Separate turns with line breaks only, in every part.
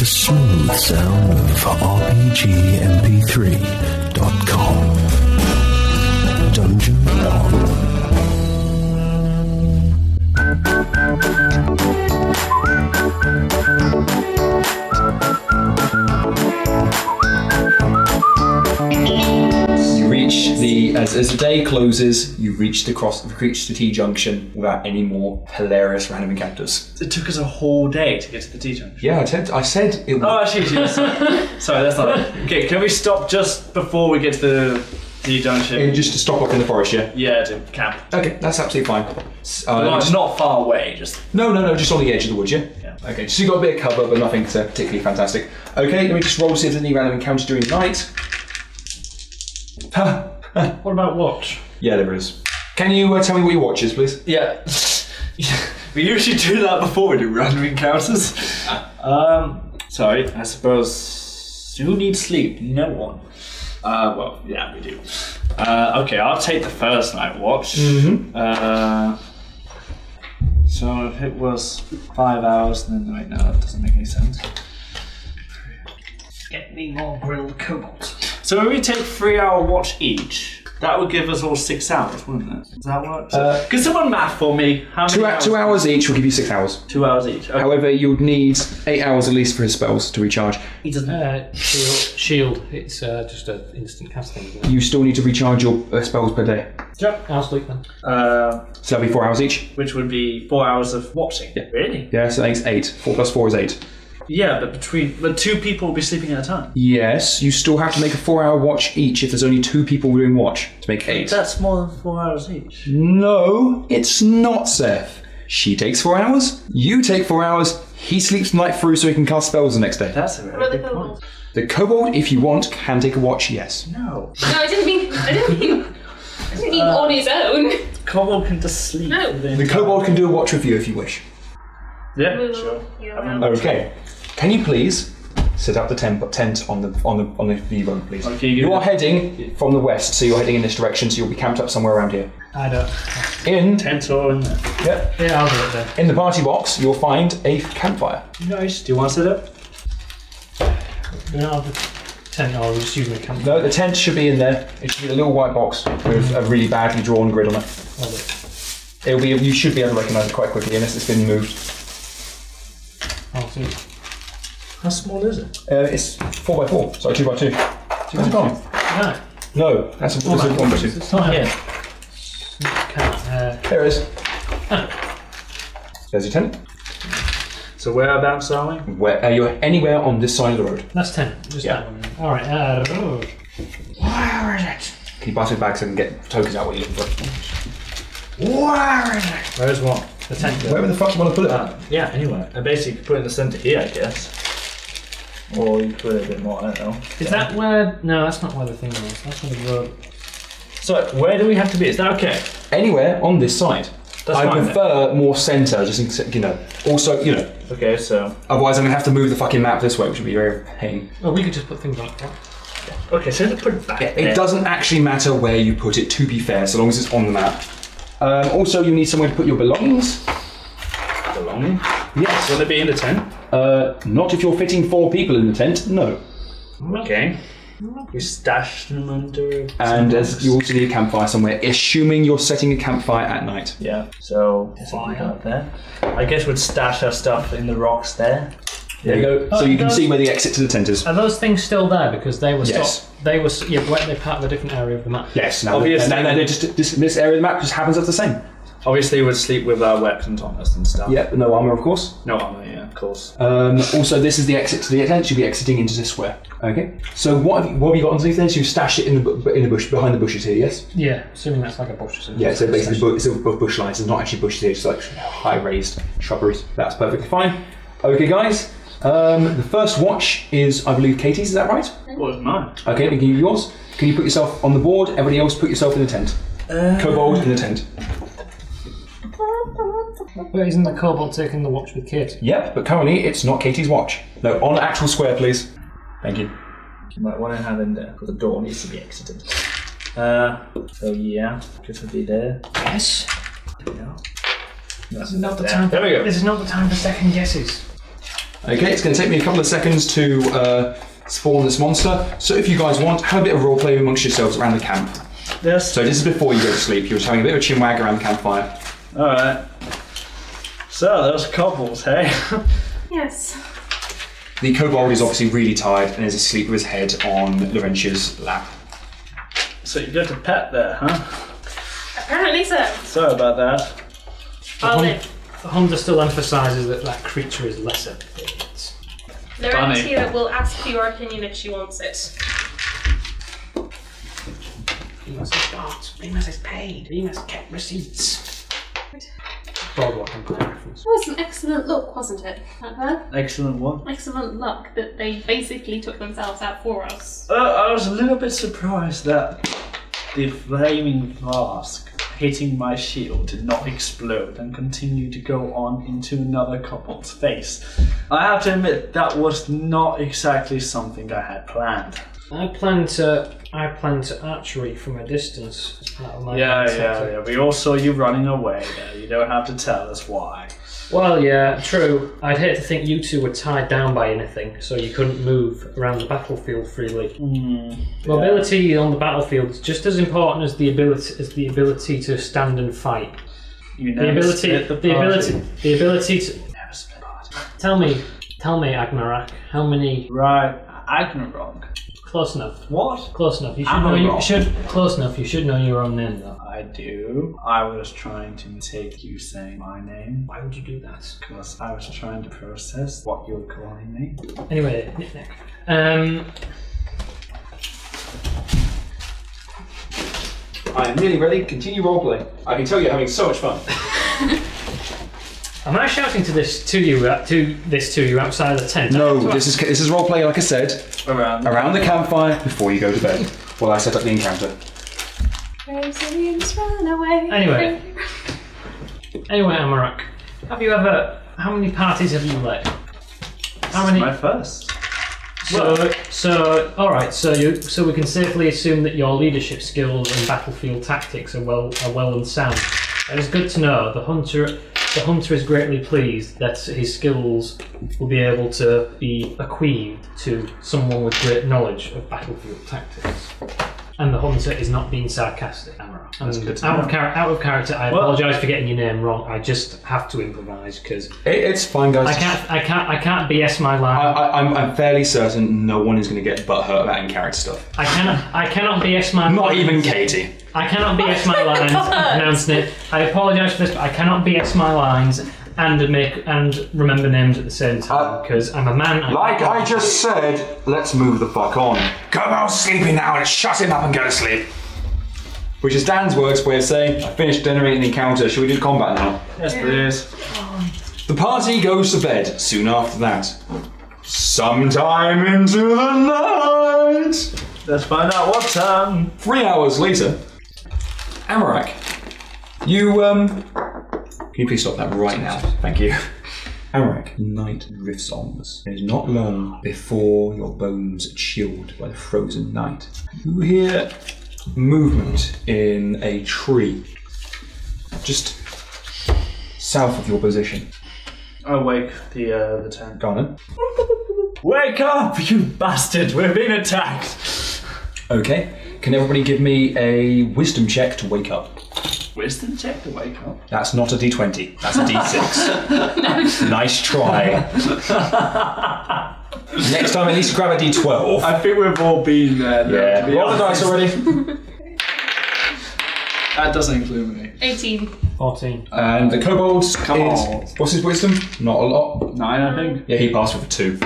on soundoverrpgmp3.com. Dungeon on.
You reach the as, as the day closes, you reach the cross reach the T junction without any more hilarious random encounters.
It took us a whole day to get to the T junction.
Yeah, I said I said it.
Oh, actually, yes. Sorry, that's not it. Okay, can we stop just before we get to the T junction?
Just to stop off in the forest, yeah.
Yeah, to camp.
Okay, that's absolutely fine. S- uh,
Well, it's
just-
not far away. Just
no, no, no, just on the edge of the woods, yeah.
Yeah.
Okay, so you got a bit of cover, but nothing uh, particularly fantastic. Okay, let me just roll to see if there's any random encounters during the night. Ha.
What about watch?
yeah, there is. Can you uh, tell me what your watch is, please?
yeah. we usually do that before we do random encounters. Um, sorry. I suppose who needs sleep? No one. Uh, well, yeah, we do. Uh, okay, I'll take the first night watch.
Mm-hmm.
Uh, so if it was five hours, then wait, no, that doesn't make any sense.
Get me more grilled cobalt.
So if we take three hour watch each, that would give us all six hours, wouldn't it? Does that work?
Uh,
Could someone math for me? How many
Two, hou-
hours?
two hours each will give you six hours.
Two hours each. Okay.
However, you would need eight hours at least for his spells to recharge.
He doesn't.
Uh, shield. shield. It's uh, just an instant casting. Isn't it?
You still need to recharge your uh, spells per day.
Yep.
I'll sleep then.
Uh,
So that'll be four hours each.
which would be four hours of watching. Really?
Yeah, so that makes eight. Four plus four is eight.
Yeah, but between but two people will be sleeping at a time.
Yes, you still have to make a four hour watch each if there's only two people doing watch to make eight.
That's more than four hours each.
No, it's not, Seth. She takes four hours, you take four hours, he sleeps the night through so he can cast spells the next day.
That's a very
Really
good
cool.
point.
The kobold, if you want, can take a watch, yes.
No,
No, I didn't mean. I didn't mean. I didn't mean
Uh,
on his own.
Cobalt can just sleep.
No.
within-
The kobold can do a watch with you if you wish.
Yeah,
Ooh,
sure.
you're
I mean,
right.
Okay. Can you please set up the temp- tent on the on the on the, the road, please?
Okay, you-
you are heading from the west, so you're heading in this direction. So you'll be camped up somewhere around here.
I don't.
In
Tent or in there.
yep,
Yeah, I'll do it then.
in the party box, you'll find a campfire.
Nice. Do you want to sit up?
We don't have the tent, or we're just using the camp.
No, the tent should be in there. It should be a little white box with a really badly drawn grid on it.
Hold it.
It'll be you should be able to recognise it quite quickly unless it's been moved.
I'll see.
How small is it?
Uh, it's four by four, sorry, two by two. Two by two.
No,
No, that's a, that's a one by two.
it's not here. Uh,
There it is. There's your tent.
So whereabouts are we?
Where uh, you're anywhere on this side of the road.
That's ten. Just
Yeah.
that one. All right. Uh, oh.
Where is it? Can you bust it back so I can get tokens out what you're looking for? Where is it?
Where's one?
The tent.
Wherever the fuck you want to put it.
Uh, yeah, anyway. I basically could put it in the centre here, I guess. Or you put it a bit more, I don't know.
Is that where? No, that's not where the thing was. That's where the road.
So, where do we have to be? Is that okay?
Anywhere on this side.
That's
I
fine, then.
prefer more centre, just in, you know. Also, you know,
Okay, so.
otherwise I'm gonna have to move the fucking map this way, which would be very pain.
Oh, we could just put things like that.
Okay, so let's put it back.
It doesn't actually matter where you put it, to be fair, so long as it's on the map. Um, also, you need somewhere to put your belongings.
belong.
Yes.
Will it be in the tent?
Uh, not if you're fitting four people in the tent. No.
Okay. You stashed them under.
And as you also need a campfire somewhere, assuming you're setting a campfire at night.
Yeah, so. Fire out there. I guess we'd stash our stuff in the rocks there.
There you go. so
Oh,
you can
no.
see where the exit to the tent is.
Are those things still there? Because they were
Yes.
stopped. They were. s- Yeah, but weren't they part of a different area of the map?
Yes, now
Obviously.
now- now they just, this, this area of the map just happens as the same.
Obviously, we'd sleep with our weapons on us and stuff.
Yep, no armor, of course.
No armor, yeah, of course.
Um, also, this is the exit to the tent. You'll be exiting into this square. Okay. So what have you, what have you got underneath this? You stashed it in the bu- in the bush behind the bushes here. Yes.
Yeah. Assuming that's like a bush or something.
Yeah. So basically, bu- it's above bush lines. It's not actually bushes here. It's like high raised shrubberies. That's perfectly fine. Okay, guys. Um, the first watch is, I believe, Katie's. Is that right?
What was mine?
Okay, let me give you yours. Can you put yourself on the board? Everybody else, put yourself in the tent. Kobold in the tent.
But isn't the cobalt taking the watch with Kate?
Yep, but currently it's not Katie's watch. No, on actual square, please. Thank you.
Might want to have in there, because the door needs to be exited. Uh, so yeah, this would be there.
Yes.
Yeah.
This is not the
There.
time.
There we go.
This is not the time for second guesses.
Okay, it's going to take me a couple of seconds to uh, spawn this monster. So if you guys want, have a bit of roleplay amongst yourselves around the camp.
Yes.
So this is before you go to sleep. You're just having a bit of a chin wag around the campfire.
All right. So those couples, hey.
Yes.
The kobold is obviously really tired and is asleep with his head on Laurentia's lap.
so you got a pet there, huh?
Apparently so.
Sorry about that.
I'll live.
Honda still emphasises that that creature is lesser. It's
Laurentia will ask for your opinion if she wants it.
Boardwalk Empire reference.
That was an excellent look, wasn't it? Pepper?
Excellent one.
Excellent luck that they basically took themselves out for us.
Uh, I was a little bit surprised that the flaming flask hitting my shield did not explode and continue to go on into another couple's face. I have to admit that was not exactly something I had planned.
I plan to I plan to archery from a distance. That'll make
Yeah,
me
yeah,
tactic.
yeah. We all saw you running away there. You don't have to tell us why.
Well, yeah, true. I'd hate to think you two were tied down by anything, so you couldn't move around the battlefield freely.
Hmm.
Mobility on the battlefield is just as important as the ability as the ability to stand and fight.
You
The
never
ability,
split
the,
the, party.
ability, the ability to
Never split the party.
tell me, tell me, Agmarak, how many?
Right, Agnarog.
Close enough.
What?
Close enough. You should
I'm
know.
not
You
wrong.
should close enough. You should know your own name, though.
I do. I was trying to take you saying my name
Why would you do that?
because I was trying to process what you were calling me.
Anyway, Nick, Nick. um,
I am nearly ready. Continue roleplay. I can tell you're having so much fun.
am I shouting to this to you uh, to this to you outside of the tent?
No, this is this is roleplay. Like I said,
Around.
around the campfire before you go to bed. While I set up the encounter.
Rosaline's run away.
Anyway. Anyway, Amarak, have you ever? How many parties have you led? How many?
My first.
So, so all right. So you, so we can safely assume that your leadership skills and battlefield tactics are well, are well and sound. It is good to know. The hunter, the hunter is greatly pleased that his skills will be able to be bequeathed to someone with great knowledge of battlefield tactics. And the hunter is not being sarcastic. Amara.
That's
And
good to
out, of
know.
char- out of character, I
Well-
apologise for getting your name wrong. I just have to improvise because
It, it's fine, guys.
I can't, I can't, I can't BS my line.
I, I, I'm, I'm fairly certain no one is going to get butthurt about in character stuff.
I cannot, I cannot BS my
Not
lines.
even Katie.
I cannot BS my lines and pronounce it. I apologise for this, but I cannot BS my lines and make and remember names at the same time
Uh,
because I'm a man. I-
Like I just said, let's move the fuck on. Come out sleeping now and shut him up and go to sleep. Which is Dan's words way of saying, I finished generating the encounter, should we do combat now?
Yes, please.
The party goes to bed soon after that. Sometime into the night!
Let's find out what time.
Three hours later, Amarak, you, um. Can you please stop that right now? Thank you. Amarak, night drifts onwards. It is not long before your bones are chilled by the frozen night. You hear movement in a tree just south of your position.
I wake the uh, the tent.
Garner?
Wake up, you bastard! We're being attacked.
Okay. Can everybody give me a wisdom check to wake up?
Wisdom check to wake up.
That's not a d20. That's a d6. nice try. Next time, at least grab a d12.
I think we've all been there. though,
Yeah.
to be
Roll the
honest.
dice already.
That doesn't include me.
18.
fourteen.
And the kobold's. Come
on.
What's his wisdom? Not a lot.
Nine, I think.
Yeah, he passed with a two.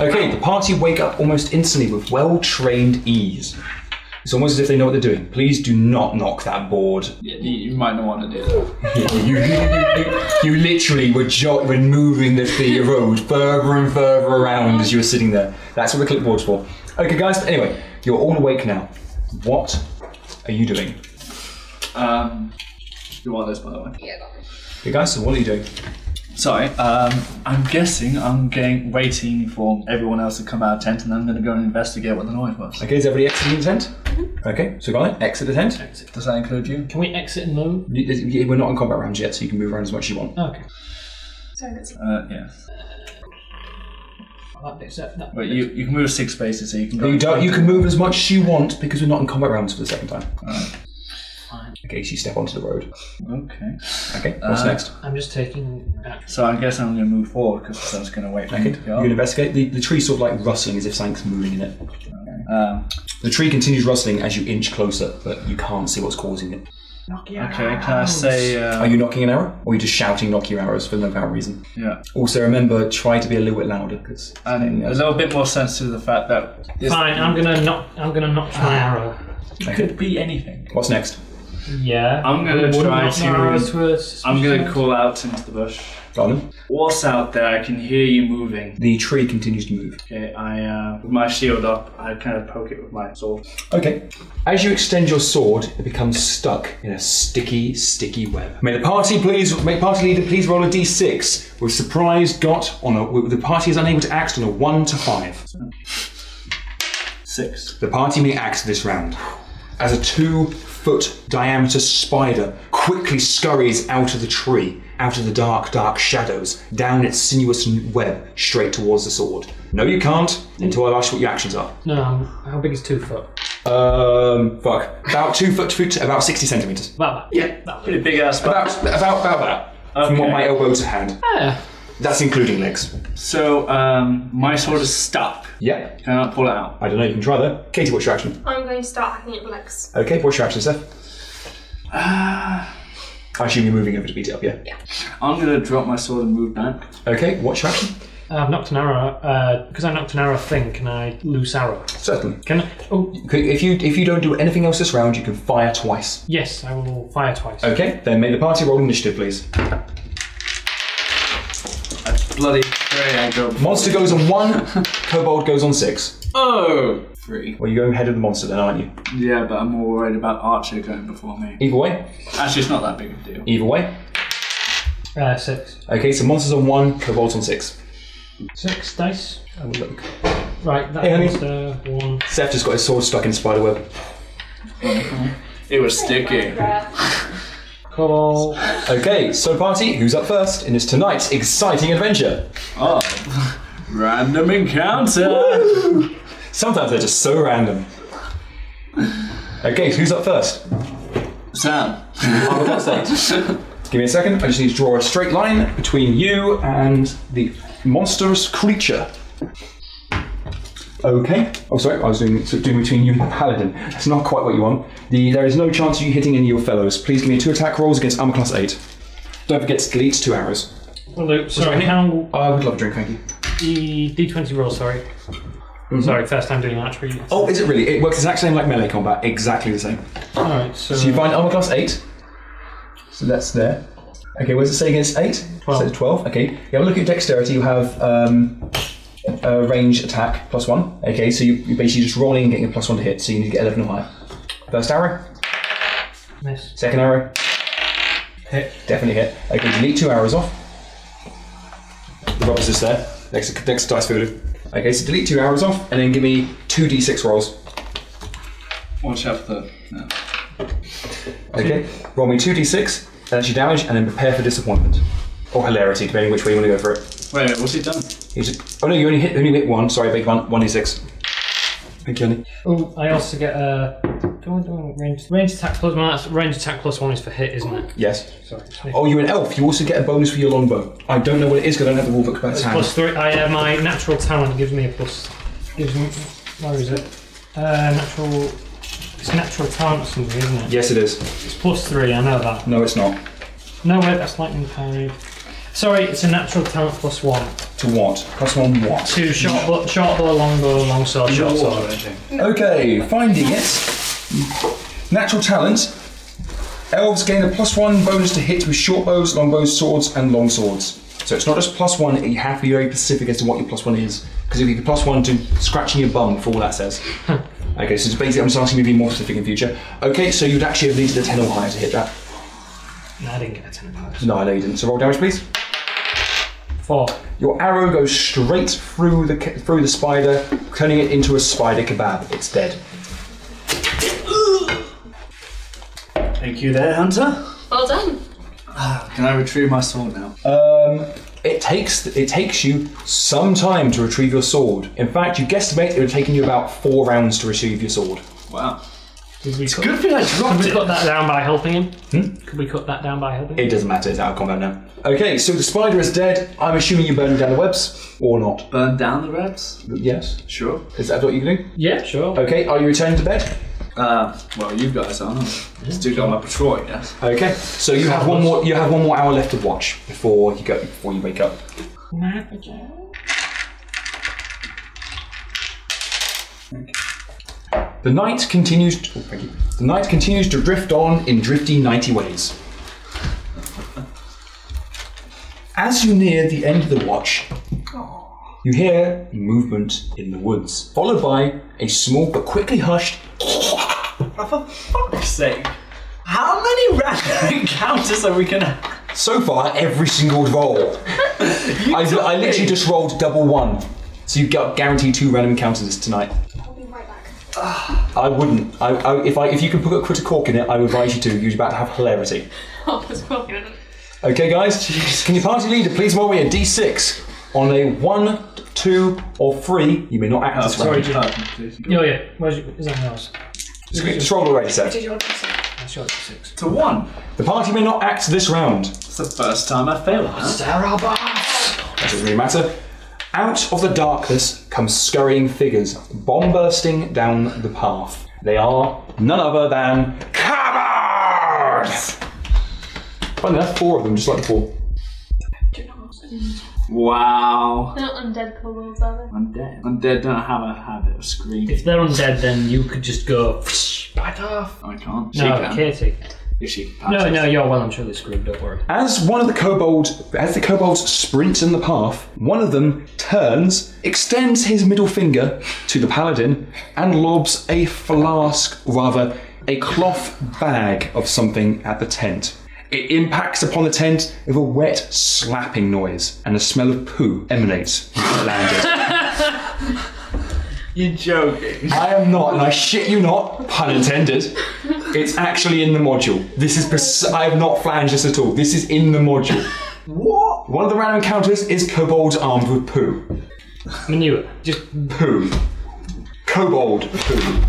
Okay, the party wake up almost instantly with well trained ease. It's almost as if they know what they're doing. Please do not knock that board.
Yeah, you, you might not want to do that.
You, you literally were, jo- were moving the, the road further and further around as you were sitting there. That's what the clipboard's for. Okay, guys, but anyway, you're all awake now. What are you doing?
Um, you want this, by the way.
Okay, guys, so what are you doing?
Sorry, um, I'm guessing I'm getting, waiting for everyone else to come out of tent and I'm going to go and investigate what the noise was.
Okay, is everybody exiting the tent? Okay, so got it. Exit the tent.
Does that include you?
Can we exit and move?
You- you- We're not in combat rounds yet, so you can move around as much as you want.
Okay.
Sorry, that's
Uh, yeah.
Well, that bit, that
But you, you can move six spaces, so you can go.
You don't. You can move as much as you want because we're not in combat rounds for the second time. In case you step onto the road.
Okay.
Okay. What's
Uh,
next?
I'm just taking action.
So I guess I'm going to move forward because Sun's going to wait for me
Okay.
to
You
go.
can investigate. The, the tree sort of like rustling as if something's moving in it.
Um,
The tree continues rustling as you inch closer, but you can't see what's causing it.
okay, can I say.
Are
Uh,
you knocking an arrow? Or are you just shouting knock your arrows for no apparent reason?
yeah.
Also, remember, try to be a little bit louder because.
And a little bit more sense to the fact that this
Fine, I'm gonna knock. I'm gonna knock my arrow.
Ah.
could be anything.
What's next?
Yeah.
I'm gonna
Wouldn't
try
knock my arrow
to-
to a s-
I'm going to call out into the bush.
Garland?
What's out there? I can hear you moving.
The tree continues to move.
Okay, I uh, with my shield up, I kind of poke it with my sword.
Okay. As you extend your sword, it becomes stuck in a sticky, sticky web. May the party please, may party leader please roll a d6 with surprise got on a. with- The party is unable to act on a one to five.
Six.
The party may act this round as a two-foot diameter spider quickly scurries out of the tree, out of the dark, dark shadows, down its sinuous web, straight towards the sword. No, you can't until I've asked what your actions are.
No, how big is two foot?
Um, fuck. About two foot, foot about sixty centimeters.
Well,
Yeah,
Pretty big ass.
about about about that. From what
Okay.
my elbow to hand.
yeah.
That's including legs.
So um, my sword is stuck.
Yeah.
Can I pull it out?
I don't know. You can try that. Katie, what's your action?
I'm going to start hacking at Lex.
Okay, what's your action, Seth? I assume you're moving over to beat it up, Ah. yeah?
I'm gonna drop my sword and move back.
Okay, what's your action?
I've knocked an arrow. Because I knocked an arrow thing, can I loose arrow?
Certainly.
Can I? Oh,
Okay, If you if you don't do anything else this round, you can fire twice.
yes, I will fire twice.
Okay, then may the party roll initiative, please.
That's bloody very angry.
Monster goes on one, kobold goes on six.
Oh, three.
Well, you're going ahead of the monster then, aren't you?
Yeah, but I'm more worried about Archer going before me.
Either way,
Actually, it's not that big of a deal.
either way.
Uh, six.
Okay, so monsters on one, kobolds on six.
Six dice.
Have a look.
Right, that
Hey, honey.
was uh, one.
Seth just got his sword stuck in a spider web.
It was sticky.
Call.
Okay, so party, who's up first in this tonight's exciting adventure?
Oh, random encounter.
Sometimes they're just so random. Okay, who's up first?
Sam.
I'm up first. Give me a second. I just need to draw a straight line between you and the monstrous creature. Okay. Oh, sorry. I was doing so doing between you and the paladin. That's not quite what you want. The, there is no chance of you hitting any of your fellows. Please give me two attack rolls against armor class eight. Don't forget to delete two arrows.
Well, Luke, Oh, sorry, how. e,
I would love a drink, thank you.
D- D20 roll, sorry. Sorry, first time doing archery.
Mm-hmm. Oh, is it really? It works exactly same like melee combat, exactly the same.
Alright, so.
So you find armor class eight. So that's there. Okay, what does it say against eight?
Twelve.
So twelve. Okay. You have a look at your dexterity. You have um, a range attack plus one. Okay, so you, you're basically just rolling and getting a plus one to hit. So you need to get eleven or higher. First arrow.
Miss.
Second arrow. Hit. Definitely hit. Okay, delete two arrows off. The rubber's just there. Next, next dice field. Okay, so delete two arrows off, and then give me two d6 rolls.
Watch out for the. No.
Okay, roll me 2d6, and that's your damage, and then prepare for disappointment. Or hilarity, depending which way you want to go for it.
Wait, wait, what's he done?
You just- oh no, you only hit, only hit one, sorry, I beg one, 1d6. Thank you, Andy.
Oh, I also get a. Do I do I- range, range attack plus one? That's range attack plus one is for hit, isn't it?
Yes.
Sorry.
Oh, you're an elf, you also get a bonus for your longbow. I don't know what it is because I don't have the rulebook back to
Plus
hand.
three. I uh, my natural talent gives me a plus. Gives me. Where is it? Uh, natural. It's natural talent or something, isn't it?
Yes, it is.
It's plus three. I know that.
No, it's not.
No wait, that's lightning parry. Sorry, it's a natural talent plus one.
To what? Plus one what?
Two short, bow, short bow, long bow, long sword, short sword.
Okay, finding it. Natural talent. Elves gain a plus one bonus to hit with short bows, long bows, swords, and long swords. So it's not just plus one, you have to be very specific as to what your plus one is. Because if you plus one to scratching your bum for all that says. okay, so it's basically I'm just asking you to be more specific in future. Okay, so you'd actually have needed a 10 or higher to hit that.
No, I didn't get a ten bonus.
No, I know you didn't. So roll damage, please.
Four.
Your arrow goes straight through the ca- through the spider, turning it into a spider kebab. It's dead.
Thank you there, Hunter.
Well done.
Can I retrieve my sword now?
Um, It takes it takes you some time to retrieve your sword. In fact, you guesstimate it would have taken you about four rounds to retrieve your sword.
Wow.
Did we cut,
Good thing I
can
dropped
we cut
it.
that down by helping him? Could we cut that down by helping him?
It doesn't matter. It's out of combat now. Okay, so the spider is dead. I'm assuming you burned down the webs or not.
Burn down the webs?
Yes.
Sure.
Is that what you can do?
Yeah, sure.
Okay. Are you returning to bed?
Uh, well, you guys aren't. Just do on my patrol, I guess.
Okay. So you have one more. You have one more hour left to watch before you go. Before you wake up. The night continues. To, oh, thank you. The night continues to drift on in drifty nighty ways. As you near the end of the watch, you hear movement in the woods, followed by a small but quickly hushed.
For fuck's sake. How many random encounters are we gonna
So far, every single roll. I, I literally just rolled double one, so you got guaranteed two random encounters tonight.
I'll be right back.
I wouldn't. I, I, if I if you can put a critter cork in it, I would advise you to. You're about to have hilarity.
Oh, that's probably not.
Okay, guys. Can your party leader please roll me a d6 on a one, two, or three? You may not act as well.
sorry, Jim.
Uh,
Oh yeah, where's your, is that yours?
Just, just roll already, sir.
Did you want to say?
That's yours. Six.
To one.
The party may not act this round.
It's the first time I failed. Huh?
That doesn't really matter. Out of the darkness come scurrying figures, bomb bursting down the path. They are none other than Cabbards! Funny enough, four of them, just like before.
Do not.
Wow.
They're not undead kobolds, are they?
I'm dead. I'm dead. Don't have a habit of screaming.
If they're undead, then you could just go. Back off.
I can't. She
No,
can.
Katie.
If she can.
No, no, you're well. I'm sure they're screwed. Don't worry.
As one of the kobold, as the kobolds sprints in the path, one of them turns, extends his middle finger to the paladin, and lobs a flask, rather a cloth bag of something at the tent. It impacts upon the tent with a wet slapping noise, and a smell of poo emanates from where it landed.
You're joking.
I am not, and I shit you not, pun intended. It's actually in the module. This is pers- I have not flanged this at all. This is in the module.
What?
One of the random encounters is kobolds armed with poo.
Manure. Just
Poo. Kobold poo.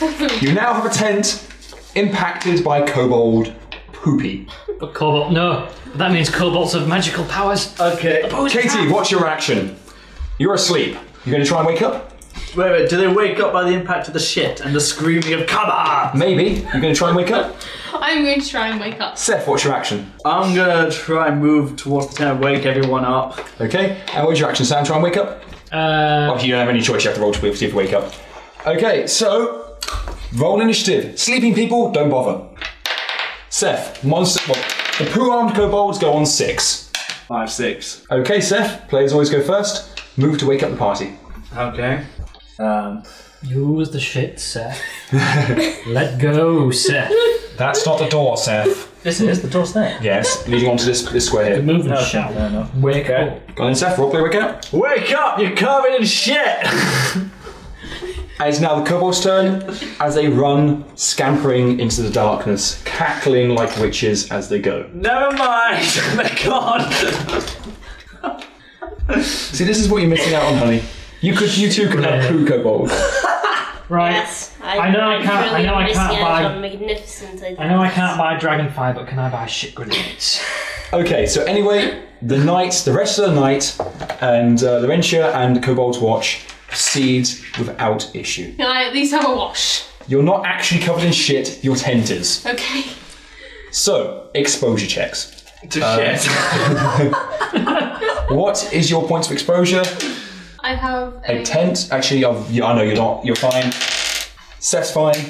You now have a tent impacted by kobold poopy.
but cobalt. No, that means cobalts have magical powers.
Okay.
Oh,
Wait,
Katie, what's your action? You're asleep. You're going to try and wake up?
wait. Do they wake up by the impact of the shit and the screaming of "Come
Maybe. You're going to try and wake up?
I'm going to try and wake up.
Seth, what's your action?
I'm gonna try and move towards the tent, wake everyone up.
Okay. And what's your action, Sam? Try and wake up?
Uh,
Obviously, you don't have any choice. You have to roll to be able to wake up. Okay, so roll initiative. Sleeping people, don't bother. Seth, monster. Well, the poo armed kobolds go on six.
Five, six.
Okay, Seth, players always go first. Move to wake up the party.
Okay. Um.
you was the shit, Seth. Let go, Seth.
That's not the door, Seth.
This is the door's there.
Yes, leading on to this, this square here.
Move and shout. Wake up.
Go on then, Seth, roll play wake up.
Wake up! You're covered in shit.
And it's now the kobolds' turn as they run, scampering into the darkness, cackling like witches as they go.
Never mind. They're gone.
See, this is what you're missing out on, honey. You could, you too could have poo kobolds.
Right.
Yes, I,
I know I can't- I know I
missing
can't
out
buy-
on magnificent ideas.
I know I can't buy dragonfly, but can I buy shit grenades?
Okay, so anyway, the night, the rest of the night, and uh, Laurentia and Kobold's Watch proceeds without issue.
Can I at least have a wash?
You're not actually covered in shit, your tent is.
Okay.
So, exposure checks.
to shit.
What is your points of exposure?
I have
A tent, actually, I've, yeah, I know you're not, you're fine. Seth's fine.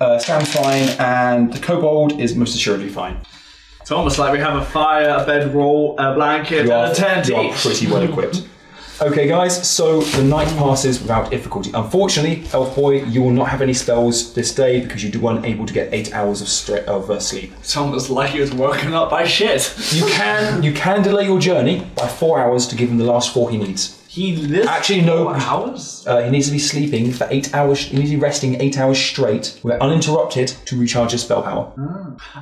Uh, Sam's fine, and the kobold is most assuredly fine.
It's almost like we have a fire, a bedroll, a blanket,
You
and
are,
a tent
you are
each.
pretty well equipped. Okay, guys, so the night passes without difficulty. Unfortunately, Elfboy, you will not have any spells this day because you were unable to get eight hours of, stre- of uh, sleep.
It's almost like he was woken up by shit.
You can you can delay your journey by four hours to give him the last four he needs.
He lives
Actually, no.
for hours.
Uh, he needs to be sleeping for eight hours. He needs to be resting eight hours straight, where uninterrupted, to recharge his spell power.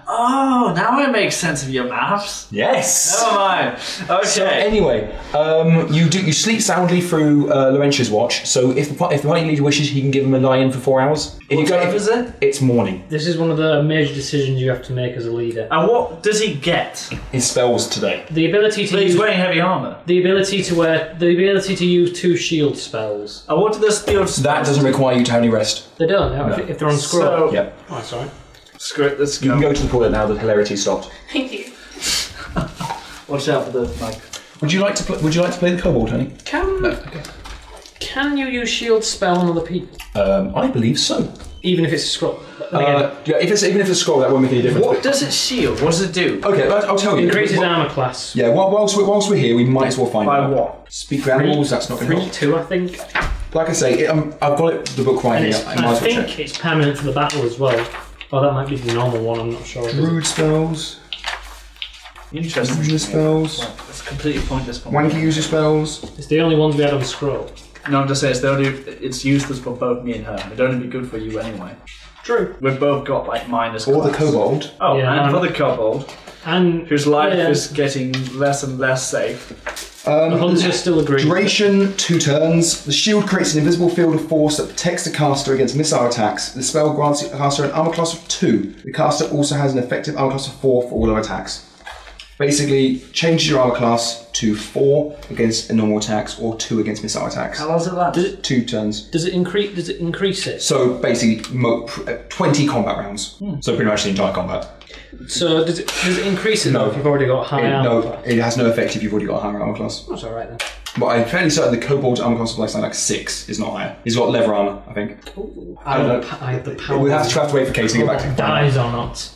Oh, now it makes sense of your maps.
Yes.
Oh
Never mind. Okay.
So anyway, um, you do you sleep soundly through uh, Laurentia's watch. So if the par- if the party leader wishes, he can give him a lie in for four hours. If
What time
if-
is it?
It's morning.
This is one of the major decisions you have to make as a leader.
and what does he get?
His spells today.
The ability to
But he's
use,
wearing heavy armor.
the ability to wear the ability to use two shield spells.
And what do the steel
That doesn't require you to have any rest.
They don't no, if, if they're on scroll.
So,
Yeah.
oh, sorry.
script, let's
You
go.
can go to the toilet now. The hilarity stopped.
Thank you.
Watch out for the mic.
Would you like to pl- Would you like to play the kobold, honey?
Can can you use shield spell on other people,
Um, I believe so.
even if it's a scroll? Again,
Uh, yeah, if it's even if it's a scroll, that won't make any difference.
What does it shield? What does it do?
Okay, I'll I'll tell you.
increases
Wh-
armor class.
Yeah, whil- whilst we're, whilst we're here, we might as well find
By
out.
what?
Speak with animals, that's not going to
Three,
help.
two, I think.
Like I say, it, um, I've got it, the book right
And
here.
it's,
I
I
might as well
think
check.
it's permanent for the battle as well. Oh, that might be the normal one. I'm not sure.
Rude spells,
Interesting.
user spells,
That's completely pointless. for me.
wanky user spells.
It's the only ones we had on scroll.
No, I'm just saying it's the only. It's useless for both me and her. It'd only be good for you anyway.
True.
We've both got like minus.
Or the
class.
kobold.
Oh,
Yeah,
and
I'm-
for the kobold,
And
whose life
yeah,
is getting less and less safe.
the hunter still agrees.
Duration, two turns. The shield creates an invisible field of force that protects the caster against missile attacks. The spell grants the caster an armor class of two. The caster also has an effective armor class of four for all other attacks. Basically, changes your armor class to four against normal attacks or two against missile attacks.
How long's it last?
Two turns.
Does it increase? Does it increase it?
So basically, mo- pr- uh, 20 combat rounds.
Hmm.
So pretty much the entire combat.
So does it, does it increase it?
No.
though, if you've already got high
It,
armor.
no, it has no effect if you've already got a higher armor class.
That's all right then.
But I'm fairly certain the Kobold's armor class of like, like 6 is not higher. He's got leather armor, I think.
I,
don't
have
know.
the pa- I have the power.
We'll have to, have to wait for Kate to get back to
dies or not.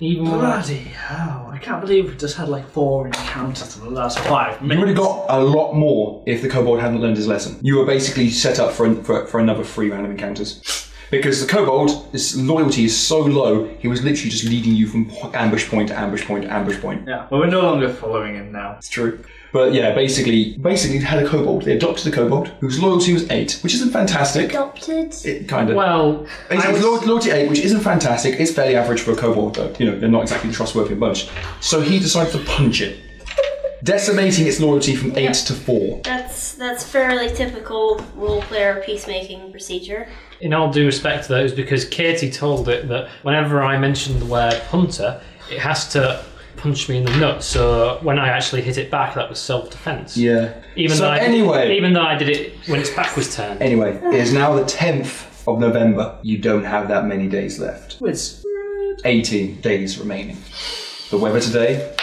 Even when I,
Bloody hell! I can't believe we just had like four encounters in the last five
You would
minutes.
have got a lot more if the kobold hadn't learned his lesson. You were basically set up for, an, for, for another three round of encounters. Because the kobold, his loyalty is so low, he was literally just leading you from po- ambush point to ambush point to ambush point.
Yeah, well, we're no longer following him now.
It's true. But yeah, basically, basically they had a kobold. They adopted a kobold whose loyalty was eight, which isn't fantastic.
Adopted.
It kind of.
well,
It's,
I
it's
was-
lo- loyalty eight, which isn't fantastic. It's fairly average for a kobold, though. You know, they're not exactly trustworthy bunch. So he decided to punch it, decimating its loyalty from eight to four.
That's that's fairly typical role player peacemaking procedure.
in all due respect to that, it was because Katie told it that whenever I mentioned the word hunter, it has to punch me in the nuts. So when I actually hit it back, that was self-defense.
Yeah.
Even
so
though I
anyway,
even though I did it when its back was turned.
anyway, it is now the tenth of November. You don't have that many days left.
It's
Eighteen days remaining. The weather today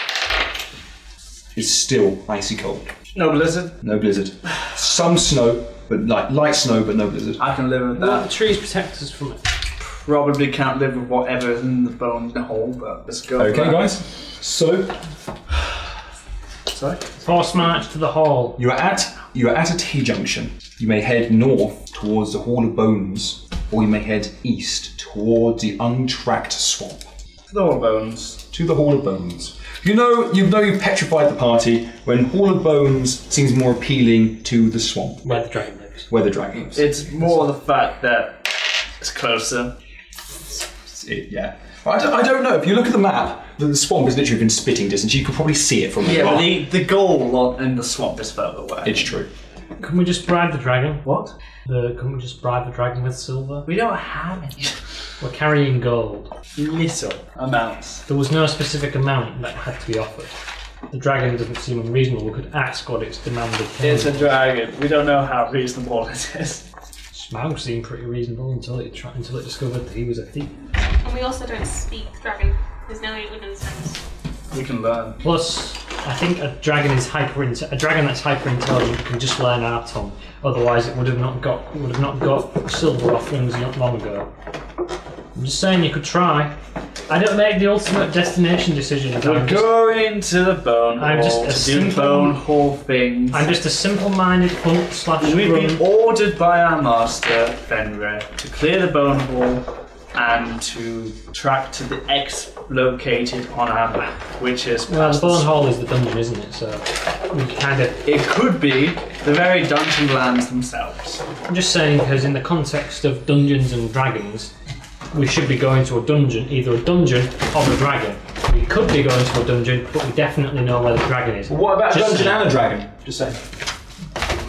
is still icy cold.
no blizzard.
No blizzard. Some snow, but light, light snow, but no blizzard.
I can live with
Well, the
that.
trees protect us from it.
Probably can't live with whatever is in the bone hole, but let's go. for
Okay,
that.
guys. So
Sorry.
Force march to the hall.
you are at you are at a T junction. You may head north towards the Hall of Bones, or you may head east towards the untracked swamp.
Thor bones.
to the Hall of Bones. You know, you know, you petrified the party when Hall of Bones seems more appealing to the swamp,
Where the dragon lives.
where the dragon lives.
It's more the fact that it's closer.
It- yeah. I don't, I don't know. If you look at the map, the, the swamp is literally within spitting distance. You could probably see it from where
Yeah,
you
but
are.
the, the goal on, in the swamp is further away.
It's true.
Can we just bribe the dragon?
what?
The, can we just bribe the dragon with silver?
We don't have any.
We're carrying gold.
Little amounts.
There was no specific amount that had to be offered. The dragon doesn't seem unreasonable. We could ask what it's demanded.
It's a dragon. We don't know how reasonable it is.
Smaug seemed pretty reasonable until it tri- until it discovered that he was a thief.
And we also don't speak dragon. There's no one understands.
We can learn.
Plus, I think a dragon is hyper a dragon that's hyper intelligent can just learn our tongue. Otherwise, it would have not got would have not got silver offerings not long ago. I'm just saying you could try. I don't make the ultimate destination decisions.
We're
I'm just,
going to the bone
I'm
hall
just
to do
assuming-
the bone hall things.
I'm just a simple-minded hunt slash
We've been
run.
ordered by our master, Fenrir, to clear the bone hall and to track to the ex located on our map, which is
Well, the
past
Bone Hall is the dungeon, isn't it? So we kind of.
It could be the very dungeon lands themselves.
I'm just saying because in the context of Dungeons and Dragons, we should be going to a dungeon, either a dungeon or a dragon. We could be going to a dungeon, but we definitely know where the dragon is.
What about
Just
Dungeon
saying.
and a Dragon? Just saying.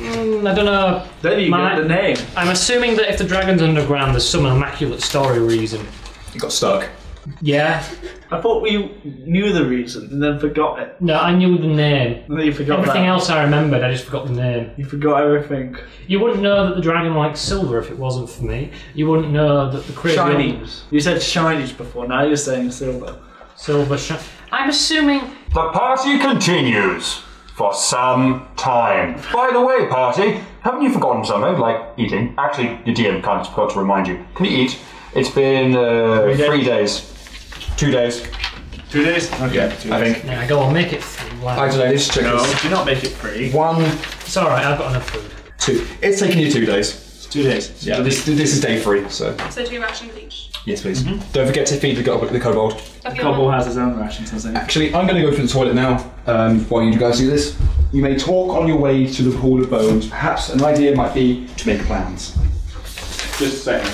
Mm, I don't know.
There you
My-
go, the name.
I'm assuming that if the dragon's underground, there's some immaculate story reason.
It got stuck.
Yeah.
I thought we knew the reason and then forgot it.
No, I knew the name.
And then you forgot
Everything
that.
else I remembered, I just forgot the name.
You forgot everything.
You wouldn't know that the dragon likes silver if it wasn't for me. You wouldn't know that the craven
Shinies. You said shinies before, now you're saying silver.
silver. Shi- I'm assuming
The party continues for some time. By the way, party, haven't you forgotten something like eating? Actually, your DM kind of forgot to remind you. Can you eat? It's been uh, three,
days.
days, two days.
Two days? Okay.
Yeah,
two
I
days.
think.
Yeah, go on, make it three.
I
Like,
don't know, this chicken
No,
is
do not make it free.
one,
it's alright, I've got enough food.
two. It's taken you two days.
It's two days.
Yeah, this, this is day three, so
So two rations each.
yes, please.
Mm-hmm.
Don't forget to feed the, go- the kobold.
Of your
Cobble has his own rations, doesn't he?
Actually, I'm going to go to the toilet now um, while you guys do this. You may talk on your way to the Hall of Bones. Perhaps an idea might be to make plans.
Just saying.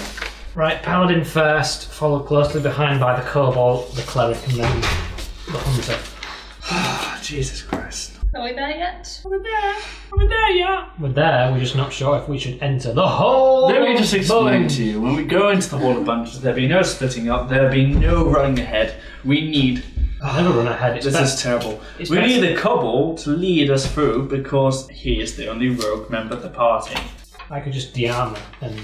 Right, paladin first, followed closely behind by the cobalt, the cleric, and then the hunter.
Ah, Jesus Christ.
Are we there yet?
We're there, we're just not sure if we should enter the hole.
Let me just explain
Boom.
to you. When we go into the Hall of Bunches, there'll be no splitting up, there'll be no running ahead. We need
I never run ahead. It's
This
best.
is terrible.
It's
we
best-
need the kobold to lead us through because he is the only rogue member of the party.
I could just dearm it and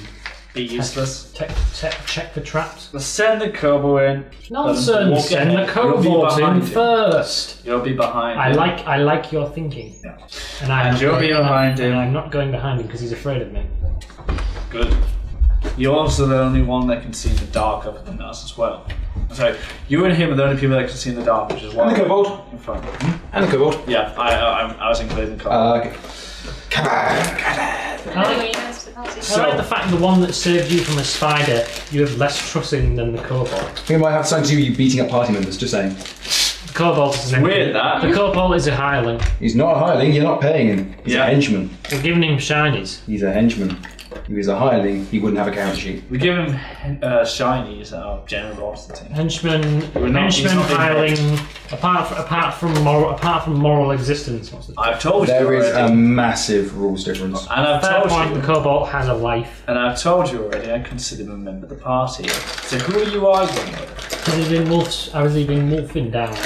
Be useless.
te- te- check for traps.
Let's send the kobold in. Walk
Nonsense! Send the
ahead. You'll be
cobalt in
behind him.
first.
You'll be behind.
I
him.
like I like your thinking,
Yeah.
and I'm
And
not
you'll be
going-
behind
And
him.
I'm not going behind him because he's afraid of me.
Good. You're also the only one that can see in the dark other than us as well. So you and him are the only people that can see in the dark, which is why
And the kobold.
in front.
And the kobold.
Yeah, I, I, I'm- I was including the kobold.
Uh, okay. Come on.
Anyway, you guys to the party.
I like the fact the one that saved you from a spider, you have less trust in than the cobalt.
We might have something to do with you beating up party members, just saying.
The cobalt is an
Weird
enemy.
that.
The cobalt is a hireling.
He's not a hireling, you're not paying him. He's a
Yeah.
henchman.
We're giving him shinies.
He's a henchman. If he was a hireling, he wouldn't have a character sheet.
We give him uh, shinies out of generosity.
Henchman,
not- he's
henchman
not in
hireling. Apart from apart from moral apart from moral existence, what's the
I've told you
There is um, a
already.
massive rules difference.
and I've
third
told
point?
you.
The cobalt has a life
And I've told you already, I consider him a member of the party. So who are you arguing with?
because he's been wolfed. Has he been wolfing down?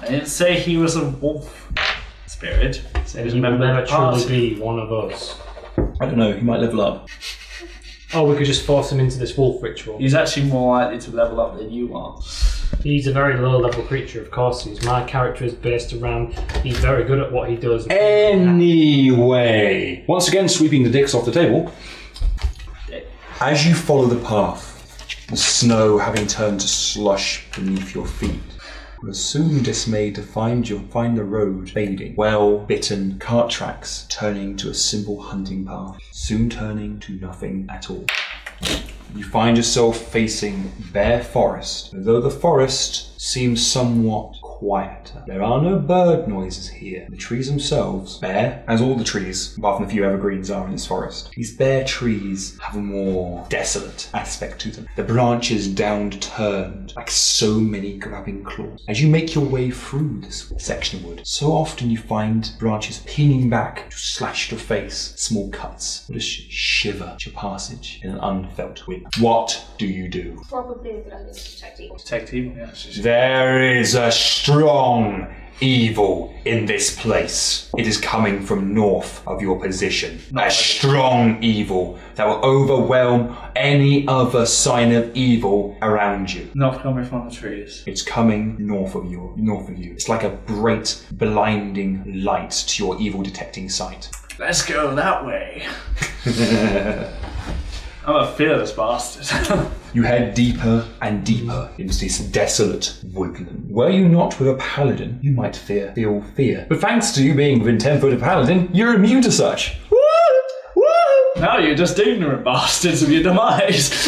I didn't say he was a wolf spirit. I said he's a
He will
member
never
of the party.
truly be one of us.
I don't know, he might level up.
Or we could just force him into this wolf ritual.
He's actually more likely to level up than you are.
He's a very low level creature, of course. He's my character is based around. He's very good at what he does.
Anyway, once again sweeping the dicks off the table. As you follow the path, the snow having turned to slush beneath your feet, you are soon dismayed to find you find the road fading, well-bitten cart tracks turning to a simple hunting path, soon turning to nothing at all. You find yourself facing bare forest, though the forest seems somewhat quieter. There are no bird noises here. The trees themselves, bare, as all the trees, apart from the few evergreens, are in this forest. These bare trees have a more desolate aspect to them. The branches downturned, like so many grabbing claws. As you make your way through this section of wood, so often you find branches pinging back to slash your face, small cuts that sh- shiver at your passage in an unfelt wind. What do you do?
Probably the others to check deep.
Detect evil, yeah. she's-
There is a strong evil in this place. It is coming from north of your position. A strong evil that will overwhelm any other sign of evil around you.
Not coming from the trees.
It's coming north of you, north of you. It's like a great blinding light to your evil detecting sight.
Let's go that way. I'm a fearless bastard.
You head deeper and deeper into this desolate woodland. Were you not with a paladin, you might fear, feel fear. But thanks to you being within 10 foot of paladin, you're immune to such. Woo! Woo!
now you're just ignorant bastards of your demise.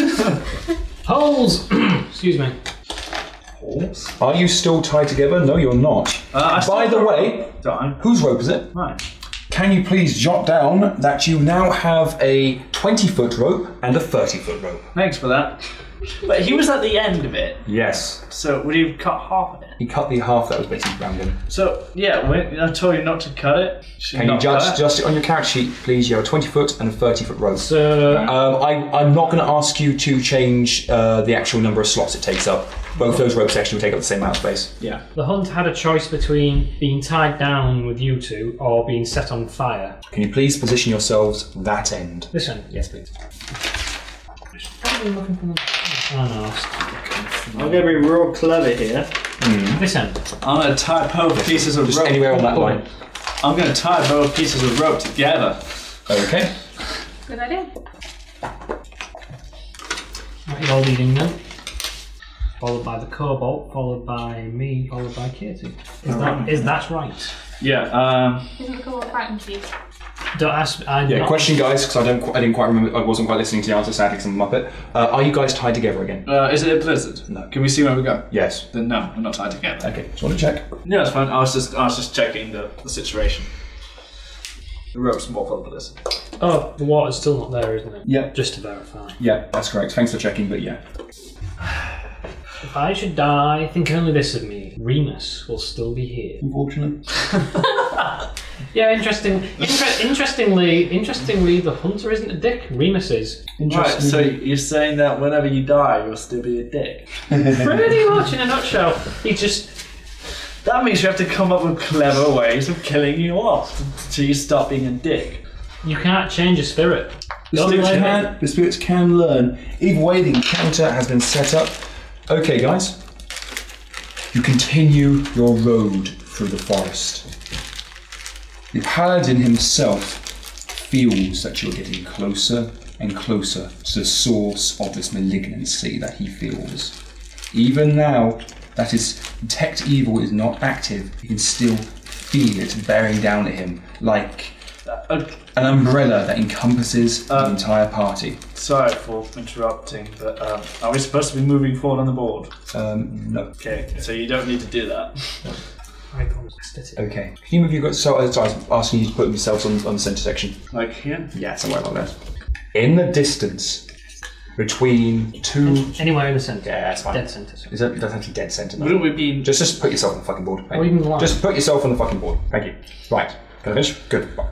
Holes. Excuse me.
horse?
Are you still tied together? No, you're not.
Uh, I
By the way,
Done.
whose rope is it?
Right.
Can you please jot down that you now have a 20 foot rope and a 30 foot rope?
Thanks for that. But he was at the end of it,
Yes.
so would he have cut half of it?
He cut the half that was basically random.
So yeah, when I told you not to cut it. should
Can you
not cut
judge
it.
just on your character sheet, please? You have a 20 foot and a 30 foot rope.
So
Um, I, I'm not going to ask you to change uh, the actual number of slots it takes up. Both those rope sections will take up the same amount of space.
the hunt had a choice between being tied down with you two or being set on fire.
Can you please position yourselves that end?
This one, yes, please. I know.
I'm gonna be real clever here.
This end.
I'm gonna tie both pieces of
Just
rope.
anywhere on that line.
I'm gonna tie both pieces of rope together.
Okay.
Good idea.
Right, you're leading them. Followed by the cobalt, followed by me, followed by Katie. Is that is that right?
Yeah. Um,
Isn't the colour frightened you?
Don't ask. I'm
Yeah.
not-
Question, guys, because I don't, qu- I didn't quite remember. I wasn't quite listening to the answer. Sadly, because I'm a muppet. Uh, are you guys tied together again?
uh, is it a blizzard?
No.
Can we see where we go?
Yes.
Then no, we're not tied together.
Okay. Just want to check.
No, it's fine. I was just, I was just checking the, the situation. The rope's more for the blizzard.
Oh, the water's still not there, isn't it?
Yep.
Just to verify.
Yeah, that's correct. Thanks for checking. But yeah.
If I should die, think only this of me. Remus will still be here.
Unfortunately.
Yeah, interesting. Inter- interestingly, interestingly, the hunter isn't a dick. Remus is.
Right. So you're saying that whenever you die, you'll still be a dick.
Pretty much in a nutshell. He just
That means you have to come up with clever ways of killing you off so you stop being a dick.
you can't change a spirit.
The
only
spirits,
way-
can, the spirits can learn. Either way, the encounter has been set up. Okay, guys. You continue your road through the forest. The paladin himself feels that you're getting closer and closer to the source of this malignancy that he feels. Even now, that his detect evil is not active, he can still feel it bearing down at him like
Uh,
an umbrella that encompasses the entire party.
sorry for interrupting, but um, are we supposed to be moving forward on the board?
Um, no.
Okay, so you don't need to do that.
I promise. That's it.
Okay. Can you move your so I was asking you to put yourselves on, on the centre section?
Like here?
Yeah, somewhere like that. In the distance between two
Anywhere in the centre.
Yeah, that's fine.
Dead centre.
Is that that's actually dead centre now.
Wouldn't we be in
Just just put yourself on the fucking board. Thank
Or
you.
even the line.
Just put yourself on the fucking board. Thank you. Right. Can I finish? Good. Right.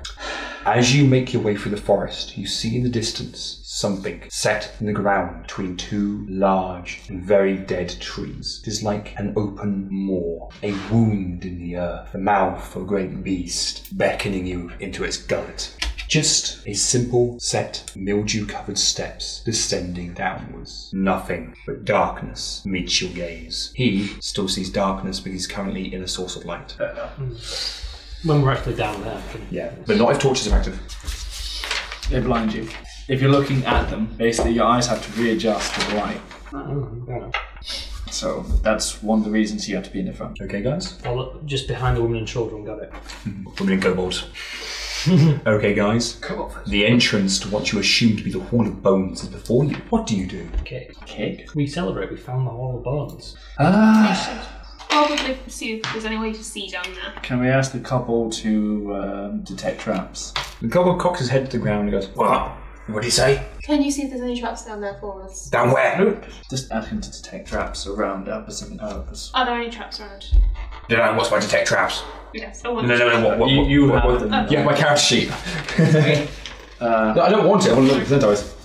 As you make your way through the forest, you see in the distance something set in the ground between two large and very dead trees. It is like an open maw, a wound in the earth, the mouth of a great beast beckoning you into its gullet. Just a simple set, mildew covered steps descending downwards. Nothing but darkness meets your gaze. He still sees darkness because he's currently in a source of light. Uh,
When we're actually down there. we can-
Yeah. But not if torches are active.
They blind you. If you're looking at them, basically your eyes have to readjust to the light.
Oh, fair enough.
So that's one of the reasons you have to be in the front.
Okay, guys?
Well, just behind the women and children, got it.
Women and kobolds. okay, guys. The entrance to what you assume to be the Hall of Bones is before you. What do you do?
Okay.
Cake?
We celebrate, we found the Hall of Bones.
Ah.
Probably see if there's any way to see down there.
Can we ask the couple to um, detect traps?
The kobold cocks his head to the ground and goes, What? What did he say?
Can you see if there's any traps down there for us?
Down where?
Just ask him to detect traps around our Pacific Olympus.
Are there any traps around?
Did I what's my detect traps?
Yes. Oh,
No, no, no, what, what,
You-
what,
you
what,
have
what-
them. uh,
Yeah, my character sheet. no, I don't want it. I want to look at the percentiles.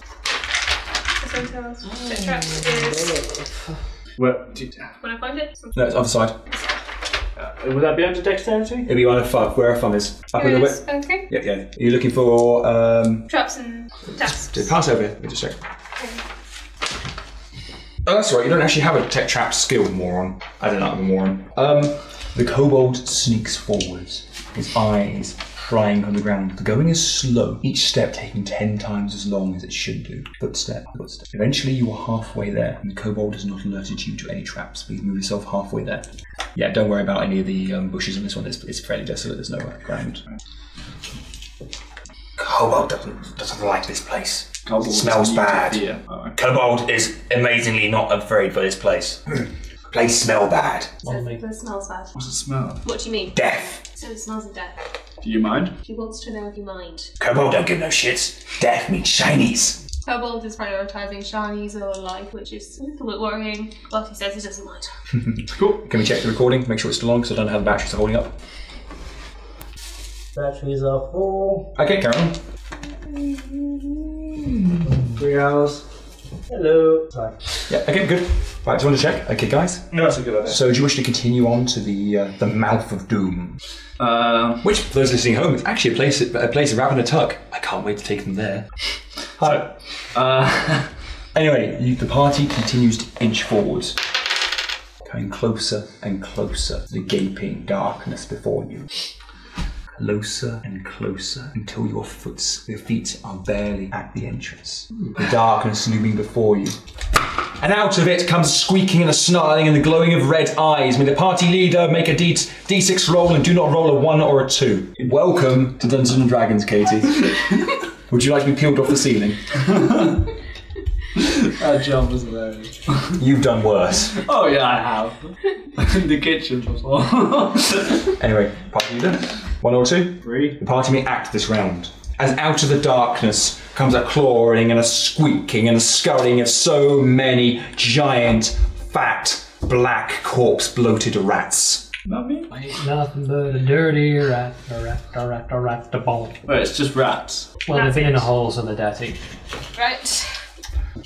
Check traps is
Well, do-
when I find it.
No, it's other side.
would that be under dexterity?
It'll be one of five. Where a thumb is. Up a
Here it
little
is.
bit.
Okay.
Yeah, yeah. Are you looking for, um...
Traps and traps.
Did it pass over? Let me just check. Oh, that's right. You don't actually have a tech trap skill, moron. I don't know, I'm a moron. Um, the kobold sneaks forwards, his eyes prying on the ground. The going is slow, each step taking ten times as long as it should do. Footstep, footstep. Eventually, you are halfway there, and the kobold has not alerted you to any traps. Please move yourself halfway there. Yeah, don't worry about any of the um, bushes in this one. It's, it's fairly desolate. There's no uh, ground. Kobold doesn't doesn't like this place.
Couple
Smells
need to
bad.
fear. Alright.
Kobold is amazingly not afraid for this place.
Place smell bad.
me.
It smells bad.
What's it smell?
What do you mean?
Death.
So it smells of death.
Do you mind?
She wants to know if you mind.
Kobold don't give no shits. Death means shinies.
Kobold is prioritizing shinies over life, which is a little bit worrying. Well, he says he doesn't mind.
Cool. Can we check the recording? Make sure it's still on because I don't know how the batteries are holding up.
Batteries are full.
Okay, carry on.
Three hours. Hello. Sorry.
Yeah, okay, good. Right, do you want to check? Okay, guys.
No, that's a good idea.
So, do you wish to continue on to the uh, the mouth of doom?
Um,
Which, for those listening at home, is actually a place a place of wrapping a tuck. I can't wait to take them there. Hi.
uh,
Anyway, you, the party continues to inch forwards, coming closer and closer to the gaping darkness before you. Closer and closer until your foots, your feet are barely at the entrance. The darkness looming before you. And out of it comes squeaking and a snarling and the glowing of red eyes. May the party leader make a D- d6 roll and do not roll a 1 or a 2. Welcome to Dungeons and Dragons, Katie. Would you like to be peeled off the ceiling?
that jump was there.
You've done worse.
Oh yeah, I have. In the kitchen before.
Anyway, party leader. One or two.
Three.
The party may act this round. As out of the darkness comes a clawing and a squeaking and a scurrying of so many giant, fat, black, corpse bloated rats.
Not me. Wait,
Nothing but a dirty rat, a rat, a rat, a rat, a ball.
it's just rats.
Well, they've been in a hole, so they're dirty.
Right.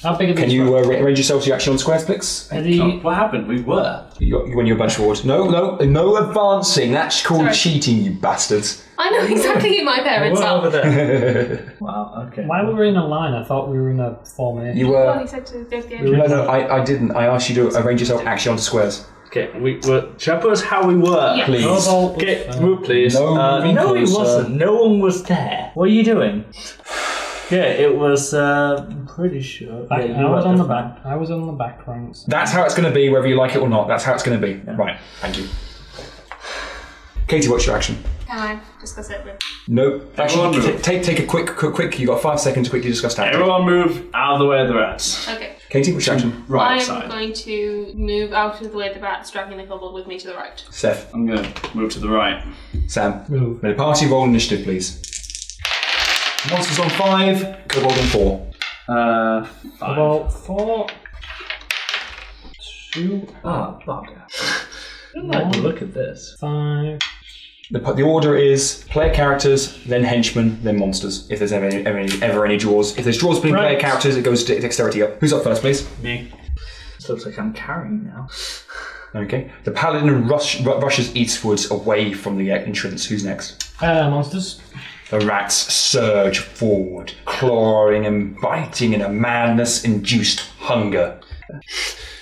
How big are
Can
these
you uh, arrange yourself to your action on squares, please?
Are
Oh,
the,
what happened? We were.
You- When you're bunch forward. No, no, no advancing. That's called
Sorry.
cheating, you bastards.
I know exactly who my parents
Well,
are.
over there.
Wow. Okay.
Why were we in a line? I thought we were in a formation.
You
Well,
were.
he said to go
We
get
No,
were in
no,
a-
I, I didn't. I asked you to arrange yourself action onto squares.
Okay. We were. Shall I put us how we were?
Yeah.
Please.
Kobold-
Okay,
uh,
move please.
No moving
No, it
closer.
wasn't. No one was there. What are you doing? Yeah, it was. Uh, I'm pretty sure.
back-
yeah, you
I was
were
on the
front.
back. I was on the back ranks.
That's how it's going to be, whether you like it or not. That's how it's going to be. Right. Thank you. Katie, what's your action?
Can I discuss it with
No.
Everyone
Actually,
move.
t- take take a quick quick quick. You got five seconds to quickly discuss that.
Everyone move out of the way of the rats.
Okay.
Katie, what's your action?
Right
I'm
side.
going to move out of the way the rat's dragging the kobold with me to the right.
Seth,
I'm gonna move to the right.
Sam.
Move.
May the party roll initiative, please. Monsters on five, kobold on four.
Uh, five.
About four. Two,
Ah, bugger. I don't like the look of this.
five.
The, p- the order is player characters, then henchmen, then monsters. If there's ever any, ever any, ever any draws, if there's draws between
Right.
player characters, it goes to dexterity up. Who's up first, please?
Me. This looks like I'm carrying now.
Okay. The paladin rush, ru- rushes eastwards away from the uh, entrance. Who's next?
Uh, monsters.
The rats surge forward, clawing and biting in a madness induced hunger.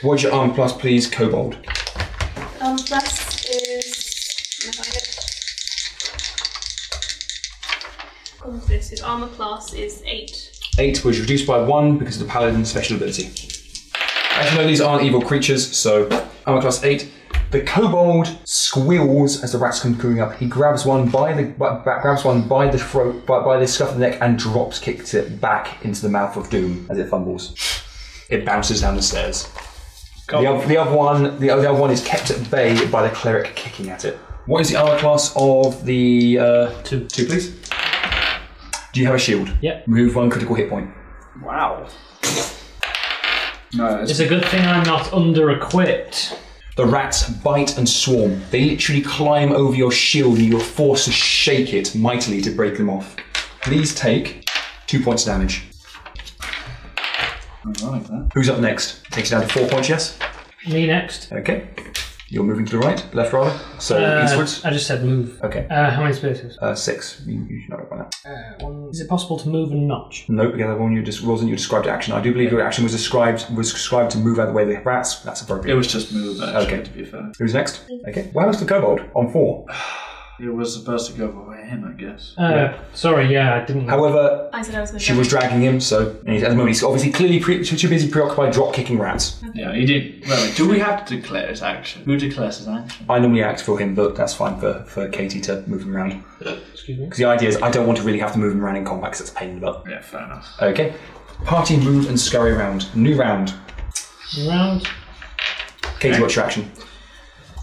What's your arm plus, please, Kobold?
Um, plus is. Can I find it? Oh, this is armor class is eight.
Eight was reduced by one because of the paladin's special ability. Actually, no, these aren't evil creatures, so armor class eight. The kobold squeals as the rats come cooing up. He grabs one by the by, by- grabs one by the throat, by, by the scuff of the neck, and drops kicks it back into the mouth of doom as it fumbles. It bounces down the stairs. The other, the other one, the other, the other one is kept at bay by the cleric kicking at it. What is the armor class of the uh,
Two.
Two, please. Do you have a shield?
Yep.
Remove one critical hit point.
Wow. No, it's
It's a good thing I'm not under equipped.
The rats bite and swarm. They literally climb over your shield and you're forced to shake it mightily to break them off. Please take two points of damage.
ironic, that.
Who's up next? Takes it down to four points, yes?
Me next.
Okay. You're moving to the right, left rather. So
Uh,
eastwards.
I just said move.
Okay.
Uh, how many spaces?
Uh, six. You, you should know it by now.
Is it possible to move a notch?
Nope, again, that one you just wasn't your described action. I do believe your action was described was described to move out of the way of the rats. That's
It
appropriate.
was just move, actually,
Okay.
to be fair.
Who's next? Okay. Where was the kobold? On four.
It was supposed to go by him, I guess.
Uh, Sorry, yeah, I didn't.
However,
I said I was going to.
She was dragging him, so and he's, at the moment he's obviously clearly pre- too, too busy preoccupied drop kicking rats.
Yeah, he did. Wait, wait, do we have to declare his action? Who declares his action?
I normally act for him, but that's fine for, for Katie to move him around.
Excuse me.
Because the idea is I don't want to really have to move him around in combat because it's a pain in the butt.
Yeah, fair enough.
Okay. Party move and scurry around. New round.
Round.
Katie, what's your action?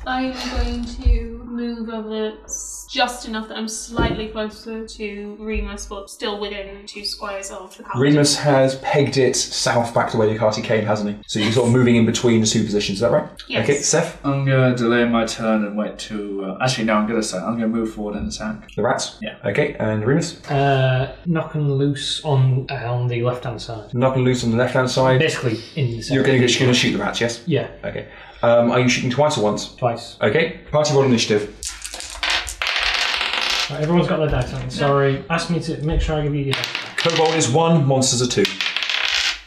I am going to move over s- just enough that I'm slightly closer to Remus, but still within two squares of the paladin.
Remus has pegged it south back to where Ducati came, hasn't he? So you're sort of moving in between the two positions, is that right?
Yes.
Okay, Seth,
I'm gonna delay my turn and wait to. Uh, actually, no, I'm gonna say I'm gonna move forward and attack.
the rats.
Yeah.
Okay, and Remus.
Uh, knocking loose on uh, on the left hand side.
Knocking loose on the left hand side.
Basically, in the center.
You're going to shoot the rats, yes?
Yeah,
Okay. Um, are you shooting twice or once?
twice.
Okay. Party roll initiative.
Right, everyone's got their dice on. Sorry, ask me to make sure I give you your dice.
Kobold is one, monsters are two.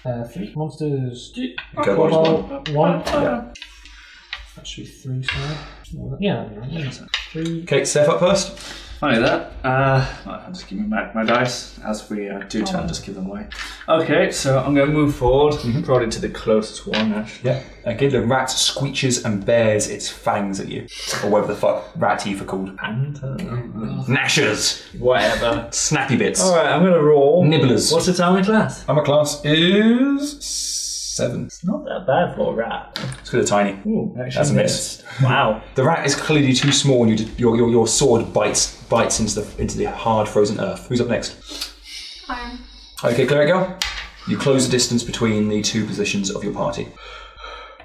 Uh, three monsters. Two.
Kobold is one.
One. That should be three. Sorry. Yeah. that'd be right, yeah. Three.
Okay, Seth up first.
Funny that. Uh, I'll just give me back my dice as we uh, do turn. Just give them away. Okay, so I'm gonna move forward, probably to the closest one. Actually.
Yeah. Okay, the rat screeches and bares its fangs at you. Or whatever the fuck rat teeth are called. Gnashers.
Whatever.
Snappy bits.
All right, I'm gonna roll.
Nibblers.
What's its army class?
Armor class is seven.
Not that bad for a rat.
It's kind of tiny. That's a miss.
Wow.
The rat is clearly too small, and you, your, your your sword bites bites into the into the hard frozen earth. Who's up next?
I'm
Okay, clear it, go. You close the distance between the two positions of your party.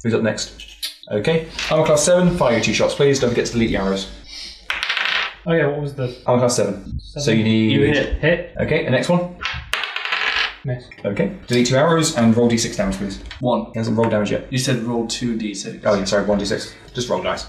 Who's up next? Okay. Armor class 7, fire your two shots, please. Don't forget to delete the arrows.
Oh yeah, what was the
Armor class 7. So you need.
You hit.
hit?
Okay, the next one.
Miss.
Okay. Delete two arrows and roll d6 damage, please.
One.
He hasn't rolled damage yet.
You said roll two d6.
Oh, yeah, sorry, 1d6. Just roll dice.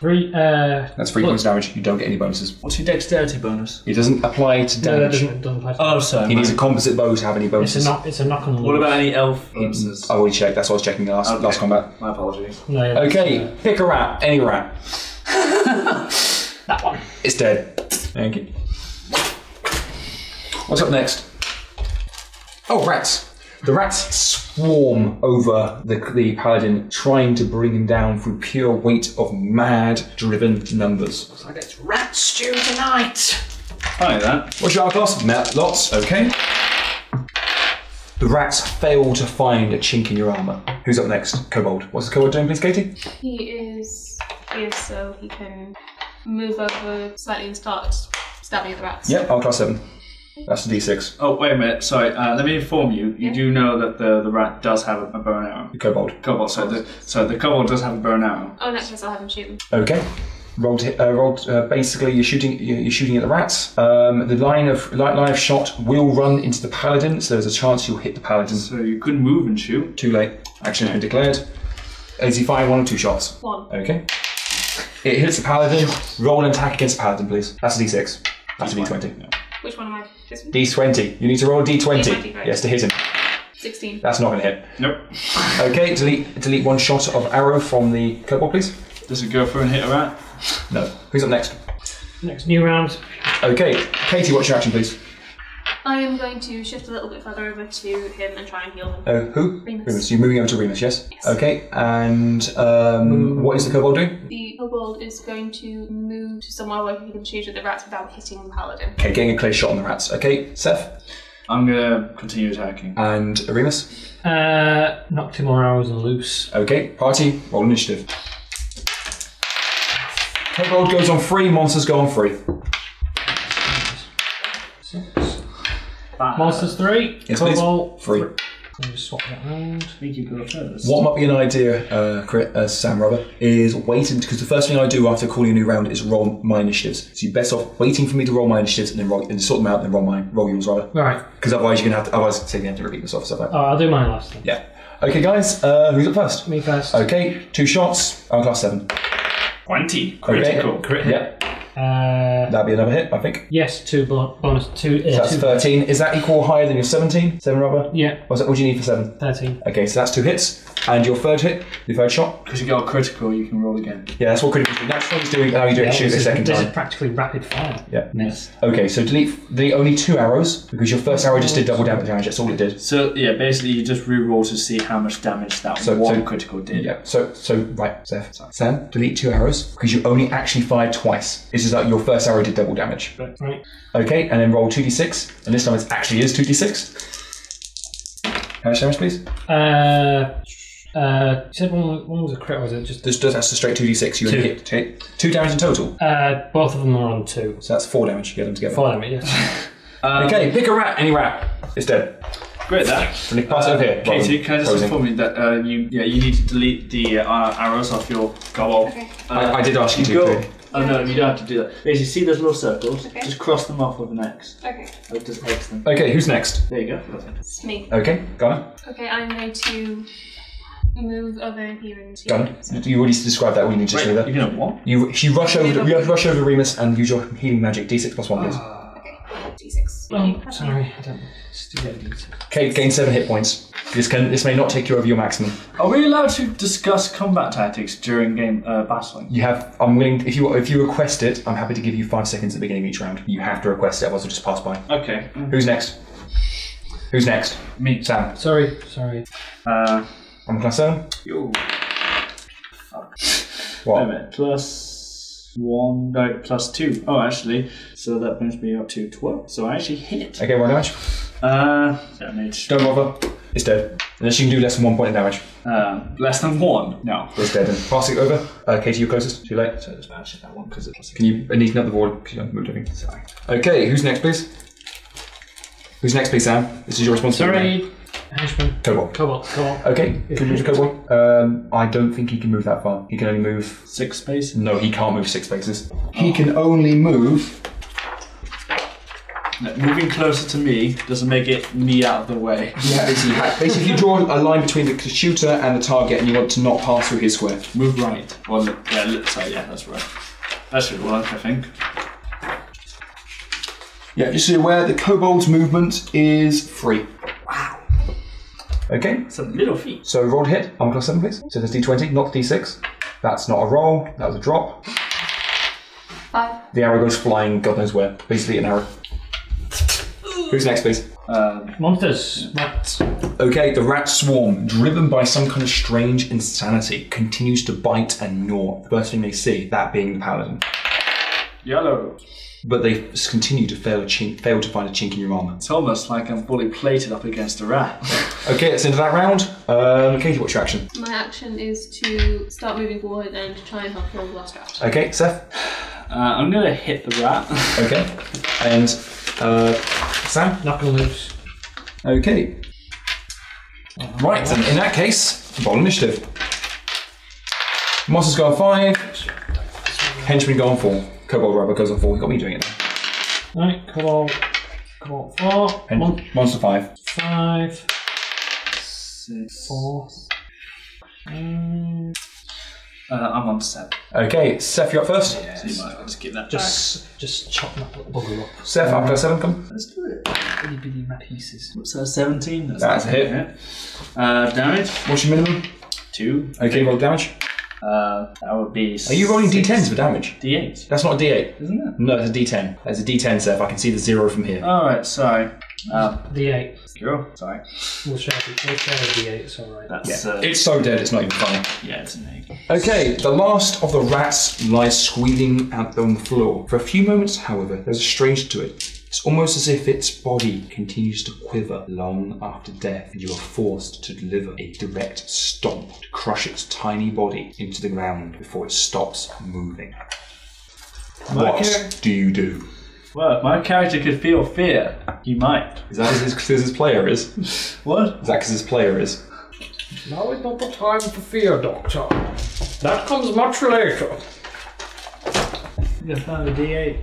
Three. Uh,
That's three points damage. You don't get any bonuses.
What's your dexterity bonus?
It doesn't apply to
no, that
damage.
doesn't, doesn't apply to
Oh, sorry.
he
mate.
needs a composite bow to have any
It's a
bonuses.
knock. It's a knock on loose.
What about any elf bonuses?
I already checked. That's what I was checking last
Okay.
last combat.
My apologies.
No, yeah, that's,
Okay,
uh,
pick a rat. Any rat.
that one.
It's dead. Thank you. What's up next? Oh, rats. The rats swarm over the, the paladin, trying to bring him down through pure weight of mad, driven numbers.
Funny that.
What's your armor class? Met lots, okay. The rats fail to find a chink in your armor. Who's up next? Kobold. What's the kobold doing, please, Katie?
He is here so he can move over slightly and start stabbing at the rats.
Yep, armor class 7. That's the d6.
Oh, wait a minute. Sorry. Uh, let me inform you. You do know that the, the rat does have a, a bow and arrow.
Kobold.
Cobalt. So the so the cobalt does have a bow and arrow.
Oh, next case I'll have him shoot them.
Okay. Rolled, hit- uh, rolled. Uh, basically, you're shooting. You're you're shooting at the rats. Um, the line of li- line of shot will run into the paladin, so there's a chance you'll hit the paladin.
So you could move and shoot.
Too late. Action has been declared. Is he firing one or two shots?
One.
Okay. It hits the paladin. Roll an attack against the paladin, please. That's a d6. That's a d20.
Which one am I? This one?
D20. You need to roll a d20.
D20, right.
Yes, to hit him.
16.
That's not going to hit.
Nope.
Okay. Delete delete one shot of arrow from the kobold, please.
Does it go through and hit a rat?
No. Who's up next?
Next new round.
Okay. Katie, what's your action, please?
I am going to shift a little bit further over to him and try and heal him.
Uh, who?
Remus.
You're moving over to Remus, yes? Okay, and um, what is the kobold doing?
The kobold is going to move to somewhere where he can shoot at the rats without hitting the paladin.
Okay, getting a clear shot on the rats. Okay, Seth
I'm gonna continue attacking.
and Remus.
Uh, knock two more arrows and loose.
Okay, party, roll initiative. Kobold goes on free, monsters go on free.
Six. Monsters three.
Yes, please.
Cobalt.
Free.
Let me swap that round.
think you go first.
What might be an idea, uh, Cri- uh, Sam, rather, is waiting, because the first thing I do after calling a new round is roll my initiatives. So you're best off waiting for me to roll my initiatives and then roll, and sort them out and then roll mine, roll yours rather.
Right.
Because otherwise you're going to have to, otherwise say you have to repeat yourself, stuff like that.
Oh, I'll do mine last then.
Yeah. Okay, guys, uh, who's up first?
Me first.
Okay, two shots. Armor class seven.
Twenty.
Okay.
Critical.
Yeah,
Uh,
that'd be another hit, I think.
yes, two bon- bonus two. Uh,
So that's
two
13. Is that equal or higher than your 17? 7 rubber?
Yeah,
What's that? What do you need for 7?
thirteen.
Okay, so that's two hits. And your third hit, your third shot.
Because you got a critical, you can roll again.
Yeah, that's what critical. That's what he's doing. Now you do it, shoot
this
it a
is,
second
this
time.
is practically rapid fire.
Yeah.
Miss.
Okay, so delete the only two arrows because your first arrow just did double damage damage. That's all it did.
So yeah, basically you just re-roll to see how much damage that
So-
one
so-
critical did.
Yeah. So so right, Seth. Sam, delete two arrows because you only actually fired twice. This is like your first arrow did double damage.
Right.
Okay, and then roll two d six, and this time it actually is two d six. How much damage, please?
Uh, Uh, you said one, one was a crit, or was it just?
This does that's a straight two d six. You only
Two.
hit take two damage in total,
Uh, both of them are on two.
so that's four damage. You get them together.
Four damage. Yes.
Okay, pick a rat. Any rat. It's dead.
Great, that.
And you pass it over here. rather
Katie,
than
can I just
posing.
inform you that uh, you yeah you need to delete the uh, arrows off your gobble.
Okay.
I, I did ask you
You
to.
go.
clearly.
Oh no, you don't have to do that. As you see those little circles,
Okay.
just cross them off with an X.
Okay.
Oh, just X them.
Okay, who's next?
There you go. Perfect.
It's me.
Okay, Gunner.
Okay, I'm going to move over here into.
Gunner. You already described that. We need to
Wait,
show
you're
that.
gonna what?
You she rush over you rush over Remus and use your healing magic d6 plus one please.
D6.
Oh, sorry, I don't. Still
Kate gain seven hit points. This can this may not take you over your maximum.
Are we allowed to discuss combat tactics during game uh, battling?
You have I'm willing if you if you request it I'm happy to give you five seconds at the beginning of each round. You have to request it otherwise it'll just pass by.
Okay.
Who's next? Who's next?
Me.
Sam.
sorry, sorry.
Uh,
I'm concerned.
you. Wait a
What?
minute. Plus one, no, plus two. Oh, actually, so that brings me up to twelve. So I actually hit.
Okay, one damage.
Uh, damage.
Don't bother. It's dead. Unless you can do less than one point of damage.
Uh, less than one. No.
It's dead. And pass it over. Uh, Katie, you're closest. Too late.
So just actually that one because it's
Can you I need to up the board because you haven't moved anything? Sorry. Okay, who's next, please? Who's next, please, Sam? This is your responsibility.
Sorry, henchman.
Cobalt.
Cobalt, cobalt.
Okay, can you move to Cobalt? Um, I don't think he can move that far. He can only move.
six space.
No, he can't move six spaces. He can only move.
No, moving closer to me doesn't make it me out of the way.
Yeah, basically, ha- basically you draw a line between the shooter and the target, and you want to not pass through his square.
Move right. Well, li- yeah, li- sorry, yeah, that's right. That should work, I think.
Yeah, just so you're aware, the Kobold's movement is free. Wow. Okay,
It's a little feat.
so roll to hit. Armor class 7, please. So that's d20, not d6. That's not a roll, that was a drop.
Five.
The arrow goes flying, God knows where. Basically, an arrow. Who's next, please?
Um,
Monsters, rats.
Okay, the rat swarm, driven by some kind of strange insanity, continues to bite and gnaw at the first thing they see, that being the paladin.
yellow.
But they s- continue to fail, a chink, fail to find a chink in your armour.
It's almost like I'm fully plated up against a rat.
Okay, that's the end of that round. Um, Katie, what's your action?
My action is to start moving forward and try and help kill the last rat.
Okay, Seth.
uh, I'm gonna hit the rat.
Okay. And uh, Sam.
Knock and loose.
Okay. Right, then in that case, roll initiative. Monster's gone five. Henchman gone four. Cobalt rubber goes on four. You got me doing it. now.
Right, cobalt, cobalt four,
Hen-
mon-
Monster five.
five,
Six.
four. Um,
Uh, I'm on seven.
Okay, Seth, you're up first.
So you might as well just get that.
just, just chop that little bugger up.
Seth, up to seven. Come.
Let's do it. Itty bitty rat pieces. What's that? Seventeen.
That's
not
a hit.
bad. Uh, damage
What's your minimum?
two.
Okay, roll damage.
Uh, that would be.
Are you rolling d10s for damage?
D8,
That's not a d8.
isn't it?
No, it's a d10. It's a d10, Seth. I can see the zero from here.
All right. Sorry. Uh,
The eight.
Girl, sorry.
We'll share. the- We'll share the eight. It's all right.
That's
Yeah.
uh,
It's so dead, it's not even funny.
yeah, it's an egg.
Okay, the last of the rats lies squealing out on the floor. For a few moments, however, there's a strange to it. It's almost as if its body continues to quiver long after death, and you are forced to deliver a direct stomp to crush its tiny body into the ground before it stops moving. What do you do?
Well, if my character could feel fear, he might.
Is that because his player is? Is
What?
that because his player is?
Now is not the time for fear, Doctor. That comes much later.
You found a D8.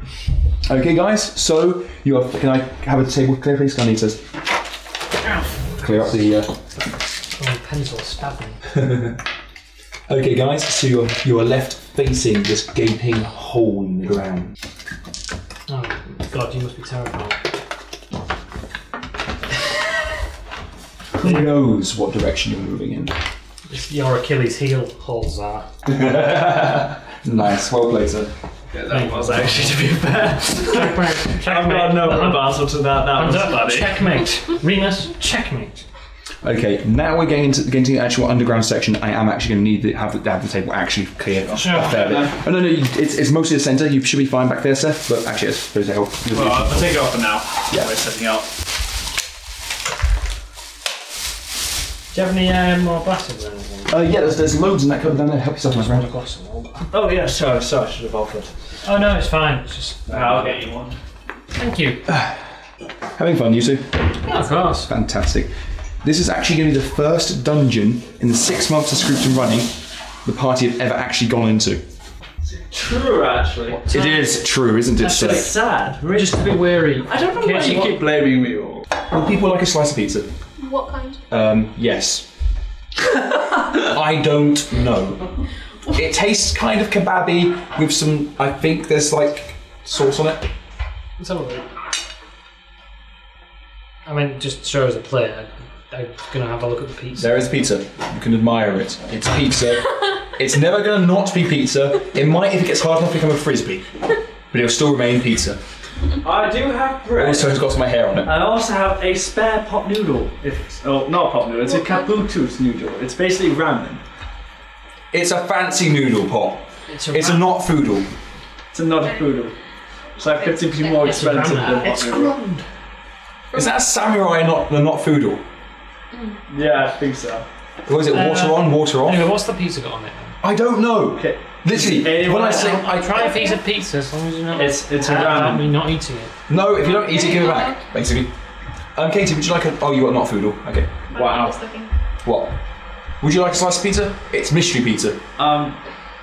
Okay, guys. So you are. Can I have a table clear, please? I need to clear up the. Uh,
Oh, pencil stabbing.
Okay, guys, so you're, you are left facing this gaping hole in the ground.
Oh God, you must be terrified.
Who knows what direction you're moving in?
It's your Achilles heel holes are.
Nice, well played, sir.
That was
Actually, to be fair,
checkmate.
I've got
Checkmate.
no
The hunt-
rebuttal to that. That was
hunter,
funny.
Checkmate. Remus. Checkmate.
Okay, now we're getting into, getting to the actual underground section. I am actually going to need to have, the- have the table actually clear.
Sure.
A fair bit. Oh, no, no, you- it's, it's mostly the centre. You should be fine back there, sir. But actually, it's there's a help.
Well, I'll take it off for now.
Yeah.
We're setting up.
Do you have any uh, more glasses or anything?
Uh, yeah, there's, there's loads in that cupboard down there. Help yourself, my friend.
Oh yeah, sorry, sorry, I should have offered.
Oh no, it's fine. It's just
Ah, I'll get you one.
thank you.
Having fun, you two?
of course.
Fantastic. This is actually going to be the first dungeon in the six months of Scrooped and running the party have ever actually gone into.
True, actually.
It is true, isn't it, sir?
Sad.
We're just a bit wary.
I don't know why you keep blaming me all.
Well, people like a slice of pizza.
What kind?
Um, yes. I don't know. It tastes kind of kebabby with some. I think there's like sauce on it.
Let's have a look. I mean, it just show us a plate. I- I'm gonna have a look at the pizza.
There is pizza. You can admire it. It's pizza. it's never going to not be pizza. It might, if it gets hard enough, become a frisbee, but it'll still remain pizza.
I do have bread.
Also, it's got my hair on it.
I also have a spare pot noodle. If oh, not pot noodle. It's a kabutus noodle. It's basically ramen.
It's a fancy noodle pot.
It's a,
It's a not foodle.
It's another noodle. It's like 50p more
It's
expensive than pot noodle.
Is that a samurai not the not foodle?
Yeah, I think so.
Or is it water
Uh,
on, water off?
Anyway, what's the pizza got on it? then?
I don't know.
Okay.
Literally, when I say I
Try a piece of pizza as long as you know.
It's it's a
I'm
ramen.
not eating it.
no, if you don't eat it, give it back. Basically. Um, Katie, would you like a? Oh, you got not foodle. Okay.
My wow. Just looking.
What? Would you like a slice of pizza? It's mystery pizza.
Um,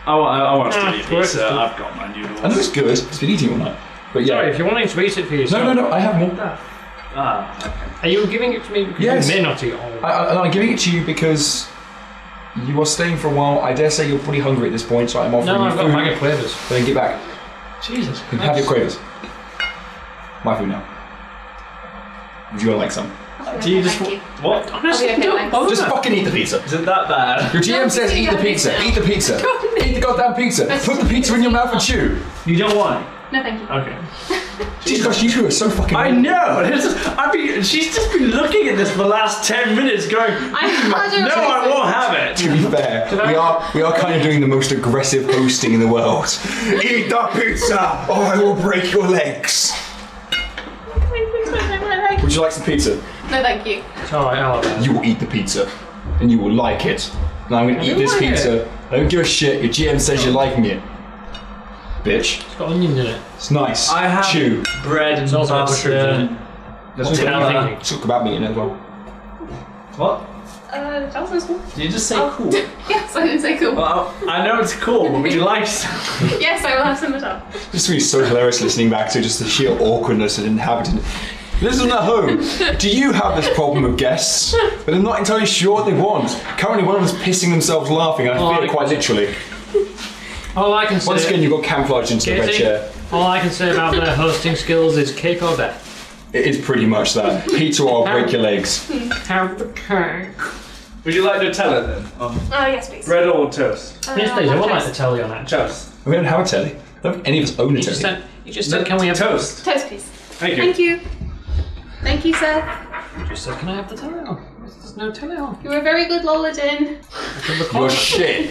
I want I want to eat
it's worth
pizza.
it.
I've got my
I know
noodles.
it's good. It's been eating all night. But yeah.
Sorry, if you wanted to eat it for yourself.
no, no, no. I have more.
Ah,
Are you giving it to me because
Yes.
you may not eat all of it?
I, I, and I'm giving it to you because you are staying for a while. I dare say you're pretty hungry at this point, so I'm offering
No,
you
I've got
food.
a bag of flavours.
So then get back.
Jesus.
You can have your quavers. My food now. Would you like some?
Do you just
Thank you.
what?
I'll be okay, thanks.
Just fucking eat the pizza.
Is it that bad?
Your GM says eat the pizza. Eat the pizza. Eat the goddamn pizza. Put the pizza in your mouth and chew.
You don't want it.
No, thank you.
Okay.
Jesus Christ, you two are so fucking.
I know. This is, I mean, she's just been looking at this for the last ten minutes, going, "No,
I had a
I won't have it."
To be fair, we are we are kind of doing the most aggressive hosting in the world. Eat the pizza, or I will break your legs. Would you like some pizza?
No, thank you.
It's alright, I'll have it.
You will eat the pizza, and you will like it. And I'm gonna eat
do
this
like
pizza. I don't give a shit. Your GM says you're liking it, bitch.
It's got onions in it.
It's nice.
I have-
chew.
Bread and
also mushrooms in
pasta.
There's
What are you
Nutella.
thinking?
It's got kebab meat in it as well.
What?
Uh, that was cool.
Did you just
Oh.
say cool?
Yes, I did say cool.
Well, I know it's cool, but would you like some?
Yes, I will have some myself.
It's gonna be so hilarious listening back to just the sheer awkwardness of inhabitant. Listen at home. Do you have this problem of guests? But they're not entirely sure what they want. Currently, one of them's pissing themselves laughing, and I
Oh,
feel it quite
okay.
literally.
All Oh, I can say,
Once again, you've got camouflaged into the red
Katie?
chair.
all I can say about their hosting skills is cake or death.
It is pretty much that. Pizza or I'll break your legs.
Have the cake.
Would you like Nutella then?
Oh, yes, please.
Bread or toast?
Uh,
Yes, please. I
I'll
would
have
like to
toast.
tell you on that.
Toast.
We don't have a telly. I don't think any of us own a
You just
telly.
said, you just said can we have
toast?
Toast, please.
Thank you.
Thank you. Thank you, sir.
You just said, can I have the teleon? There's no teleon.
You were a very good Loladin.
Your shit.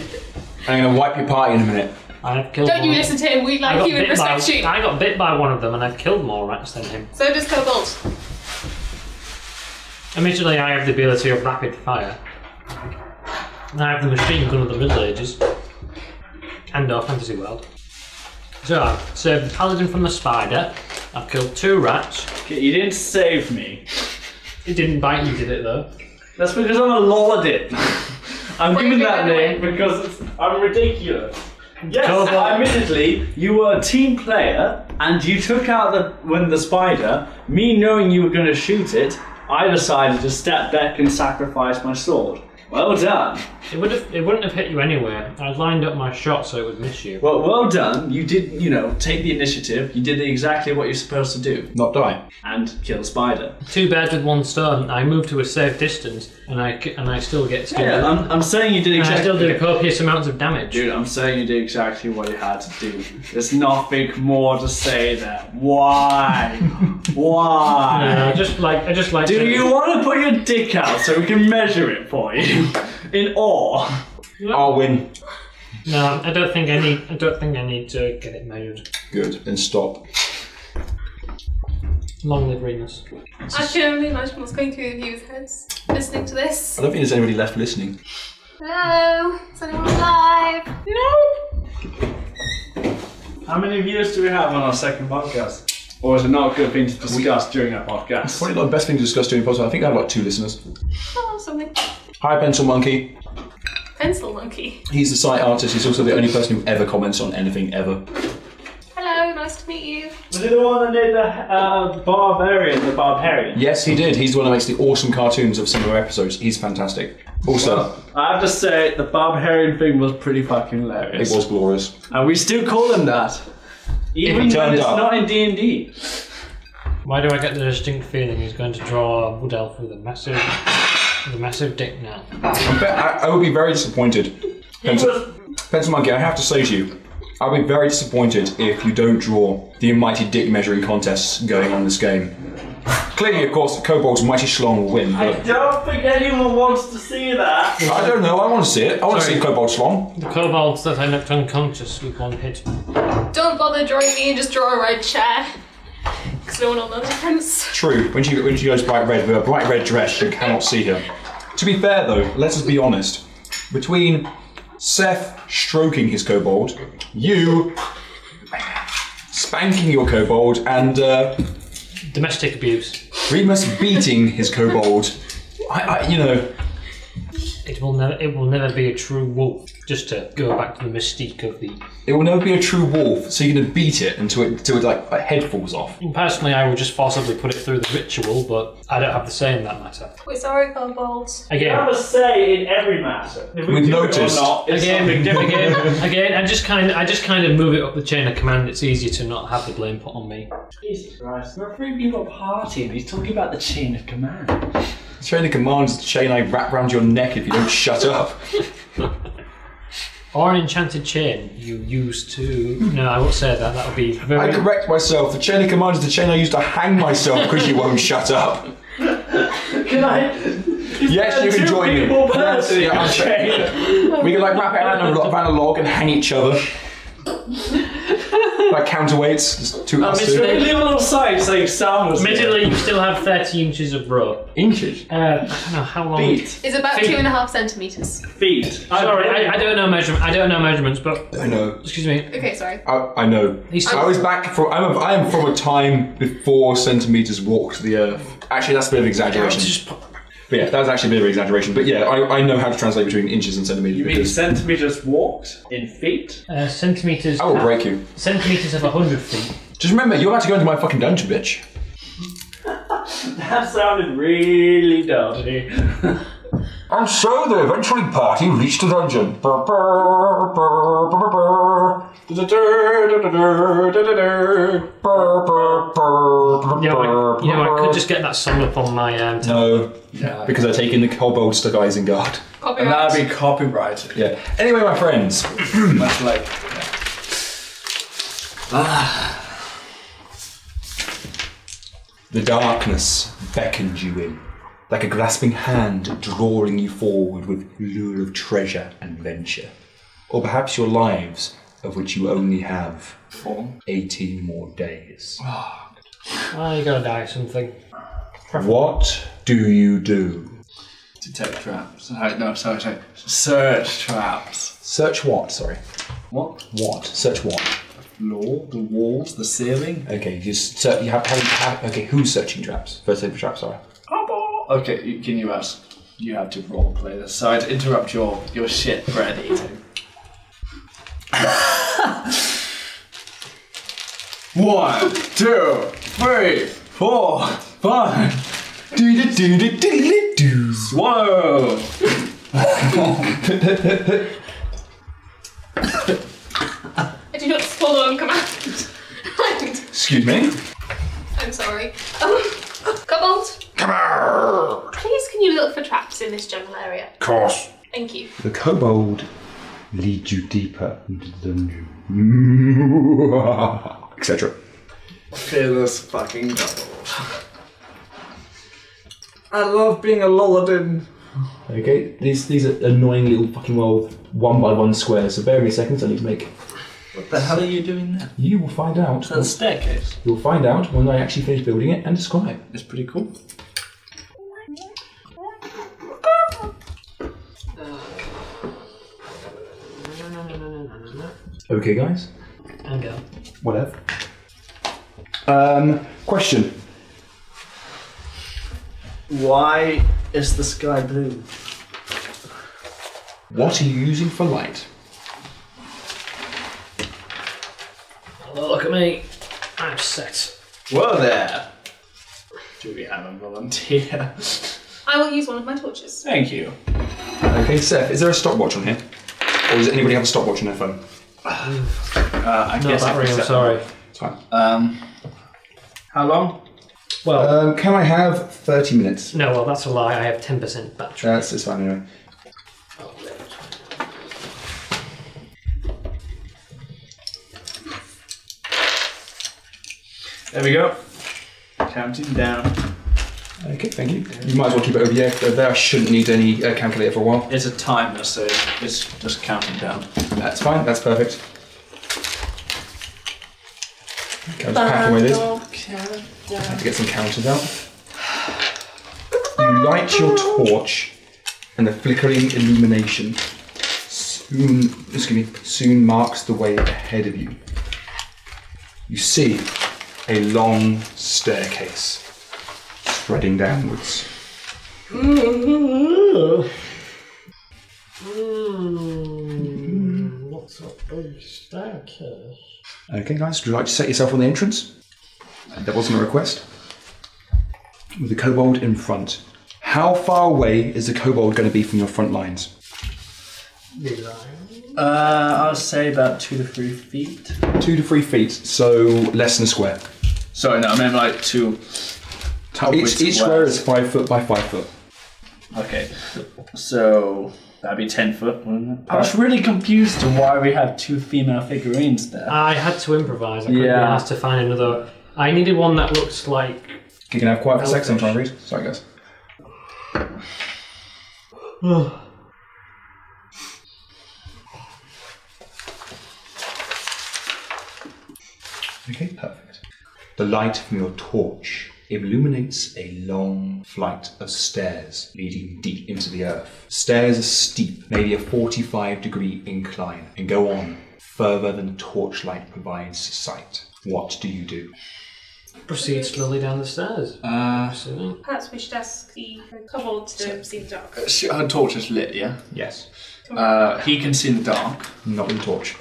I'm gonna wipe your party in a minute.
I have killed
Don't
more.
you listen to him. We
Oh. I
like
got,
you and
bit by,
respect you.
I got bit by one of them and I've killed more rats than him.
So does Cobalt.
Immediately, I have the ability of rapid fire. And I have the machine gun of the Middle Ages. And our fantasy world. So I've saved the paladin from the spider. I've killed two rats.
Okay, you didn't save me.
It didn't bite you, did it though?
That's because I'm a lordin. I'm
Wait,
giving
wait,
that
wait,
name because it's, I'm ridiculous. Yes,
Cobalt.
admittedly, you were a team player and you took out the when the spider. Me knowing you were going to shoot it, I decided to step back and sacrifice my sword. Well done.
It would have. It wouldn't have hit you anyway. I lined up my shot so it would miss you.
Well, well done. You did, you know, take the initiative. You did exactly what you're supposed to do
Not die.
and kill the spider.
Two birds with one stone. I move to a safe distance, and I c- and I still get skill.
Yeah, I'm, I'm saying you did
and I
exactly.
still do copious amounts of damage.
Dude, I'm saying you did exactly what you had to do. There's nothing more to say there. Why?
And Uh, I
Why?
just like I just like.
Do
to-
you want to put your dick out so we can measure it for you? In awe.
I'll win.
No, I don't think I need. I don't think I need to get it measured.
Good. Then stop.
Long live Remus.
I can only imagine what's going through the viewers' heads listening to this.
I don't think there's anybody left listening.
Hello, is anyone alive? No.
How many views do we have on our second podcast? Or is it not a good thing to discuss during our
It's
podcast?
probably not the best thing to discuss during podcast. I think I have like two listeners.
Oh, something.
Hi, Pencil Monkey.
Pencil monkey.
He's the site artist. He's also the only person who ever comments on anything ever.
Hello, nice to meet you.
Was it the one that did the uh, Barbarian, the Barbarian?
Yes, he did. He's the one who makes the awesome cartoons of some of our episodes. He's fantastic. Also,
I have to say, the Barbarian thing was pretty fucking
it
hilarious.
was glorious.
And we still call him that. Even when
turned
it's
up.
not in D&D.
Why do I get the distinct feeling he's going to draw a wood elf with a massive, with a massive dick now?
I'm ve- I, I would be very disappointed. Pencil, Pencil Monkey, I have to say to you, i would be very disappointed if you don't draw the mighty dick measuring contests going on in this game. Clearly, of course, the Kobold's mighty schlong will win, but
Don't think anyone wants to see that.
I don't know. I want to see it. I want
Sorry.
to see Kobold schlong.
The kobolds that I knocked unconscious with one hit.
Don't bother drawing me and just draw a red chair. Because no one will know the difference.
True. When she when she goes bright red with a bright red dress, you cannot see her. To be fair though, let us be honest. Between Seth stroking his kobold, you spanking your kobold, and uh,
Domestic abuse.
Remus beating his kobold, I, I you know
It will never. It will never be a true wolf. Just to go back to the mystique of the.
it will never be a true wolf. So you're gonna beat it until it until it like a head falls off.
Personally, I will just forcibly put it through the ritual, but I don't have the say in that matter.
We're sorry, Cobalt.
You
Again,
have a say in every matter. If we
We've
do it or
noticed.
not, it's
Again.
something different.
again, again. I just kind of, I just kind of move it up the chain of command. It's easier to not have the blame put on me.
Jesus Christ. We're freaking up party and he's talking about the chain of command.
The chain of command is the chain I wrap round your neck if you don't shut up.
Or an enchanted chain you used to. No, I won't say that. That would be
I
very.
correct myself. The chain of command is the chain I use to hang myself because you won't shut up.
Can I?
Yes, you can
two
join me.
people
Yes,
person.
yeah, I'm sure. we can like wrap it around a, lo- around a log and hang each other. like counterweights, just two us
It's really
two.
leave a little sign saying Sam was there.
Admittedly, you still have 30 inches of rope.
Inches.
Uh, I don't know how long.
Feet.
It's about
Feet.
two and a half centimetres.
Feet.
Sorry, I, I don't know measurement. I don't know measurements, but
I know.
excuse me.
Okay, sorry.
I, I know.
He's-
I was back from. I'm a, I am from a time before centimeters walked the earth. Actually, that's a bit of an exaggeration.
Just pop-
But yeah, that's actually a bit of an exaggeration. But yeah, I, I know how to translate between inches and centimeters
You mean
because
centimeters walked in feet?
Uh, centimeters.
I will break you.
Centimeters of 100 feet.
Just remember, you're about to go into my fucking dungeon, bitch.
That sounded really dodgy.
And so the eventually party reached the dungeon. Brr, brr, brr, brr, brr. Du-du-du-du-du-du-du-du. Brr, brr, brr, brr,
You know, I, you know, I
brr.
could just get that sung up on my um, tel-
No, because I take in the kobolds to Isengard.
Copyright.
be copyrighted.
Yeah. Anyway, my friends,
Much like.
The darkness beckoned you in, like a grasping hand drawing you forward with lure of treasure and venture. Or perhaps your lives, of which you only have 18 more days.
Oh, you gotta die something.
What do you do?
Detect traps. No, no, sorry, sorry. Search traps.
Search what? Sorry.
What?
What? Search what?
Floor? The walls? The ceiling?
Okay, you just ser- you have, have, have- okay, who's searching traps? First aid for traps, sorry.
Okay, you- can you ask? You have to roleplay this. Sorry to interrupt your, your shit bread eating. One, two, three, four, five.
Do-do-do-do-do-do-do.
Swallow!
I do not follow on command.
Excuse me?
I'm sorry. Um, Cobalt,
Come here.
please can you look for traps in this jungle area?
Of course.
Thank you.
The kobold leads you deeper into the dungeon. Etc.
Fearless fucking double. I love being a Lolladin.
Okay, these these are annoying little fucking well one by one squares. So bear with me a second. I need to make
What the hell are you doing there?
You will find out.
That staircase.
You'll find out when I actually finish building it and describe.
It's pretty cool.
Okay, guys.
And go.
Whatever. Um, question.
Why is the sky blue?
What are you using for light?
Oh, look at me. I'm set.
Whoa there! Do we have a volunteer?
I will use one of my torches.
Thank you.
Okay, Seth, is there a stopwatch on here? Or does anybody have a stopwatch on their phone?
Uh, I
No
guess I
battery, I'm
accept-
sorry.
It's fine.
Um, how long?
Well,
Uh,
Um, can I have 30 minutes?
no, well, that's a lie. I have 10% battery.
That's it's fine anyway.
There we go. Counting down.
Okay, thank you. You might as well keep it over here. Over there, I shouldn't need any uh, calculator for a while.
It's a timer, so it's just counting down.
That's fine. That's perfect. Okay, I'm just packing away this. Have to get some counters out. You light your torch, and the flickering illumination soon, excuse me, soon marks the way ahead of you. You see a long staircase spreading downwards.
What's up, big staircase?
Okay, guys, would you like to set yourself on the entrance? That wasn't a request. With the kobold in front. How far away is the kobold going to be from your front lines?
Uh, I'll say about two to three feet.
Two to three feet, so less than a square.
Sorry, no, I meant like two.
Each, each square
squares.
is five foot by five foot.
Okay, so that'd be ten foot, wouldn't it? I was really confused to why we have two female figurines there.
I had to improvise. I couldn't be
Yeah.
asked to find another. I needed one that looks like.
You can have quite a sec sometime, Reed. Sorry, guys. Okay, perfect. The light from your torch illuminates a long flight of stairs leading deep into the earth. Stairs are steep, maybe a 45 degree incline, and go on further than torchlight provides sight. What do you do?
Proceed slowly down the stairs.
Uh,
Absolutely.
Perhaps we should ask the kobold to see the dark.
she- her torch is lit, yeah.
Yes.
Uh, he can see in the dark,
Not with the torch.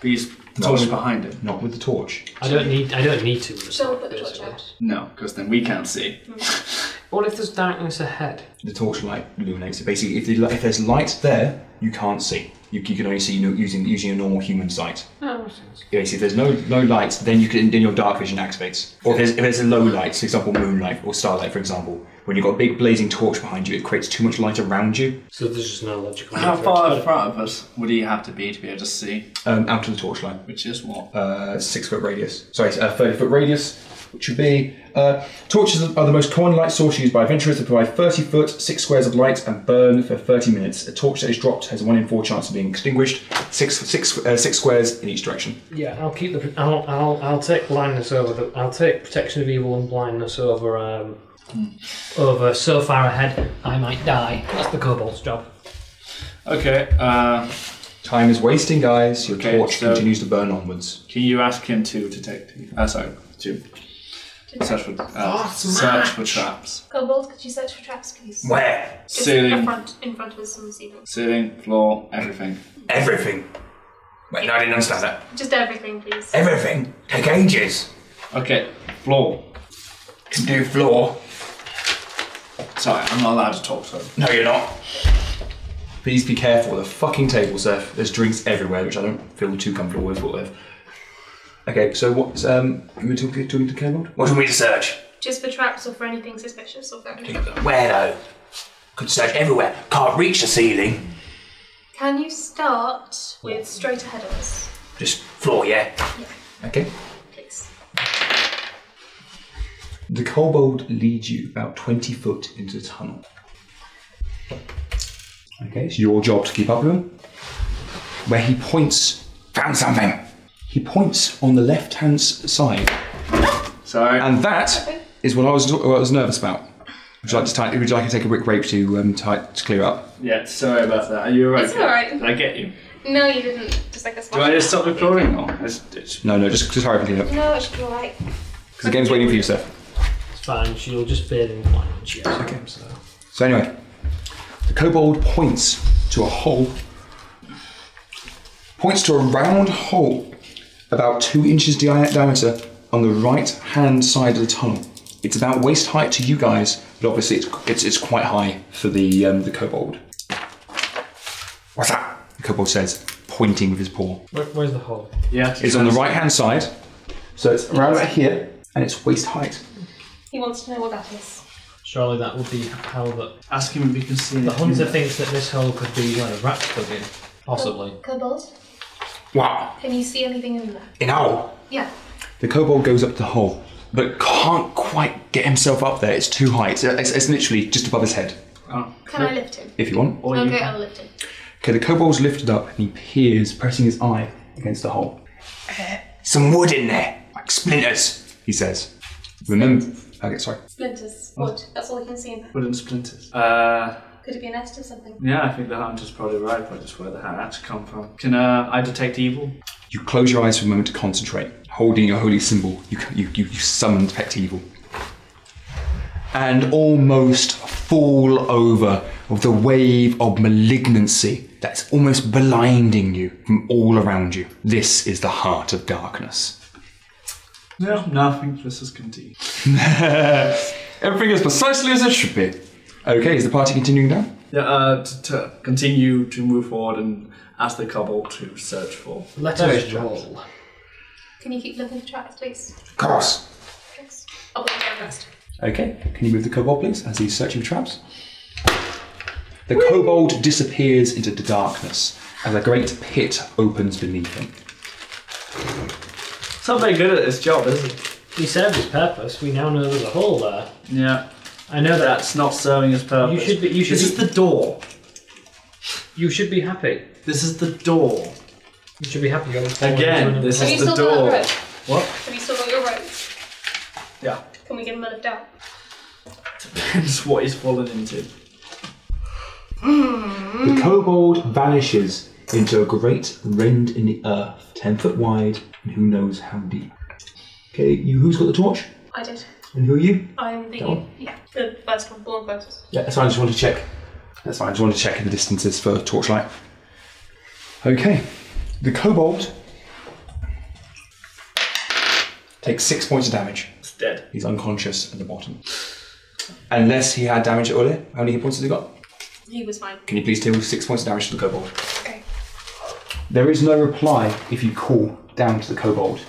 but he's the torch is behind him.
Not with the torch.
I don't need. I don't need to.
Shall we put the torch out?
No, because then we can't see.
Mm-hmm.
What if there's darkness ahead?
The torch light illuminates it. Basically, if, the, li- if there's light there, you can't see. You, you can only see you know, using using a normal human sight.
Oh,
Basically, if there's no no light, then you can then your dark vision activates. Or if there's, if there's a low light, for example, moonlight or starlight, for example, when you've got a big blazing torch behind you, it creates too much light around you
so there's just no logical.
How
need for
far
it.
in front of us would he have to be to be able to see?
um, out of the torch light.
Which is what?
uh, six foot radius. Sorry, uh, thirty foot radius, which would be uh, torches are the most common light source used by adventurers to provide thirty foot six squares of light and burn for thirty minutes. A torch that is dropped has a one in four chance of being extinguished. Six six uh, six squares in each direction.
Yeah, I'll keep the. I'll, I'll, I'll take blindness over the. I'll take protection of evil and blindness over. Um, over so far ahead, I might die. That's the kobold's job.
Okay, uh,
Time is wasting, guys. Your
Okay,
torch
so-
continues to burn onwards.
can you ask him to detect? Uh, sorry, to search for uh, search for traps.
Kobold, could you search for traps, please?
Where
Just in
Ceiling,
front, in front of us on the ceiling.
ceiling, floor, everything.
Everything. Wait, no, I didn't understand that.
Just everything, please.
Eh.
Everything. Take ages.
Okay, floor.
To do floor.
Sorry, I'm not allowed to talk to him.
No, you're not.
Please be careful of the fucking table, Seth. There's drinks everywhere, which I don't feel too comfortable with. But with. Okay, so what's um? You were talking, talking to Caleb?
What do we search?
Just for traps or for anything suspicious or found.
Where though? Could search everywhere. Can't reach the ceiling.
Can you start with straight ahead of us,
Just floor, yeah.
Okay.
please?
The kobold leads you about 20 foot into the tunnel. Okay, it's your job to keep up with him. Where he points,
Found something.
He points on the left hand side.
Sorry.
And that is what I was, what I was nervous about. Would you like to tie, would you like to take a brick grape to um, tie, to clear up?
Yeah, sorry about that. Are you alright?
It's alright.
Did I get you?
No, you didn't. Just like a
Do I just stop recording now? It's, it's,
No, no, just, just hurry up and clean up.
No, it should be alright.
Because the game's waiting for you, Steph.
It's fine. She'll just bathe in wine when she gets home. So
So anyway, the kobold points to a hole. Points to a round hole about two inches di- diameter on the right hand side of the tunnel. It's about waist height to you guys, but obviously it's it's, it's quite high for the um, the kobold. What's that? The kobold says, pointing with his paw.
Where, where's the hole?
yeah.
It's on the right hand side, so it's around about here, and it's waist height.
He wants to know what that is.
Surely that would be how the
Ask him if he can see
the hunter thinks that this hole could be where the rat's dug in. Possibly.
Kobold,
Wow,
can you see anything in there?
an owl.
Yeah.
The kobold goes up the hole, but can't quite get himself up there. It's too high. It's, it's, it's literally just above his head,
Can I lift him?
if you want.
Okay, I'll lift him.
Okay, the kobold's lifted up and he peers, pressing his eye against the hole. Eh, Some wood in there, like splinters, he says. Remember. Okay, sorry.
Splinters, wood. That's all we can see in there.
Wooden splinters. Uh,
Could it be a nest or something?
yeah, I think the hunter's probably right, but just where the hat actually come from. Can uh, I detect evil?
You close your eyes for a moment to concentrate. Holding your holy symbol, you, you, you, you summon Detect Evil. And almost fall over of the wave of malignancy that's almost blinding you from all around you. This is the heart of darkness.
No, nothing. This is continue.
Everything is precisely as it should be. Okay, is the party continuing now?
Yeah, uh, to, to continue to move forward and ask the kobold to search for.
Let us roll.
Can you keep looking for tracks, please?
Of course.
Tracks. I'll put him down first.
Okay, can you move the kobold, please, as he's searching for traps? The kobold disappears into the darkness as a great pit opens beneath him.
It's not very good at this job, is it?
He served his purpose. We now know there's a hole there.
Yeah,
I know that.
that's not serving his purpose.
You should be. You should.
This is
Be,
the door.
you should be happy.
This is the door.
You should be happy. You're
Again, this
Have
is
you
the
still got
door.
that rope?
What?
Have you still got your rope?
Yeah.
Can we get him a lift out?
Depends what he's fallen into.
The kobold vanishes into a great rend in the earth, ten foot wide, and who knows how deep. Okay, you who's got the torch?
I did.
And who are you?
I'm the
Go
yeah the first one, born first.
Yeah, that's fine, I just wanted to check. That's fine, I just wanted to check the distances for torchlight. Okay. The kobold takes six points of damage.
It's dead.
He's unconscious at the bottom. Unless he had damage earlier. How many hit points has he got?
He was mine.
Can you please deal six points of damage to the kobold?
Okay.
There is no reply if you call down to the kobold.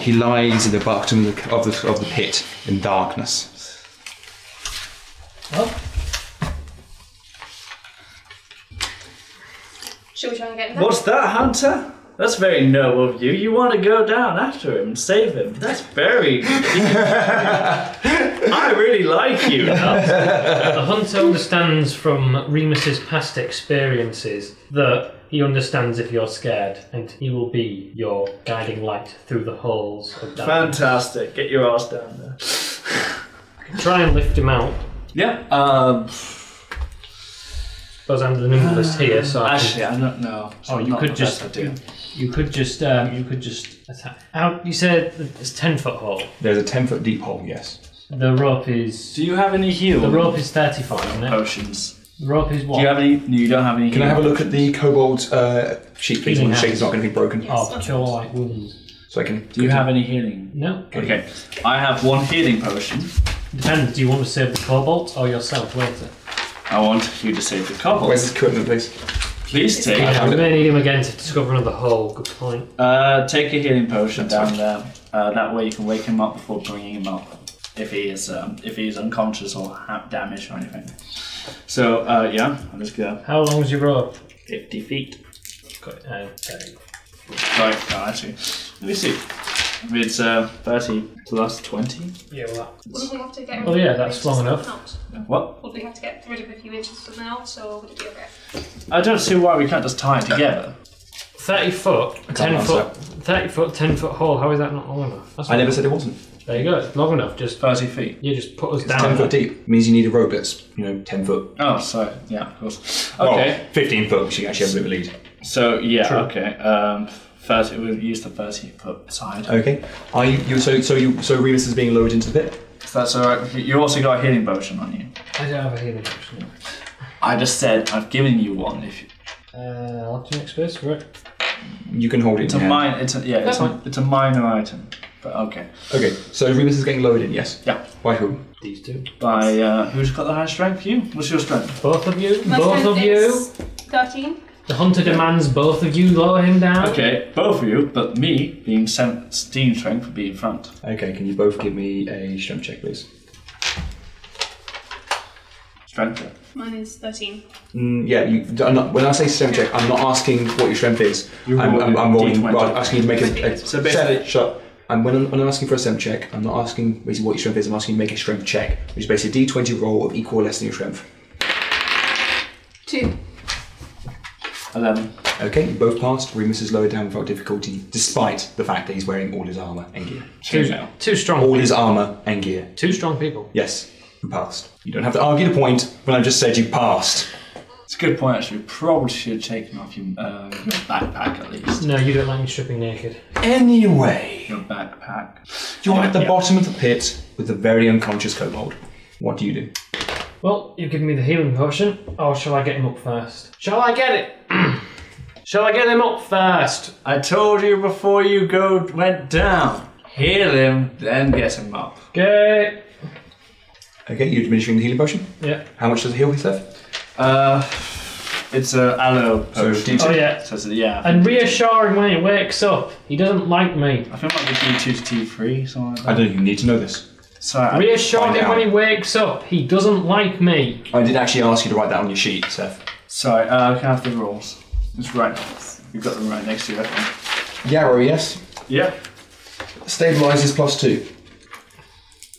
He lies in the bottom of the, of the, of the pit in darkness.
Well,
Should we try and get him? back?
What's that, Hunter? That's very noble of you. You want to go down after him and save him. That's very. I really like you now.
the hunter understands from Remus's past experiences that he understands if you're scared, and he will be your guiding light through the holes of darkness.
Fantastic. Get your ass down there.
Try and lift him out.
Yeah. Um.
Because I'm the nimblest here, so I can,
Actually, I'm not. No.
Oh, you
Not
could
the
just-
best idea.
you could just um, you could just attack. How you said it's ten foot hole.
There's a 10 foot deep hole, yes.
The rope is
Do you have any heal?
the rope is thirty five, isn't it?
potions.
The rope is what?
Do you have any? No, you don't have any.
Can I have a look at the kobold's uh, sheet, please? I want to check it's not going to be broken.
Oh, cure like wounds.
So I can.
Do you have any healing?
No.
Okay, I have one healing potion.
Depends. Do you want to save the cobalt or yourself later?
I want you to save the couple.
Where's this equipment, please?
Please take
Yeah,
found
we
it.
may need him again to discover another hole. Good point.
uh, take a healing potion down there. Uh, that way you can wake him up before bringing him up. If he is um, if he is unconscious or ha- damaged or anything. So uh, yeah, I'll just go
How long is your rope?
fifty feet.
Got- Uh, okay.
Right, no, actually, let me see. It's uh, thirty plus twenty.
yeah, well,
Wouldn't we have to get rid
Oh,
of
yeah,
a
that's
few
long
inches
enough.
of the knot?
What?
Would we have to get rid of a few inches of the knot, or would it be okay?
I don't see why we can't just tie it together.
Thirty foot, ten
answer
foot, thirty foot, ten foot hole. How is that not long enough? That's
I never
not-
said it wasn't.
There you go. It's long enough. Just
30 feet.
you just put us
It's
down.
ten foot deep. means you need a rope that's you know ten foot.
Oh, sorry. Yeah, of course.
Well,
Okay.
fifteen foot. Because you actually have a bit of a lead.
So, yeah, okay. Um, 30, we'll use the 30 foot side.
Okay. Are you, you so so you so Remus is being lowered into the pit?
If that's alright. You also got a healing potion on you.
I don't have a healing potion.
I just said I've given you one. If you,
Uh, I'll have to make space for it.
You can hold it.
It's
in
a
your hand.
mine. It's a, yeah. It's a, it's a minor item. But okay.
Okay. So Remus is getting lowered in. Yes.
Yeah.
By whom?
These two.
By uh, who's got the highest strength? You. What's your strength?
Both of you.
My
both of
strength
you.
is Thirteen.
The hunter demands both of you lower him down.
Okay, both of you, but me being seventeen strength would be in front.
Okay. Can you both give me a strength check, please?
Strength. check.
Mine is thirteen.
Mm, yeah. You, I'm not, when I say strength check, I'm not asking what your strength is. I'm,
roll
I'm, I'm
a
rolling.
D20.
well, I'm asking you to make a, a
So basically-
Shut- shut. up. And when I'm, when I'm asking for a strength check, I'm not asking basically what your strength is. I'm asking you to make a strength check, which is basically a D20 roll of equal or less than your strength.
Two.
Eleven.
Okay, you both passed. Remus is lowered down without difficulty, despite the fact that he's wearing all his armour and gear.
Two, two strong.
All his armour and gear.
Two strong people.
Yes, you passed. You don't have to argue the point when I just said you passed.
It's a good point actually. Probably should have taken off your, uh, your backpack at least.
No, you don't like me stripping naked.
Anyway,
Your backpack.
you're at the bottom of the pit with the very unconscious kobold. What do you do?
Well, you've given me the healing potion. Or shall I get him up first? Shall I get it? shall I get him up first?
I told you before you go went down. Heal him, then get him up.
Okay.
Okay, you're administering the healing potion.
Yeah.
How much does it heal himself?
Uh, it's a aloe
So
potion.
D2.
Oh yeah.
So it's a, yeah.
And reassure him when he wakes up. He doesn't like me.
I think it might be D2 to D3, something like
I
that.
don't even need to know this.
Sorry, I-
Reassure
find
him
out.
when he wakes up. He doesn't like me.
I did actually ask you to write that on your sheet, Seth.
sorry, uh, can I have the rules? It's right. You've got them right next to you, I think.
Yarrow, yes.
Yeah.
Stabilizes plus two.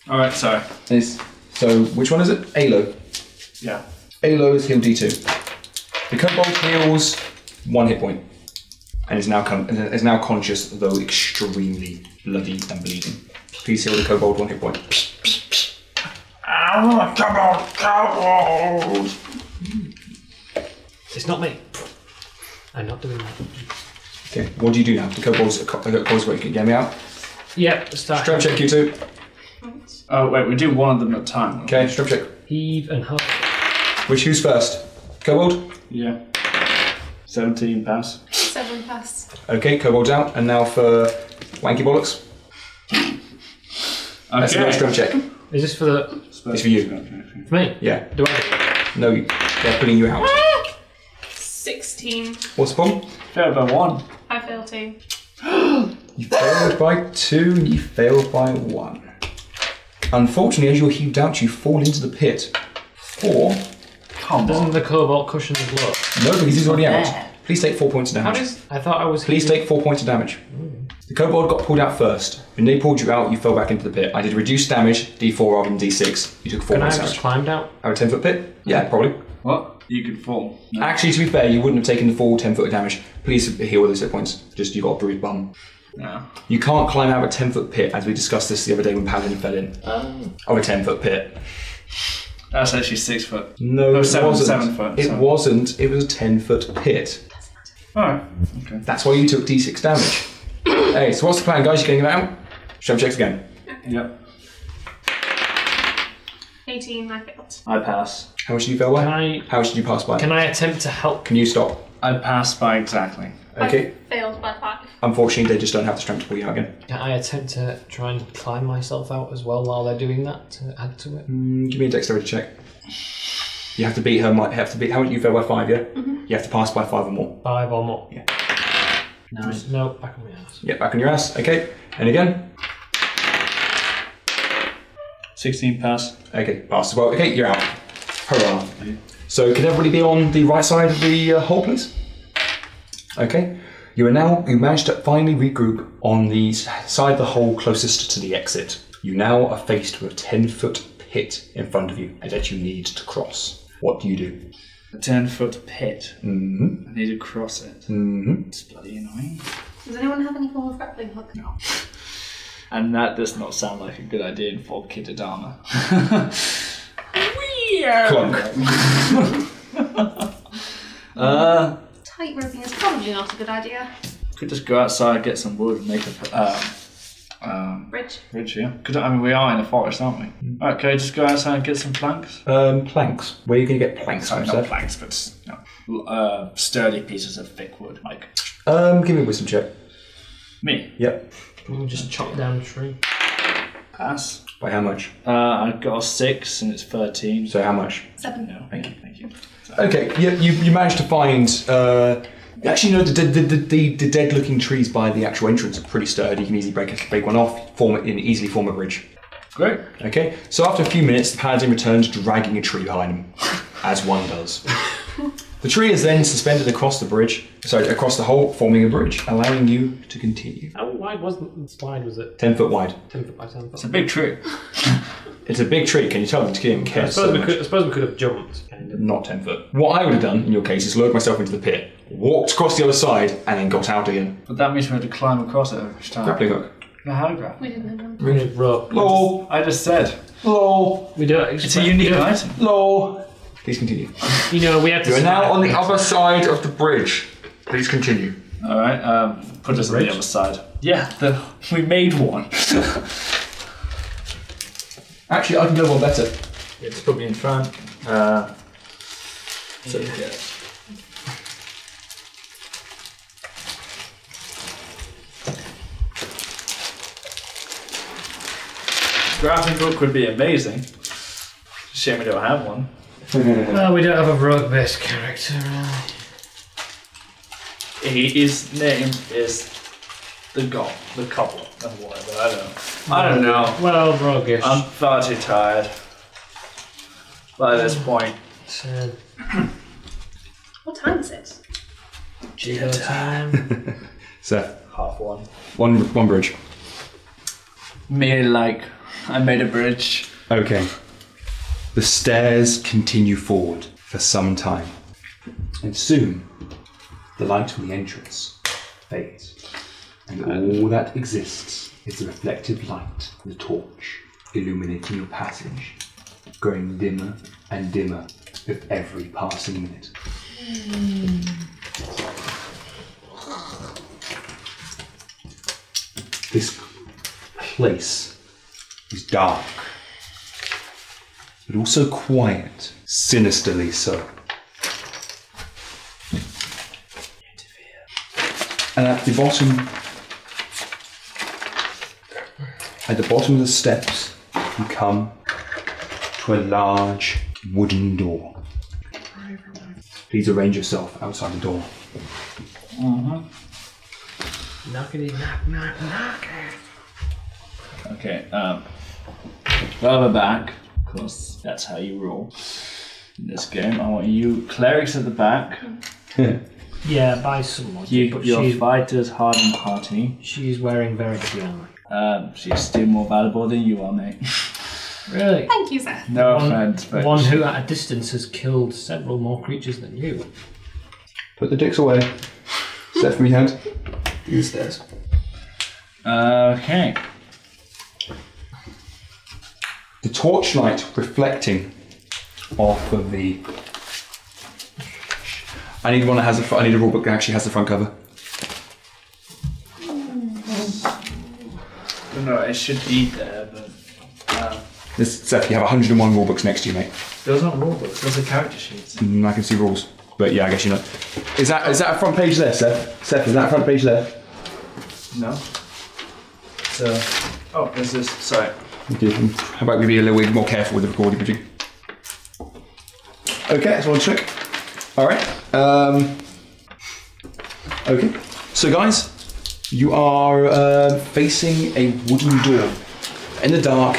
Alright, sorry.
Is so which one is it? Alo.
Yeah.
Alo is heal D2. The kobold heals one hit point, and is now con- is now conscious though extremely bloody and bleeding. Please heal the kobold one hit point.
It's not me. I'm not doing that.
Okay, what do you do now? The uh, kobold's the kobold's waking. Get me out.
Yep. Start.
Strength check you two.
Oh, wait, we do one of them at a time.
Okay, strength check.
Heave and hug.
Which who's first? Kobold.
Yeah. 17 pass.
Seven pass.
Okay, kobold's out, and now for wanky bollocks. That's another strength check.
Is this for the
It's for you.
for me?
Yeah.
Do I?
No, they're putting you out.
Sixteen.
What's the problem?
Fair by one.
I fail two.
You failed by two, and you failed by one. Unfortunately, as you're heaved out, you fall into the pit. Four?
Come
Doesn't
on.
the cobalt cushion the blow?
No, because he's already out. Please take four points of
How
damage.
does? I thought I was.
Please
healing-
take four points of damage. The kobold got pulled out first. When they pulled you out, you fell back into the pit. I did reduced damage, d4 rather than d6. You took four
Can I
points
have
of damage.
just climbed out?
Out of 10 foot pit? Yeah, probably.
What? You can fall. No.
Actually, to be fair, you wouldn't have taken the full 10 foot of damage. Please heal those hit points. Just you got a bruised bum.
No.
You can't climb out of a 10 foot pit, as we discussed this the other day when Paladin fell in.
Oh.
Of a 10 foot pit.
That's actually six foot.
No,
Oh,
it
seven-
wasn't.
seven foot,
it
sorry.
wasn't. It was a ten foot pit.
Alright. Okay.
That's why you took d6 damage. hey, so what's the plan, guys? You getting it out? Strength checks again.
Yep.
Eighteen. I failed.
I pass.
How much did you fail by?
Can I-
How much did you pass by?
Can I attempt to help?
Can you stop?
I passed by exactly.
Okay.
I failed by five.
Unfortunately, they just don't have the strength to pull you out again.
Can I attempt to try and climb myself out as well while they're doing that to add to it?
Mm, give me a dexterity check. You have to beat her. Might have to beat. How much you fail by five? Yeah.
Mm-hmm.
You have to pass by five or more.
Five or more. Yeah. No, no, back on my ass.
Get back on your ass. Okay. And again.
16 pass.
Okay. Pass as well. Okay. You're out. Hurrah. So, could everybody be on the right side of the uh, hole, please? Okay. You are now, you managed to finally regroup on the s- side of the hole closest to the exit. You now are faced with a 10 foot pit in front of you and that you need to cross. What do you do?
a ten foot pit.
Mm-hmm.
I need to cross it.
Mm-hmm.
It's bloody annoying.
Does anyone have any form of grappling hook? No.
And that does not sound like a good idea for Kitadama. uh,
Tight roping is probably not a good idea.
could just go outside, get some wood, and make a um, um,
Bridge.
bridge here. Could, I mean, we are in a forest, aren't we?
Hmm.
Okay, just go outside and get some planks.
Um, planks. Where are you going to get planks
Sorry,
from,
not
sir?
planks, but s- no. uh, sturdy pieces of thick wood. Like
Um, give me a wisdom check.
me,
Yep.
We'll just chop down a tree.
pass.
By how much?
Uh, I've got a six, and it's thirteen.
So how much?
Seven.
no, thank you, thank you.
Okay, you, you, you managed to find. Uh, actually, no, the, the, the, the, the dead looking trees by the actual entrance are pretty sturdy. You can easily break, break one off, form it, and easily form a bridge.
Great.
Okay, so after a few minutes, the paladin returns dragging a tree behind him, as one does. the tree is then suspended across the bridge, sorry, across the hole, forming a bridge, allowing you to continue.
How wide wasn't wide was it?
10 foot wide.
Ten foot by ten foot.
It's a big tree.
It's a big tree, can you tell? Because you didn't care
I suppose,
so
we
much.
could, I suppose we could have jumped. Kind of.
Not 10 foot. What I would have done in your case is lowered myself into the pit, walked across the other side, and then got out again.
But that means we have to climb across it each time.
Grappling hook.
No, how grab?
We didn't have one.
Bring it rope.
Lol,
I just said.
lol,
We don't. It's
item.
lol. Please continue.
You know, we have to.
You are now on the other side of the bridge. Please continue.
All right, um, put us on the other side. Yeah, the, we made one.
Actually, I can go one better.
It's probably in front. Uh, so, yeah.
Grappling hook would be amazing. Shame we don't have one.
Well, we don't have a rogue based character. uh, Really.
He, his name is the Gob, the Cobbler, and whatever. I don't know. I don't know.
Well, roguish.
I'm far too tired by this point.
Sad.
What time is it?
Geo time.
Seth,
Half one.
one one bridge.
Me like I made a bridge.
Okay. The stairs continue forward for some time, and soon the light on the entrance fades, and all that exists is the reflected light from the torch illuminating your passage, growing dimmer and dimmer with every passing minute. This place is dark but also quiet, sinisterly so. And at the bottom, at the bottom of the steps, you come to a large wooden door. Please arrange yourself outside the door.
Mm-hmm.
Knockety knock knock knock.
Okay, um, further back, because that's how you roll in this game. I want you clerics at the back.
Yeah, by someone.
You,
but
your
she's
fighters hard and hearty.
she's wearing very good armor.
Um, she's still more valuable than you are, mate.
Really.
Thank you, sir.
No offense, but
One who at a distance has killed several more creatures than you.
Put the dicks away. Set from your hand. Do the stairs.
uh, okay.
the torchlight reflecting off of the. I need one that has a. fr- I need a rule book that actually has the front cover.
I don't know. It should be there, but
This Seth, you have 101 rule books next to you, mate.
there's not rule books. There's a character sheet.
Mm, I can see rules, but yeah, I guess you know. Is that is that a front page there, Seth? Seth, is that a front page there?
No. So, oh, there's this. Sorry.
Okay. How about we be a little bit more careful with the recording, would you? Okay, that's one trick. All right. Um, okay. So, guys, you are uh, facing a wooden door. In the dark,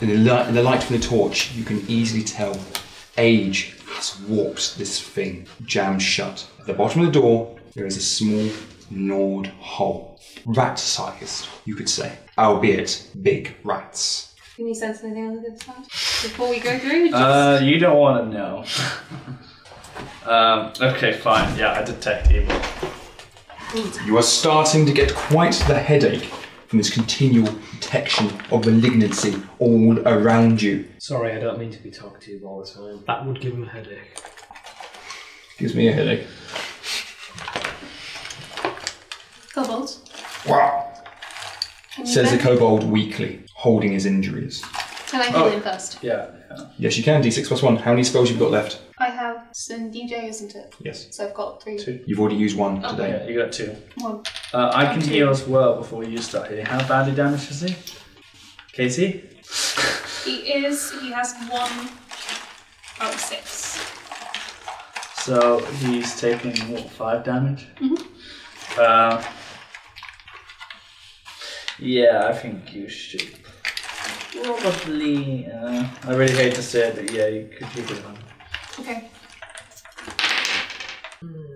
in the, light, in the light from the torch, you can easily tell age has warped this thing jammed shut. At the bottom of the door, there is a small gnawed hole. Rat sized, you could say, albeit big rats.
Can you sense anything on the good side? Before we go through, just
Uh, you don't want to know. Um, okay, fine. Yeah, I detect evil.
You are starting to get quite the headache from this continual detection of malignancy all around you.
Sorry, I don't mean to be talkative all the time. That would give him a headache.
Gives me a headache.
Kobold.
Wow.
Can you
Says the
bend-
kobold weakly, holding his injuries.
Can I heal him first?
Yeah.
Yes, you can. D6 plus one. How many spells you've got left?
I have it's a new day, isn't it?
Yes.
So I've got three.
Two.
You've already used one
Oh.
today.
Yeah, you got two.
One.
Uh, I can heal as well before you start healing. How badly damaged is he? Casey?
He is. He has one out of six.
So he's taking, what, five damage? Uh, yeah, I think you should probably. Uh, I really hate to say it, but yeah, you could do the one.
Okay.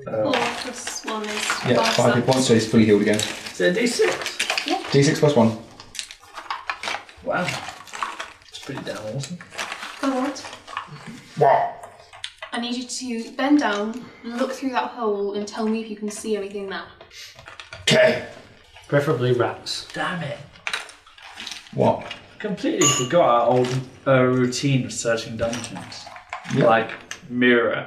Uh,
Four plus one is
Yeah,
five.
five hit points, so he's fully healed again.
Is it a d6?
D6 plus one.
Wow. It's pretty damn awesome.
Kobold. I need you to bend down, look through that hole, and tell me if you can see anything now.
Okay.
Preferably rats.
Damn it.
What?
Completely forgot our old uh, routine of searching dungeons. Like mirror.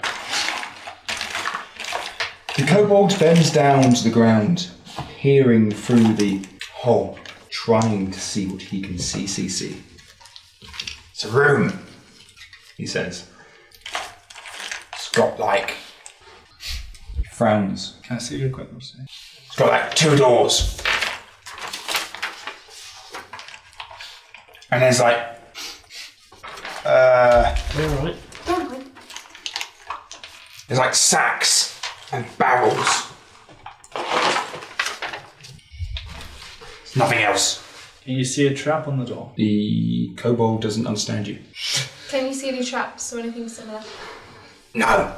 The kobold bends down to the ground, peering through the hole, trying to see what he can see. See, see. It's a room, he says. It's got like. He frowns.
Can I see your equipment? Sorry?
It's got like two doors. And there's like. Uh.
Alright.
There's like sacks and barrels. There's nothing else.
Can you see a trap on the door?
The kobold doesn't understand you.
Can you see any traps or anything similar?
No.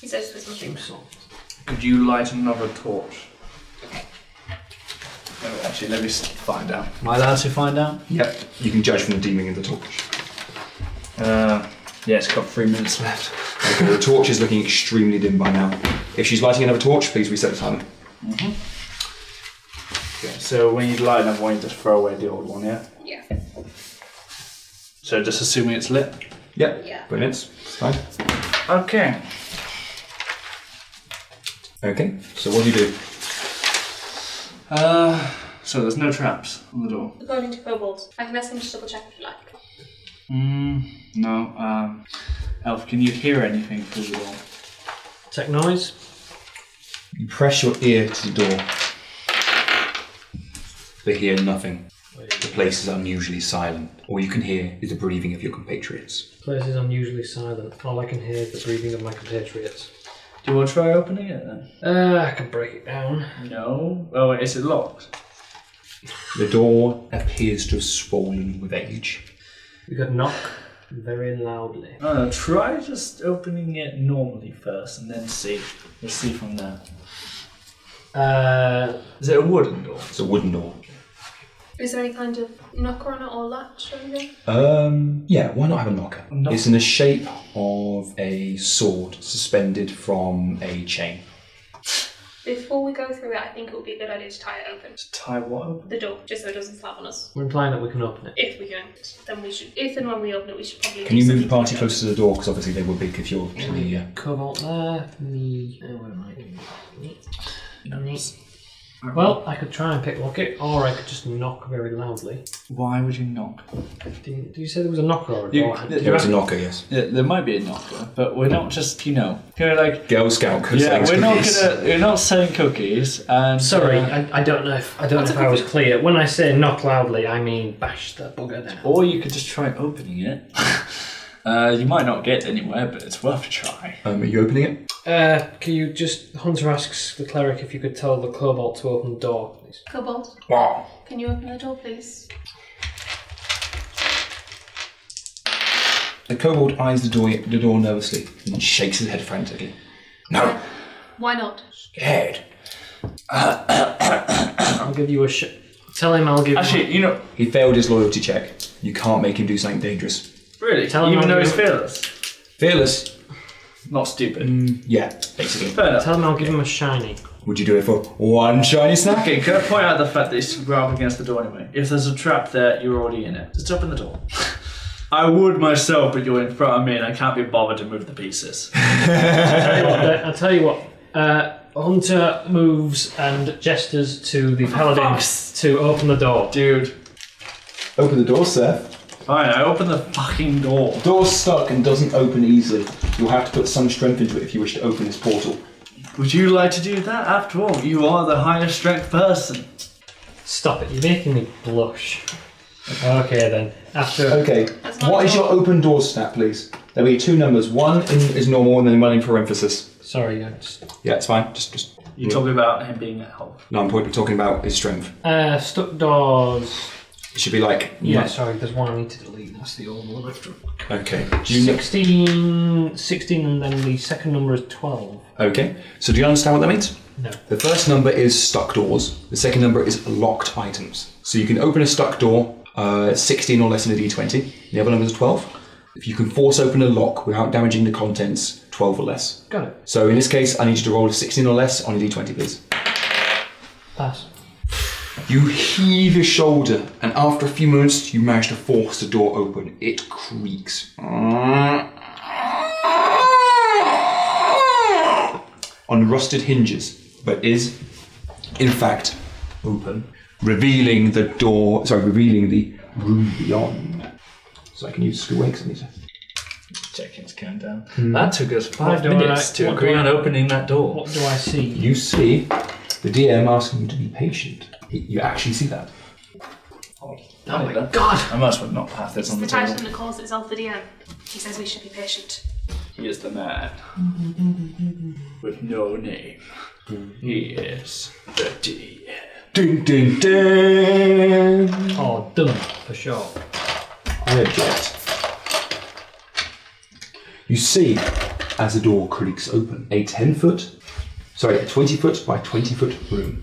He says there's nothing.
Could you light another torch? Oh, actually, let me s- find out. Am I allowed to find out?
Yep. You can judge from the dimming of the torch.
Uh, yeah, it's got three minutes left.
Okay, the torch is looking extremely dim by now. If she's lighting another torch, please reset the timer.
Okay, so when you light another one, you just throw away the old one, yeah?
Yeah.
So just assuming it's lit?
Yep.
Yeah.
Brilliant. It's fine.
Okay.
Okay. So what do you do?
Uh, so there's no traps on the door?
According to Kobold, I can ask him to double check if you like.
Mm, no. Um, Elf, can you hear anything through the door?
Tech noise.
You press your ear to the door. They hear nothing. The place is unusually silent. All you can hear is the breathing of your compatriots.
Place is unusually silent. All I can hear is the breathing of my compatriots.
Do you want to try opening it then?
Uh, I can break it down.
No. Oh, wait, is it locked?
The door appears to have swollen with age.
We could knock very loudly.
Uh, try just opening it normally first and then see. We'll see from there.
Uh,
Is it a wooden door?
It's a wooden door.
Is there any kind of knocker on it or latch or anything?
Um, yeah, why not have a knocker?
A knocker.
It's in the shape of a sword suspended from a chain.
Before we go through it, I think it would be a good idea to tie it open.
To tie what open?
The door, just so it doesn't slap on us.
we're implying that we can open it.
If we don't, then we should. If and when we open it, we should probably.
Can
do
you move the
something
party
to it.
closer to the door? Because obviously they would be if you're to the.
Mm-hmm.
Uh,
Cobalt there. Me. Oh, what am I doing? Well, I could try and picklock it, or I could just knock very loudly.
Why would you knock?
Didn't, did you say there was a knocker or a
You-
door?
th-
there was a knocker, yes.
Yeah, there might be a knocker, but we're not just, you know, kind of like.
Girl Scout could
Yeah,
say
we're not
cookies.
gonna. We're not selling cookies. And
Sorry,
uh,
I, I don't know if I don't know if I was clear. When I say knock loudly, I mean bash the bugger down.
or you could just try opening it. uh, you might not get anywhere, but it's worth a try.
Um, are you opening it?
Uh, can you just Hunter asks the cleric if you could tell the cobalt to open the door, please?
Kobold,
Wow.
can you open the door, please?
The kobold eyes the door, the door nervously and shakes his head frantically. No,
Why not?
scared.
I'll give you a sh. Tell him I'll give.
Actually, you know,
He failed his loyalty check. You can't make him do something dangerous.
really,
Tell him
even
I'm
though
gonna-
he's fearless. Mm.
Fearless.
Not stupid.
Yeah, basically.
Tell him I'll give him a shiny.
Would you do it for one shiny snack?
Okay, can I point out the fact that it's right up against the door anyway? If there's a trap there, you're already in it. Just open the door. I would myself, but you're in front of me and I can't be bothered to move the pieces.
I'll tell you what. Uh, Hunter moves and gestures to the paladin to open the door.
Dude.
Open the door, Seth.
Fine, I open the fucking door.
Door's stuck and doesn't open easily. You'll have to put some strength into it if you wish to open this portal.
Would you like to do that? After all, you are the highest strength person.
Stop it! You're making me blush. Okay then. After
Okay. What is your open door stat, please? There'll be two numbers. One in, is normal, and then one in parenthesis.
sorry, I just
Yeah, it's fine. Just, just.
You told me about him being a help.
No, I'm point- talking about his strength.
uh, stuck doors.
It should be like.
Yeah, sorry. There's one I need to delete. That's the old one.
Okay. Do you know?
16, 16, and then the second number is twelve.
Okay. So do you understand what that means?
No.
The first number is stuck doors. The second number is locked items. So you can open a stuck door, uh, 16 or less in a d20. The other number is 12. If you can force open a lock without damaging the contents, 12 or less.
Got it.
So in this case, I need you to roll a 16 or less on a d20, please.
Pass.
You heave your shoulder, and after a few moments, you manage to force the door open. It creaks. On rusted hinges, but is, in fact, open, revealing the door, sorry, revealing the room beyond. So I can use screw wakes on these.
Checking his countdown. That took us five
do
minutes
I-
to
what
agree
do I-
on opening that door.
What do I see?
You see the DM asking you to be patient. You actually see that.
Oh my god!
I might as well not pass this on
The
the
title
table.
that calls itself the DM. He says we should be patient.
He is the man with no name. He is the D.
Ding, ding, ding!
Oh, done for sure.
I object. You see, as the door creaks open, a 10 foot, sorry, a 20 foot by 20 foot room.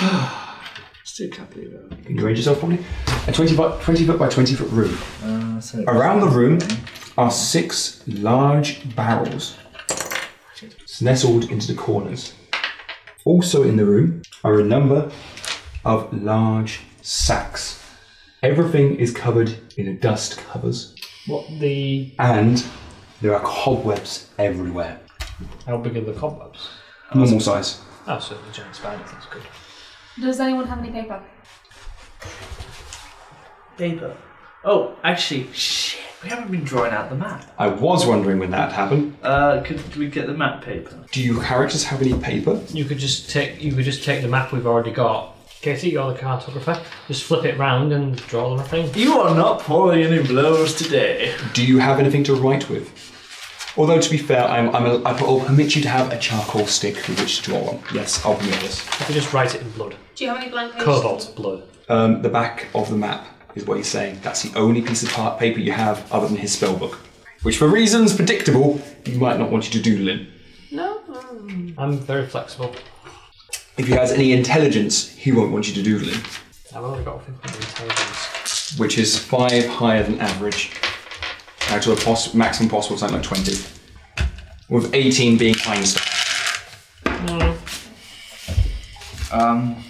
Still can't believe it.
Can you arrange yourself properly? A 20 foot, 20 foot by 20 foot room.
Uh, so
Around the room are six large barrels nestled into the corners. Also in the room are a number of large sacks. Everything is covered in dust covers.
What the?
and there are cobwebs everywhere.
How big are the cobwebs?
Normal size.
Oh, so the giant spider. That's good.
Does anyone have any paper?
Paper. Oh, actually, shit, we haven't been drawing out the map.
I was wondering when that happened.
Uh, could we get the map paper?
Do your characters have any paper?
You could just take. You could just take the map we've already got. Katie, you're the cartographer. Just flip it round and draw them a thing.
You are not pouring any blows today.
Do you have anything to write with? Although to be fair, I'm, I'm a, I will permit you to have a charcoal stick with which to draw on. Yes, I'll permit this.
You could just write it in blood.
Do you have any blank pages?
Cobalt blood.
Um, the back of the map is what he's saying. That's the only piece of pa- paper you have other than his spell book, which, for reasons predictable, he might not want you to doodle in.
No. Um,
I'm very flexible.
If he has any intelligence, he won't want you to doodle in,
I've only got 15 intelligence.
which is five higher than average. Now to a poss- maximum possible, something like twenty, with eighteen being Einstein.
Um,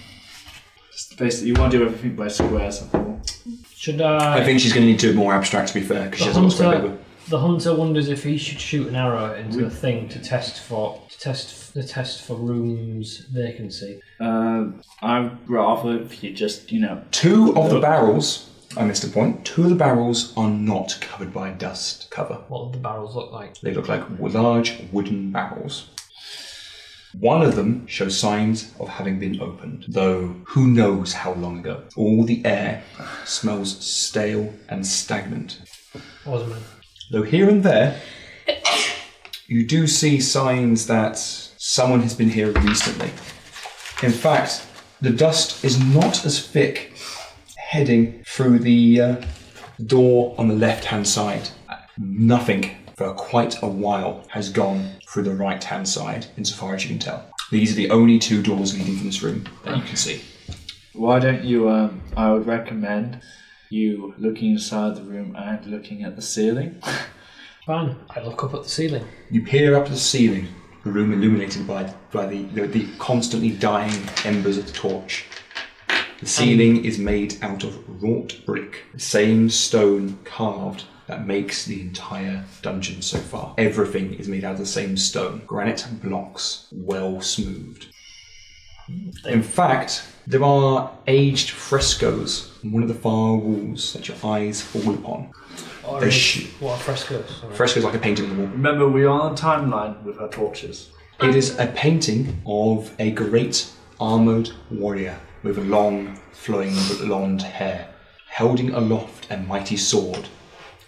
just basically, you want to do everything by squares. I thought.
Should I?
I think she's going to need to do it more abstract, to be fair, because she
the
has a lot of spread
hunter.
paper.
The hunter wonders if he should shoot an arrow into
Mm.
a thing to test for to test the test for rooms vacancy.
Um, I'd rather if you just, you know,
Two of the barrels, I missed a point, two of the barrels are not covered by dust cover.
What would the barrels look like?
They look like w- large wooden barrels. One of them shows signs of having been opened, though who knows how long ago. All the air smells stale and stagnant.
Osman.
Though here and there, you do see signs that someone has been here recently. In fact, the dust is not as thick heading through the uh, door on the left hand side. Nothing for quite a while has gone through the right hand side, insofar as you can tell. These are the only two doors leading from this room that you can see.
why don't you? Um, I would recommend you looking inside the room and looking at the ceiling.
Fine. I look up at the ceiling.
You peer up at the ceiling, the room illuminated by, by the, the, the constantly dying embers of the torch. The ceiling is made out of wrought brick, the same stone carved that makes the entire dungeon so far. Everything is made out of the same stone, granite blocks, well smoothed. In fact, there are aged frescoes on one of the far walls that your eyes fall upon. They sh-
What are frescoes?
frescoes like a painting on the wall.
Remember, we are on a timeline with our torches.
It is a painting of a great armoured warrior with long, flowing blonde hair, holding aloft a mighty sword.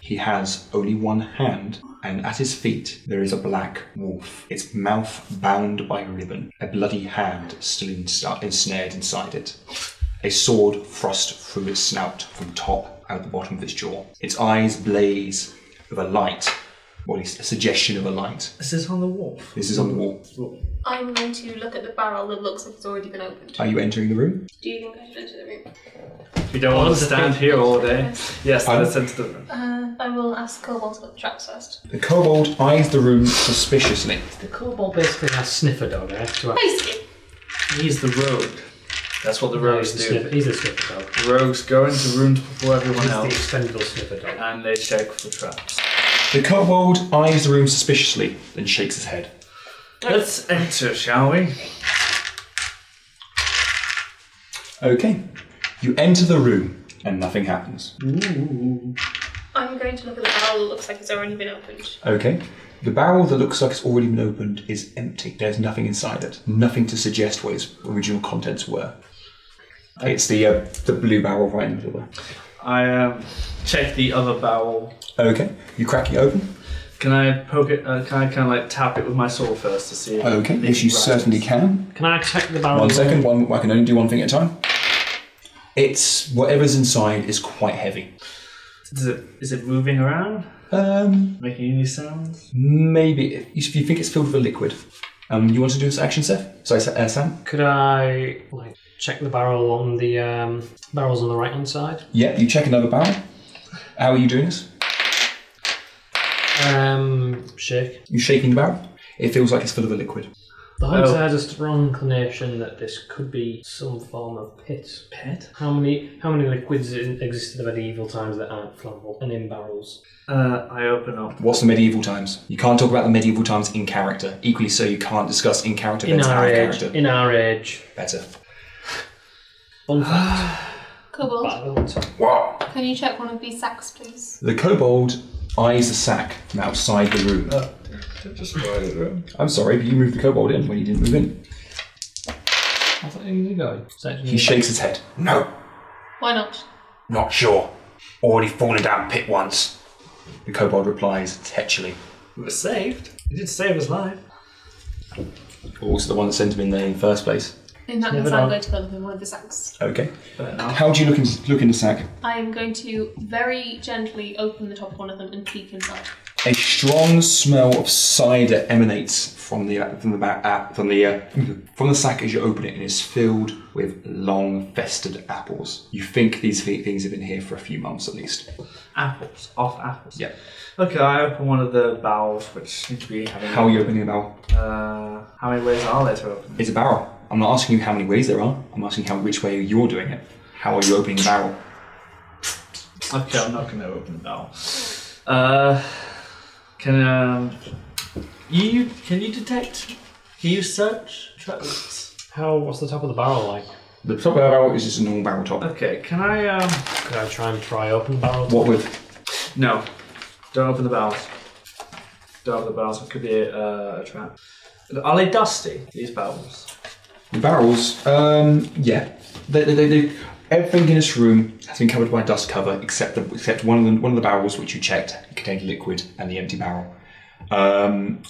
He has only one hand, and at his feet there is a black wolf, its mouth bound by ribbon, a bloody hand still insta- ensnared inside it. A sword thrust through its snout from top out the bottom of its jaw. Its eyes blaze with a light, or at least a suggestion of a light.
Is this on the wall?
This is on the wall.
I'm going to look at the barrel that looks like it's already been opened.
Are you entering the room?
Do you think I should enter the room?
We don't want to stand here all day. Yes,
I'm-
let's enter the room.
Uh, I will ask Cobalt about the traps first.
The kobold eyes the room suspiciously.
The kobold basically has sniffer dog. eh? I have to ask.
Basically,
He's the rogue. That's what the
He's
rogues
a
do.
sniffer, he's a sniffer dog.
The rogues go into rooms before everyone
He's the
else
expendable sniffer dog.
and they check for traps.
The kobold eyes the room suspiciously, then shakes his head.
Let's enter, shall we?
Okay. You enter the room, and nothing happens.
I'm going to look at the barrel that looks like it's already been opened.
Okay. The barrel that looks like it's already been opened is empty. There's nothing inside it. Nothing to suggest what its original contents were. It's the uh, the blue barrel right in the middle.
I um, check the other barrel.
there. Okay. You crack it open.
Can I poke it? Uh, can I kind of like tap it with my sword first to see?
Okay. Yes, you certainly can.
Can I check the barrel?
One second. One. I can only do one thing at a time. It's whatever's inside is quite heavy.
Is it is it moving around,
Um,
making any sounds?
maybe if if you think it's filled with a liquid. Um, you want to do this action, Seth? Sorry, Sa- uh, Sam.
Could I like check the barrel on the um, barrels on the right hand side?
Yep. You check another barrel. How are you doing this?
Um, shake.
You shaking the barrel? It feels like it's full of a liquid.
The hunter
Oh.
has a strong inclination that this could be some form of pit. Pit? How many how many liquids in- existed at medieval times that aren't flammable and in barrels?
Uh, I open up.
What's the medieval times? You can't talk about the medieval times in character. Equally so, you can't discuss in character
In
events out
our
of
age.
character.
In our age.
Better.
Fun fact.
Cobalt,
Barrels.
Wow.
can you check one of these sacks, please?
The kobold eyes the sack from outside the room. I'm sorry, but you moved the kobold in when you didn't move in.
I thought you were going. Section
He shakes his head. No,
Why not?
not sure. Already fallen down pit once. The kobold replies tetchily.
We were saved. It did save his life.
Also, the one that sent him in there in the first place.
In that
Never
case, I'm
know.
going to go look in one of the sacks.
Okay.
Fair enough.
How do you look in, look in the sack?
I am going to very gently open the top of one of them and peek inside.
A strong smell of cider emanates from the from the ba- uh, from the uh, from the sack as you open it, and is filled with long fested apples. You think these thi- things have been here for a few months at least.
Apples off apples.
Yeah.
Okay, I open one of the barrels, which seem to be having.
How are you opening a barrel?
Uh, how many ways are there to open?
It's a barrel. I'm not asking you how many ways there are. I'm asking how which way you're doing it. How are you opening the barrel?
Okay, I'm not gonna open the barrel. Uh, can um, you can you detect? Can you search traps?
How what's the top of the barrel like?
The top of the barrel is just a normal barrel top.
Okay, can I um?
Could I try and pry open the barrel?
What with?
No, don't open the barrels. Don't open the barrels. It could be uh, a trap. Are they dusty? These barrels.
The barrels, um, yeah, they, they, they, they, everything in this room has been covered by a dust cover except the, except one of the, one of the barrels which you checked contained liquid and the empty barrel. Um,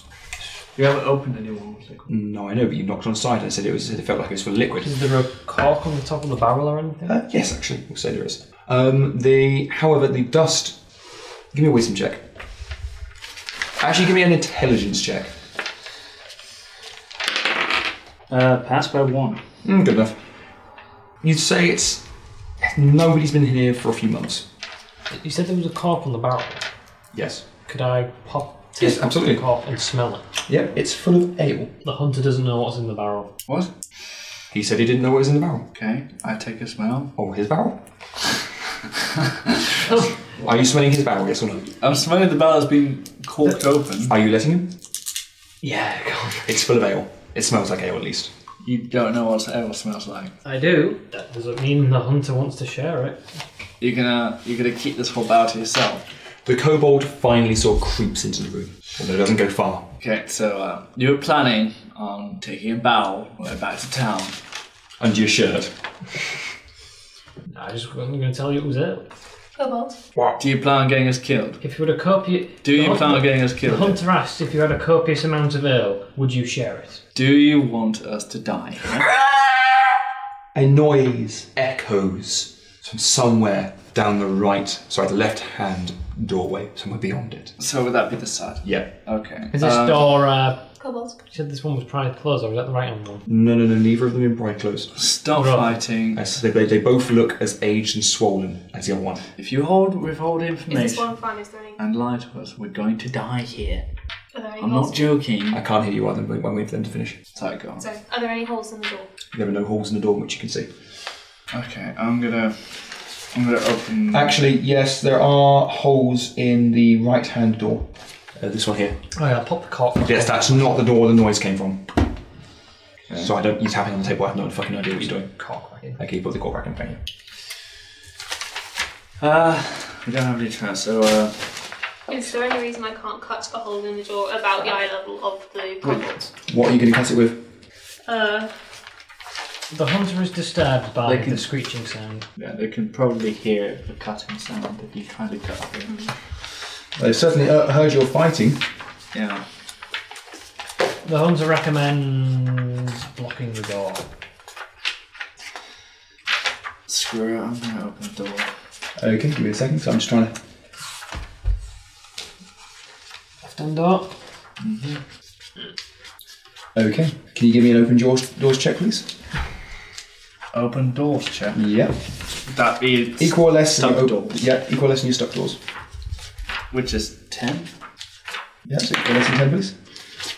You haven't opened any ones. like-
no, I know, but you knocked on cider and said it was said it felt like it was for liquid.
Is there a cork on the top of the barrel or anything?
Uh, yes, actually, we'll say there is. Um, the however, the dust. Give me a wisdom check. Actually, give me an intelligence check.
Uh, pass by one.
Hmm, Mm, good enough. You'd say it's Nobody's been here for a few months.
You said there was a cork on the barrel.
Yes.
Could I pop?
Yes, absolutely.
The cork and smell it.
Yeah, it's full of ale.
The hunter doesn't know what's in the barrel.
What?
He said he didn't know what was in the barrel.
Okay, I take a smell.
Or his barrel. Are you smelling his barrel, yes or no?
I'm smelling the barrel's been corked open.
Are you letting him?
Yeah, God.
It's full of ale. It smells like ale, at least.
You don't know what ale smells like.
I do. That doesn't mean the hunter wants to share it.
You're gonna you're gonna keep this whole barrel to yourself.
The kobold finally sort of creeps into the room, although it doesn't go far.
Okay, so uh, you were planning on taking a barrel way back to town.
Under your shirt.
I just wasn't going to tell you it was ale.
Cobalt.
Do you plan on getting us killed?
If you had a copious,
Do you plan on getting us
The
killed?
hunter asked if you had a copious amount of ale, would you share it?
Do you want us to die?
A noise echoes from somewhere down the right, sorry, the left hand doorway, somewhere beyond it.
so would that be the side?
Yeah.
Okay.
Is this
Um,
door? Uh,
Cobalt.
you said this one was prior to close, or was that the right hand one?
No, no, no, neither of them in bright clothes.
Stop fighting.
Yes, they, they, they both look as aged and swollen as the other one.
If you hold withhold
Is this
information
one Fran is doing?
and lie to us, we're going to die here.
Are there any
I'm
holes?
not joking.
I can't hear you either, but when we have them to finish.
Sorry, go on.
Sorry, are there any holes in the door?
There are no holes in the door which you can see.
Okay, I'm gonna I'm gonna open
Actually, yes, there are holes in the right hand door. Uh, this one here.
Oh yeah, pop the cork.
Yes, that's not the door the noise came from. So I don't. You're tapping on the table. I have no fucking idea what you're doing.
Cork back in.
Okay, you put the cork back in. Thank you.
Uh we don't have any chance, so uh
Is there any reason I can't cut a hole in the door about the eye level of the cobalt?
What are you going to cut it with?
Uh,
The hunter is disturbed by
They can-
the screeching sound.
yeah, they can probably hear the cutting sound if you try to cut it.
They've Mm-hmm. certainly uh, heard your fighting.
Yeah.
The hunter recommends blocking the door.
Screw it, I'm gonna open the door.
Okay, give me a second. So I'm just trying to.
Left hand door.
Okay. Can you give me an open doors, doors check, please?
Open doors, check.
Yep.
That is
Equal or less
Stuck
than your
doors.
Yeah, equal or less than your stuck doors.
which is ten?
Yeah, so equal or less than ten, please.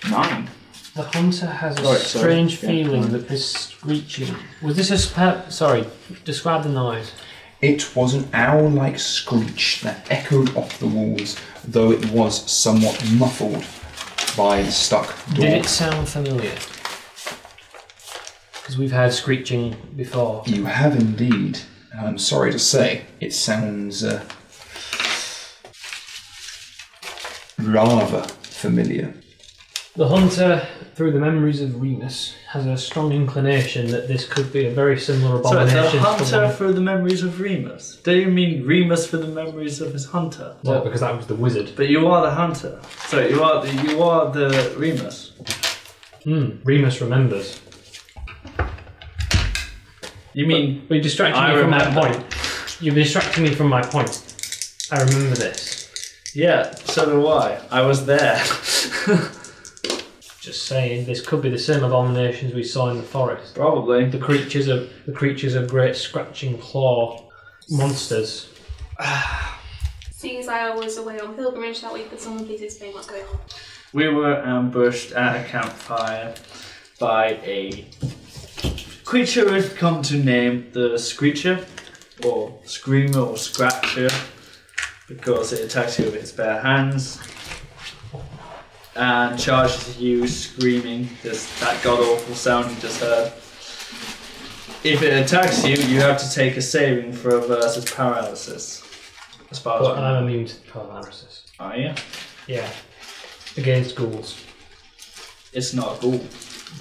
Nine.
The hunter has a
Right, so-
strange
yeah.
feeling that this screeching. Was this a spe- sorry? Describe the noise.
It was an owl-like screech that echoed off the walls, though it was somewhat muffled by the stuck door.
Did it sound familiar? Because we've had screeching before.
You have indeed. And I'm sorry to say, it sounds uh, rather familiar.
The hunter, through the memories of Remus, has a strong inclination that this could be a very similar
So
abomination.
the
to
hunter
one-
for the memories of Remus. Do you mean Remus for the memories of his hunter?
Well, because that was the wizard.
But you are the hunter. So you are the, you are the Remus.
Hmm. Remus remembers.
You mean
But you're distracting
I
me from my
remember.
point. You're distracting me from my point. I remember this.
yeah? So do I. I was there.
Just saying, this could be the same abominations we saw in the forest.
Probably.
The creatures of the creatures of great scratching claw monsters.
seeing as I was away on pilgrimage that week, could someone please explain what's going on?
We were ambushed at a campfire by a creature we've come to name the Screecher, or Screamer, or Scratcher, because it attacks you with its bare hands and charges at you screaming this that god awful sound you just heard. If it attacks you, you have to take a saving throw versus paralysis. As far as
But
I know. Oh,
I'm immune to paralysis.
Are you?
Yeah. Against ghouls.
It's not a ghoul.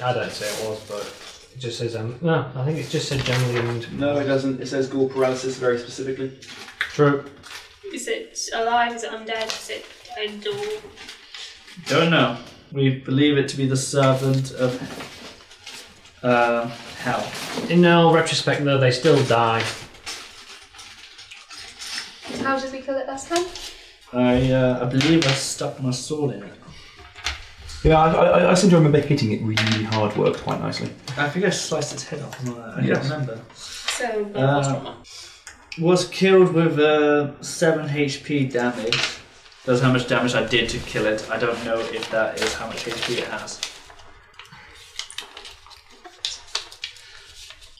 I don't say it was, but it just says um. No, I think it just said generally immune.
No, it doesn't. It says ghoul paralysis very specifically.
True.
Is it alive? Is it undead? Is it dead or
Don't know. We believe it to be the servant of uh, hell.
In all retrospect, though, they still die.
How did we kill it last time?
I uh, I believe I stuck my sword in it.
Yeah, I, I, I seem to remember hitting it really hard. Worked quite nicely.
I think I sliced its head off. and all that. I
Yes.
can't remember.
So,
Uh,
trauma.
was killed with uh, 7 HP damage. That's how much damage I did to kill it. I don't know if that is how much HP it has.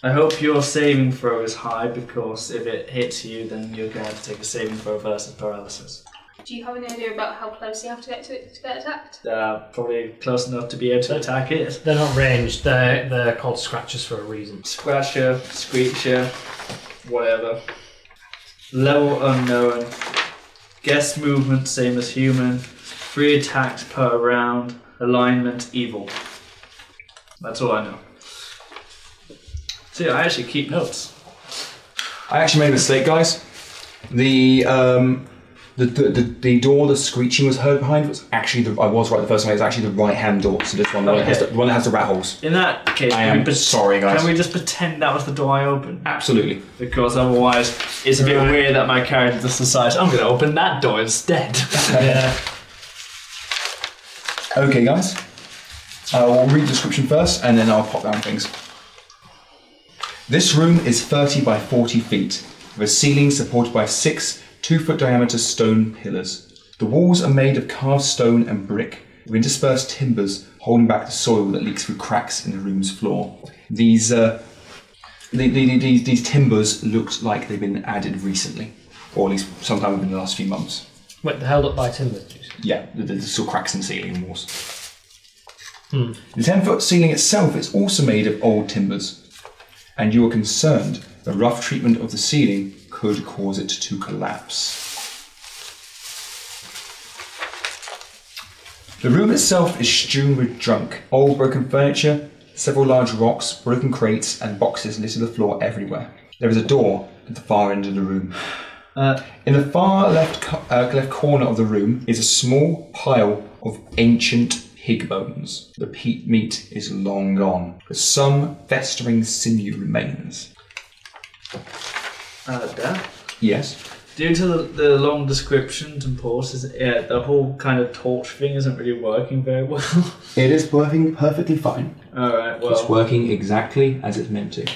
I hope your saving throw is high because if it hits you, then you're going to have to take a saving throw versus paralysis.
Do you have any idea about how close you have to get to it to get attacked?
Uh, probably close enough to be able to attack it.
They're not ranged. They're they're called scratchers for a reason.
Scratcher, Screecher, whatever. Level unknown. Guess movement, same as human. Three attacks per round. Alignment, evil. That's all I know. See, I actually keep notes.
I actually made a mistake, guys. The um, the, the, the, the door the screeching was heard behind was actually the I was right the first time. It was actually the right hand door. So this one, the, one that has the, the one that has the rat holes.
In that case,
I
can
am
we pres-
sorry, guys.
Can we just pretend that was the door I opened?
Absolutely.
Because otherwise, it's a bit weird that my character just decides I'm going to open that door instead.
yeah.
Okay, guys. Uh, we'll read the description first, and then I'll pop down things. This room is 30 by 40 feet, with a ceiling supported by six two-foot diameter stone pillars. The walls are made of carved stone and brick, with interspersed timbers holding back the soil that leaks through cracks in the room's floor. These uh, the, the, the- these, these timbers looked like they've been added recently, or at least sometime within the last few months.
Wait, they're held up by timbers.
Yeah, th- there's still cracks in the ceiling and walls. The 10 foot ceiling itself is also made of old timbers, and you are concerned the rough treatment of the ceiling could cause it to collapse. The room itself is strewn with junk, old broken furniture, several large rocks, broken crates, and boxes litter the floor everywhere. There is a door at the far end of the room. Uh, In the far left, co- uh, left corner of the room is a small pile of ancient pig bones. The pe- meat is long gone, but some festering sinew remains.
uh, that.
Yes?
Due to the, the long descriptions and pauses, yeah, the whole kind of torch thing isn't really working very well.
It is working perfectly fine.
All right,
It's
well,
working exactly as it's meant to.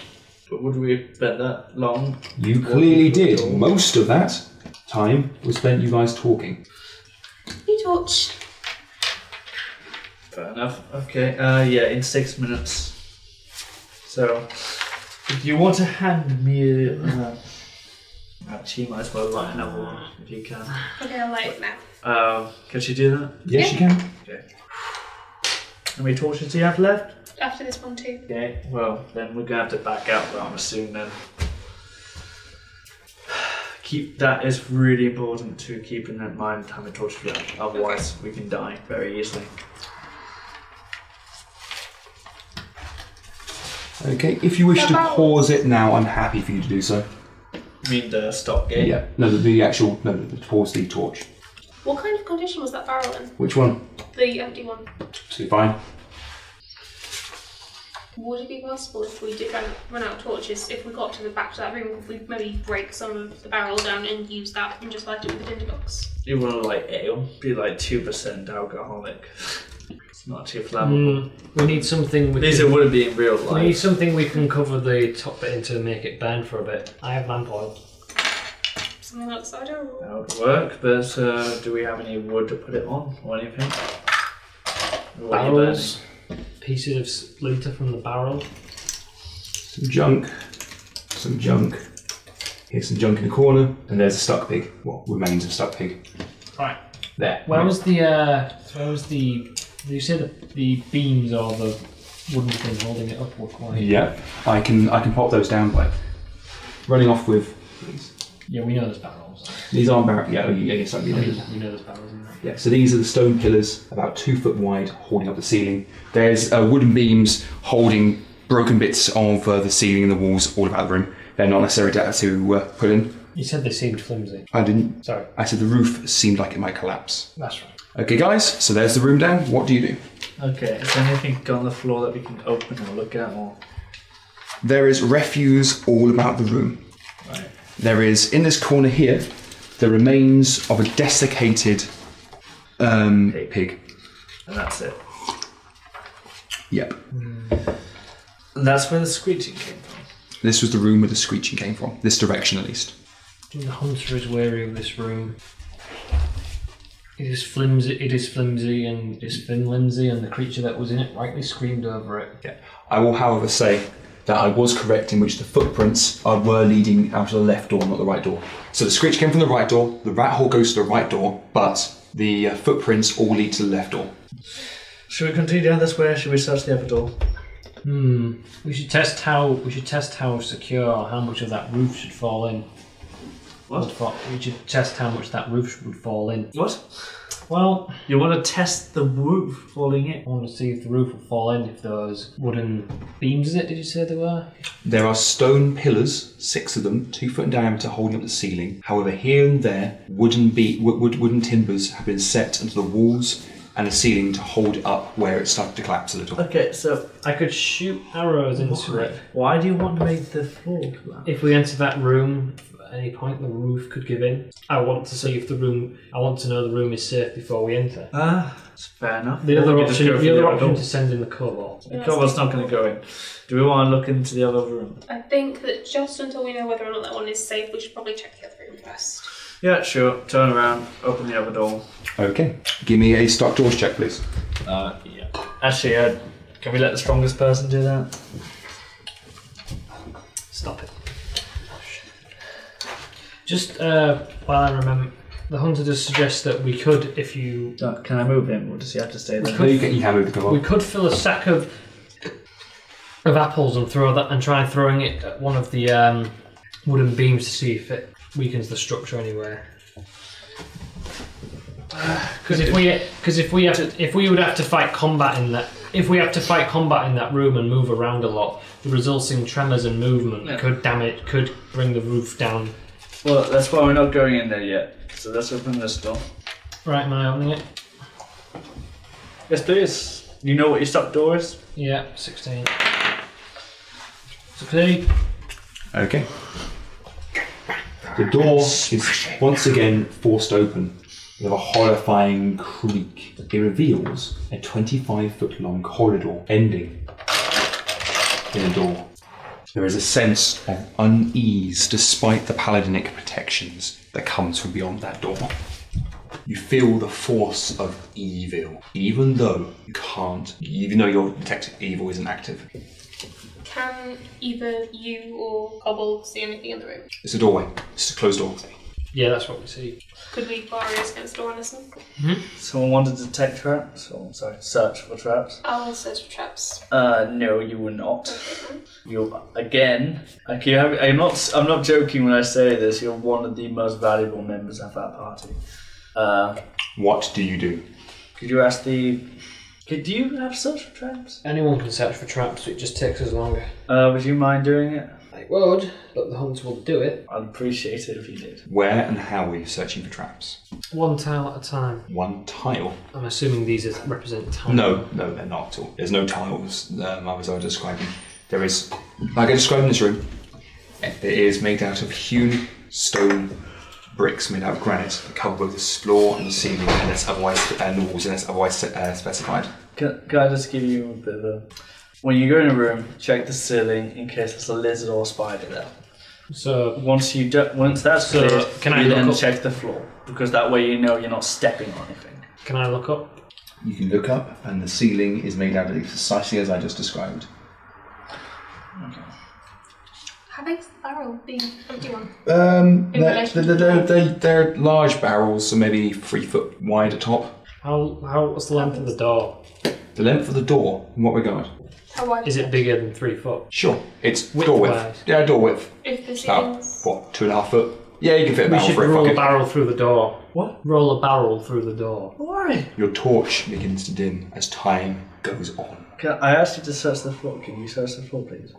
but would we have spent that long?
You clearly did. Most of that time was spent you guys talking.
You torch.
Fair enough. Okay. Uh, yeah, in six minutes. So, if you want to hand me, uh, actually, you might as well write another one if you can.
I'm gonna light it now.
Um, can she do that?
Yes, you can.
How many torches do you have left?
After this one too.
Okay, well, then we're gonna have to back out, but I'm assuming then. Keep that is really important to keep in mind time and torch flow. Otherwise, we can die very easily.
Okay, if you wish to pause it now, I'm happy for you to do so.
I mean, the stop game.
Yeah, no, the, the actual, no, the, pause the torch.
What kind of condition was that barrel in?
Which one?
The empty one.
See, fine.
Would it be possible if we did run, run out of torches, if we got to the back of that room, could we maybe break some of the barrel down and use that and just light it with a tinderbox?
You want to like ale? Be like two percent alcoholic. it's not too flammable.
Mm, we need something.
At
We
least
can,
it wouldn't be in real
we need
life.
something we can cover the top bit into and make it burn for a bit. I have lamp oil.
Something like cider or
That would work, but uh, do we have any wood to put it on or anything? What are you
Barrels. Pieces of splinter from the barrel.
Some junk. Some junk. Here's some junk in the corner. And there's a stuck pig. What remains of stuck pig.
Right.
There.
Where was the uh, where was the did you say the, the beams or the wooden thing holding it up were quite
Yep. I can I can pop those down by running off with these.
Yeah, we know there's barrels.
These aren't bar- yeah, oh, yeah, I guess that'd be
We
them.
we know there's barrels in there.
Yeah, so these are the stone pillars, about two foot wide, holding up the ceiling. There's uh, wooden beams holding broken bits of uh, the ceiling and the walls all about the room. They're not necessarily to uh, put in.
You said they seemed flimsy.
I didn't.
Sorry,
I said the roof seemed like it might collapse.
that's right.
Okay, guys, so there's the room down. What do you do?
burning? Okay, is there anything on the floor that we can open or look at or?
There is refuse all about the room.
Right.
There is, in this corner here, the remains of a desiccated um, pig.
And that's it.
Yep.
And that's where the screeching came from.
This was the room where the screeching came from, this direction at least.
The hunter is wary of this room. It is flimsy. It is flimsy and it is thin flimsy, and the creature that was in it rightly screamed over it.
Yeah. I will, however, say that I was correct in which the footprints are, were leading out of the left door, not the right door. So the screech came from the right door, the rat hole goes to the right door, but the uh, footprints all lead to the left door.
Should we continue down this way or should we search the other door?
Hmm. We should test how we should test how secure or how much of that roof should fall in. What? We should test how much that roof would fall in.
What?
Well,
You want to test the roof falling in?
I want to see if the roof will fall in if those wooden beams. Is it? Did you say they were?
There are stone pillars, six of them, two foot in diameter, holding up the ceiling. However, here and there, wooden, be- wo- wood- wooden timbers have been set into the walls and the ceiling to hold it up where it started to collapse a little.
Okay, so
I could shoot arrows into it.
why do you want to make the floor collapse?
If we enter that room, if at any point the roof could give in. I want to see if the room. I want to know the room is safe before we enter.
Ah, it's fair enough.
The
Or
other
we could just
option.
go for
The other option
door.
to send in the cobalt.
The cover's not going to go in. Do we want to look into the other room?
I think that just until we know whether or not that one is safe, we should probably check the other room first.
Yeah, sure. Turn around, open the other door.
Okay. Give me a stock doors check, please.
Uh, yeah.
Actually, uh, can we let the strongest person do that?
Stop it. Just uh, while I remember, the hunter does suggest that we could, if you
Don't- Can I move him, or does he have to stay there?
No, you, can, you can move the
We
cobalt.
could fill a sack of of apples and throw that and try throwing it at one of the um, wooden beams to see if it weakens the structure anyway. Because if we because if we have to if we would have to fight combat in that if we have to fight combat in that room and move around a lot, the resulting tremors and movement could damage could bring the roof down.
Well, that's why we're not going in there yet. So let's open this door.
Right, am I opening it?
Yes, please. You know what your stuck door is?
Yeah, sixteen. Succeed.
Okay. The door is once again forced open with a horrifying creak. It reveals a 25 foot long corridor ending in a door. There is a sense of unease despite the paladinic protections that comes from beyond that door. You feel the force of evil, even though you can't, even though your detected evil isn't active.
Can either you or Cobble see anything in the room?
It's a doorway, it's a closed door.
Yeah, that's what we see.
Could we borrow this against the door and listen?
Someone wanted to detect traps. Oh, I'm sorry, search for traps.
I'll search for traps.
Uh, no, you were not. You again. Like you have, I'm not. I'm not joking when I say this. You're one of the most valuable members of our party. Uh,
What do you do?
could you ask the? Could you have search for traps?
Anyone can search for traps, it just takes us longer.
Uh, would you mind doing it?
They would, but the hunter will do it.
I'd appreciate it if you did.
Where and how are you searching for traps?
One tile at a time.
One tile?
I'm assuming these is, represent time.
No, no, they're not at all. There's no tiles, um, as I was describing. There is, like I described in this room, it is made out of hewn stone bricks made out of granite that cover both the floor and the ceiling unless otherwise, and the walls unless otherwise uh, specified.
Can, can I just give you a bit of a? When you go in a room, check the ceiling in case there's a lizard or spider there.
So,
Once you do, once that's
So,
clear,
can I
you then
look up-
check the floor because that way you know you're not stepping on anything.
can I look up?
You can look up, and the ceiling is made out of precisely as I just described.
How big's the barrel? The empty one.
Um,
In
they're,
relation
they're,
to
they're,
the-
they're, they're large barrels, so maybe three foot wide at top.
How, how what's the length of the door?
The length of the door, in what regard?
How wide
Is it bigger than three foot?
Sure, it's
Width
door width.
wise.
Yeah, door width.
If the
About
ceiling's
what two and a half foot? Yeah, you can fit a
We
barrel
should
for it.
roll
fuck
a
it.
barrel through the door.
What?
Roll a barrel through the door.
Why?
Your torch begins to dim as time goes on.
Can I asked you to search the floor. Can you search the floor, please?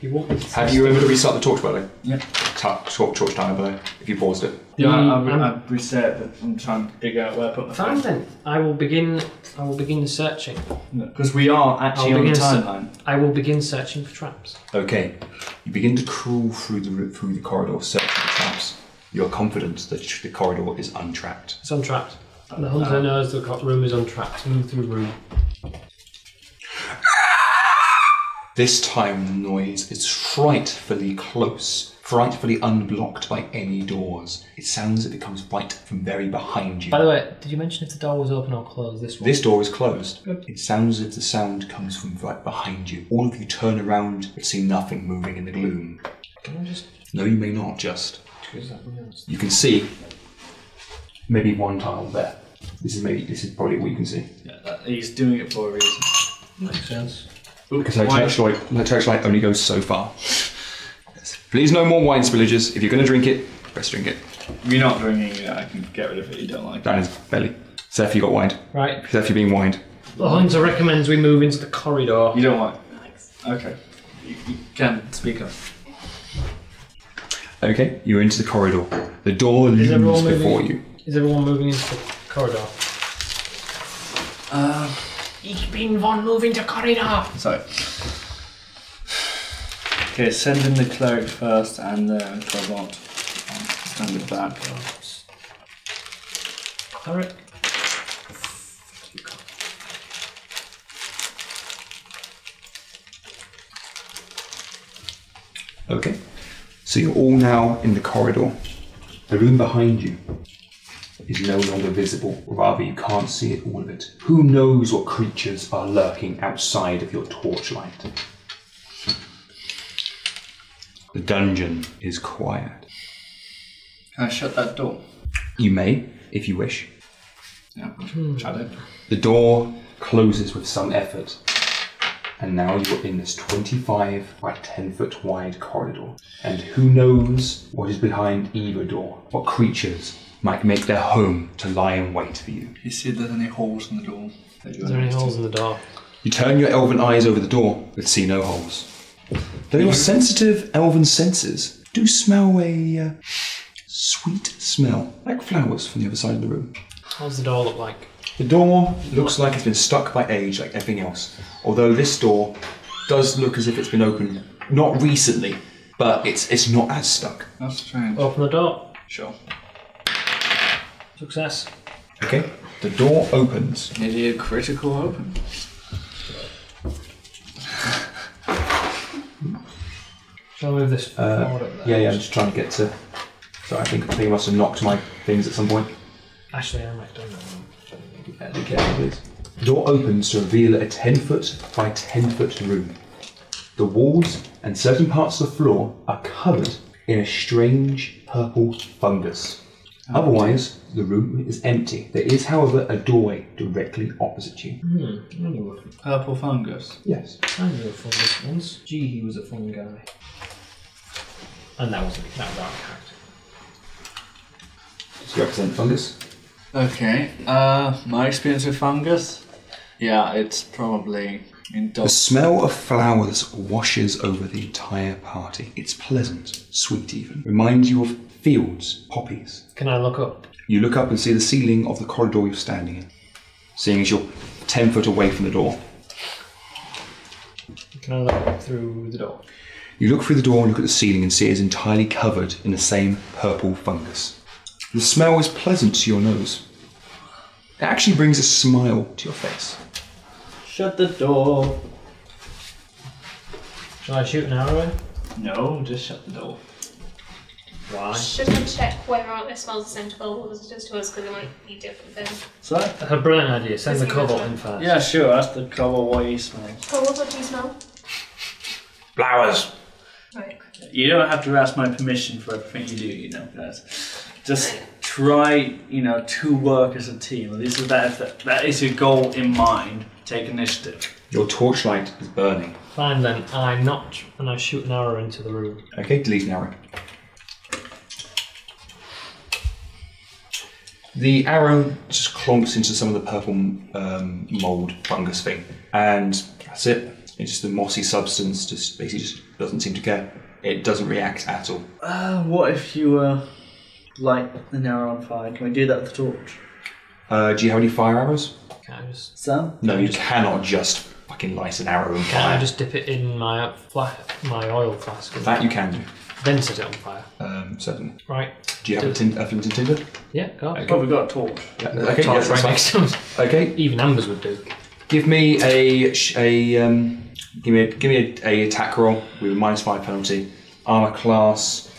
You want me to
Have you remembered to restart the torch, by the way?
Yeah.
Ta- torch, torch timer, by the way, if you paused it.
The- um,
reset it. I'm trying to figure out where I put my
Fine then. I will begin. I will begin searching.
Because we are actually
I'll
on the
begin se-
timeline.
I will begin searching for traps.
Okay. You begin to crawl through the through the corridor, searching for traps. You're confident that the corridor is untrapped.
It's untrapped. The hunter knows the co- room is untrapped. Move through the room.
This time the noise is frightfully close, frightfully unblocked by any doors. It sounds as if it comes right from very behind you.
By the way, did you mention if the door was open or closed? This one.
This door is closed. It sounds as if the sound comes from right behind you. All of you turn around but see nothing moving in the gloom.
Can I just?
No, you may not just. You can see maybe one tile there. This is maybe this is probably what you can see.
Yeah, that- he's doing it for a reason.
Makes sense.
Because my torchlight, my torchlight only goes so far. Please, no more wine spillages. If you're going to drink it, best drink it.
You're not drinking it. I can get rid of it. You don't like it.
That is belly. Seth, you got wined.
Right.
Seth, you're being wined.
The hunter recommends we move into the corridor.
You don't want. Okay. You, you can speak up.
Okay, you're into the corridor. The door
Is
looms
everyone moving?
before you.
Is everyone moving into the corridor?
Ich bin von moving to corridor.
Sorry. Okay, send in the cleric first and uh, then Clavant. Stand it back.
Alright.
Okay. So you're all now in the corridor. The room behind you is no longer visible, or rather, you can't see it, all of it. Who knows what creatures are lurking outside of your torchlight? The dungeon is quiet.
Can I shut that door?
You may, if you wish.
Yeah. Shut it.
The door closes with some effort, and now you're in this 25 by 10 foot wide corridor. And who knows what is behind either door? What creatures might make their home to lie in wait for you?
You see if there's any holes in the door. That you
Is there any holes in the door?
You turn your elven eyes over the door, but see no holes. Though your sensitive elven senses do smell a uh, sweet smell, like flowers from the other side of the room.
How's the door look like?
The door looks like it's been stuck by age, like everything else. Although this door does look as if it's been opened not recently, but it's it's not as stuck.
That's strange.
Open the door.
Sure.
Success.
Okay, the door opens.
Maybe a critical open.
Shall I move this forward up there?
Uh, Yeah, yeah. I'm just trying to get to. So I think I think I must have knocked my things at some point.
Actually, I might do that one.
Be careful, please. The door opens to reveal a 10 foot by 10 foot room. The walls and certain parts of the floor are covered in a strange purple fungus. Otherwise, the room is empty. There is, however, a doorway directly opposite you.
I knew a-
Purple fungus.
Yes.
I knew a fungus once. Gee, he was a fun guy. And that wasn't that was our character.
So you represent fungus?
Okay. Uh, my experience with fungus. Yeah, it's probably in
The smell of flowers washes over the entire party. It's pleasant, sweet even. Reminds you of fields, poppies,
Can I look up?
You look up and see the ceiling of the corridor you're standing in, seeing as you're 10 foot away from the door.
Can I look up through the door?
You look through the door and look at the ceiling and see it is entirely covered in the same purple fungus. The smell is pleasant to your nose. It actually brings a smile to your face.
Shut the door.
Shall I shoot an arrow in?
No, just shut the door.
Why?
Should I check whether or not it smells the same to bubbles just to us because it might be different then?
So that?
That's a brilliant idea. Send the cobalt in first.
Yeah, sure. Ask the cover what he smells.
Bubbles, what do you smell?
Flowers.
Right.
You don't have to ask my permission for everything you do. You know that. Just try, you know, to work as a team. At least if that, if that, that is your goal in mind. Take initiative.
Your torchlight is burning.
Fine then. I notch and I shoot an arrow into the room.
Okay, delete an arrow. The arrow just clonks into some of the purple um, mold fungus thing, and that's it. It's just a mossy substance, just basically just doesn't seem to care. It doesn't react at all.
Uh, what if you uh, light an arrow on fire? Can we do that with the torch?
Uh, do you have any fire arrows?
Can I just
Sam?
No, you cannot just fucking light an arrow and
can I
fire.
just dip it in my fla- my oil flask and
That you can do,
then set it on fire?
um, certainly.
Right.
Do you have a, tin- a flint and tinder?
Yeah. Go. on.
Oh, we got a torch.
Okay,
Right
yes, that's
next to him.
fine. Okay,
Even Amber's would do.
give me a sh- a um, Give me a, give me a, a attack roll with a minus five penalty. Armor class.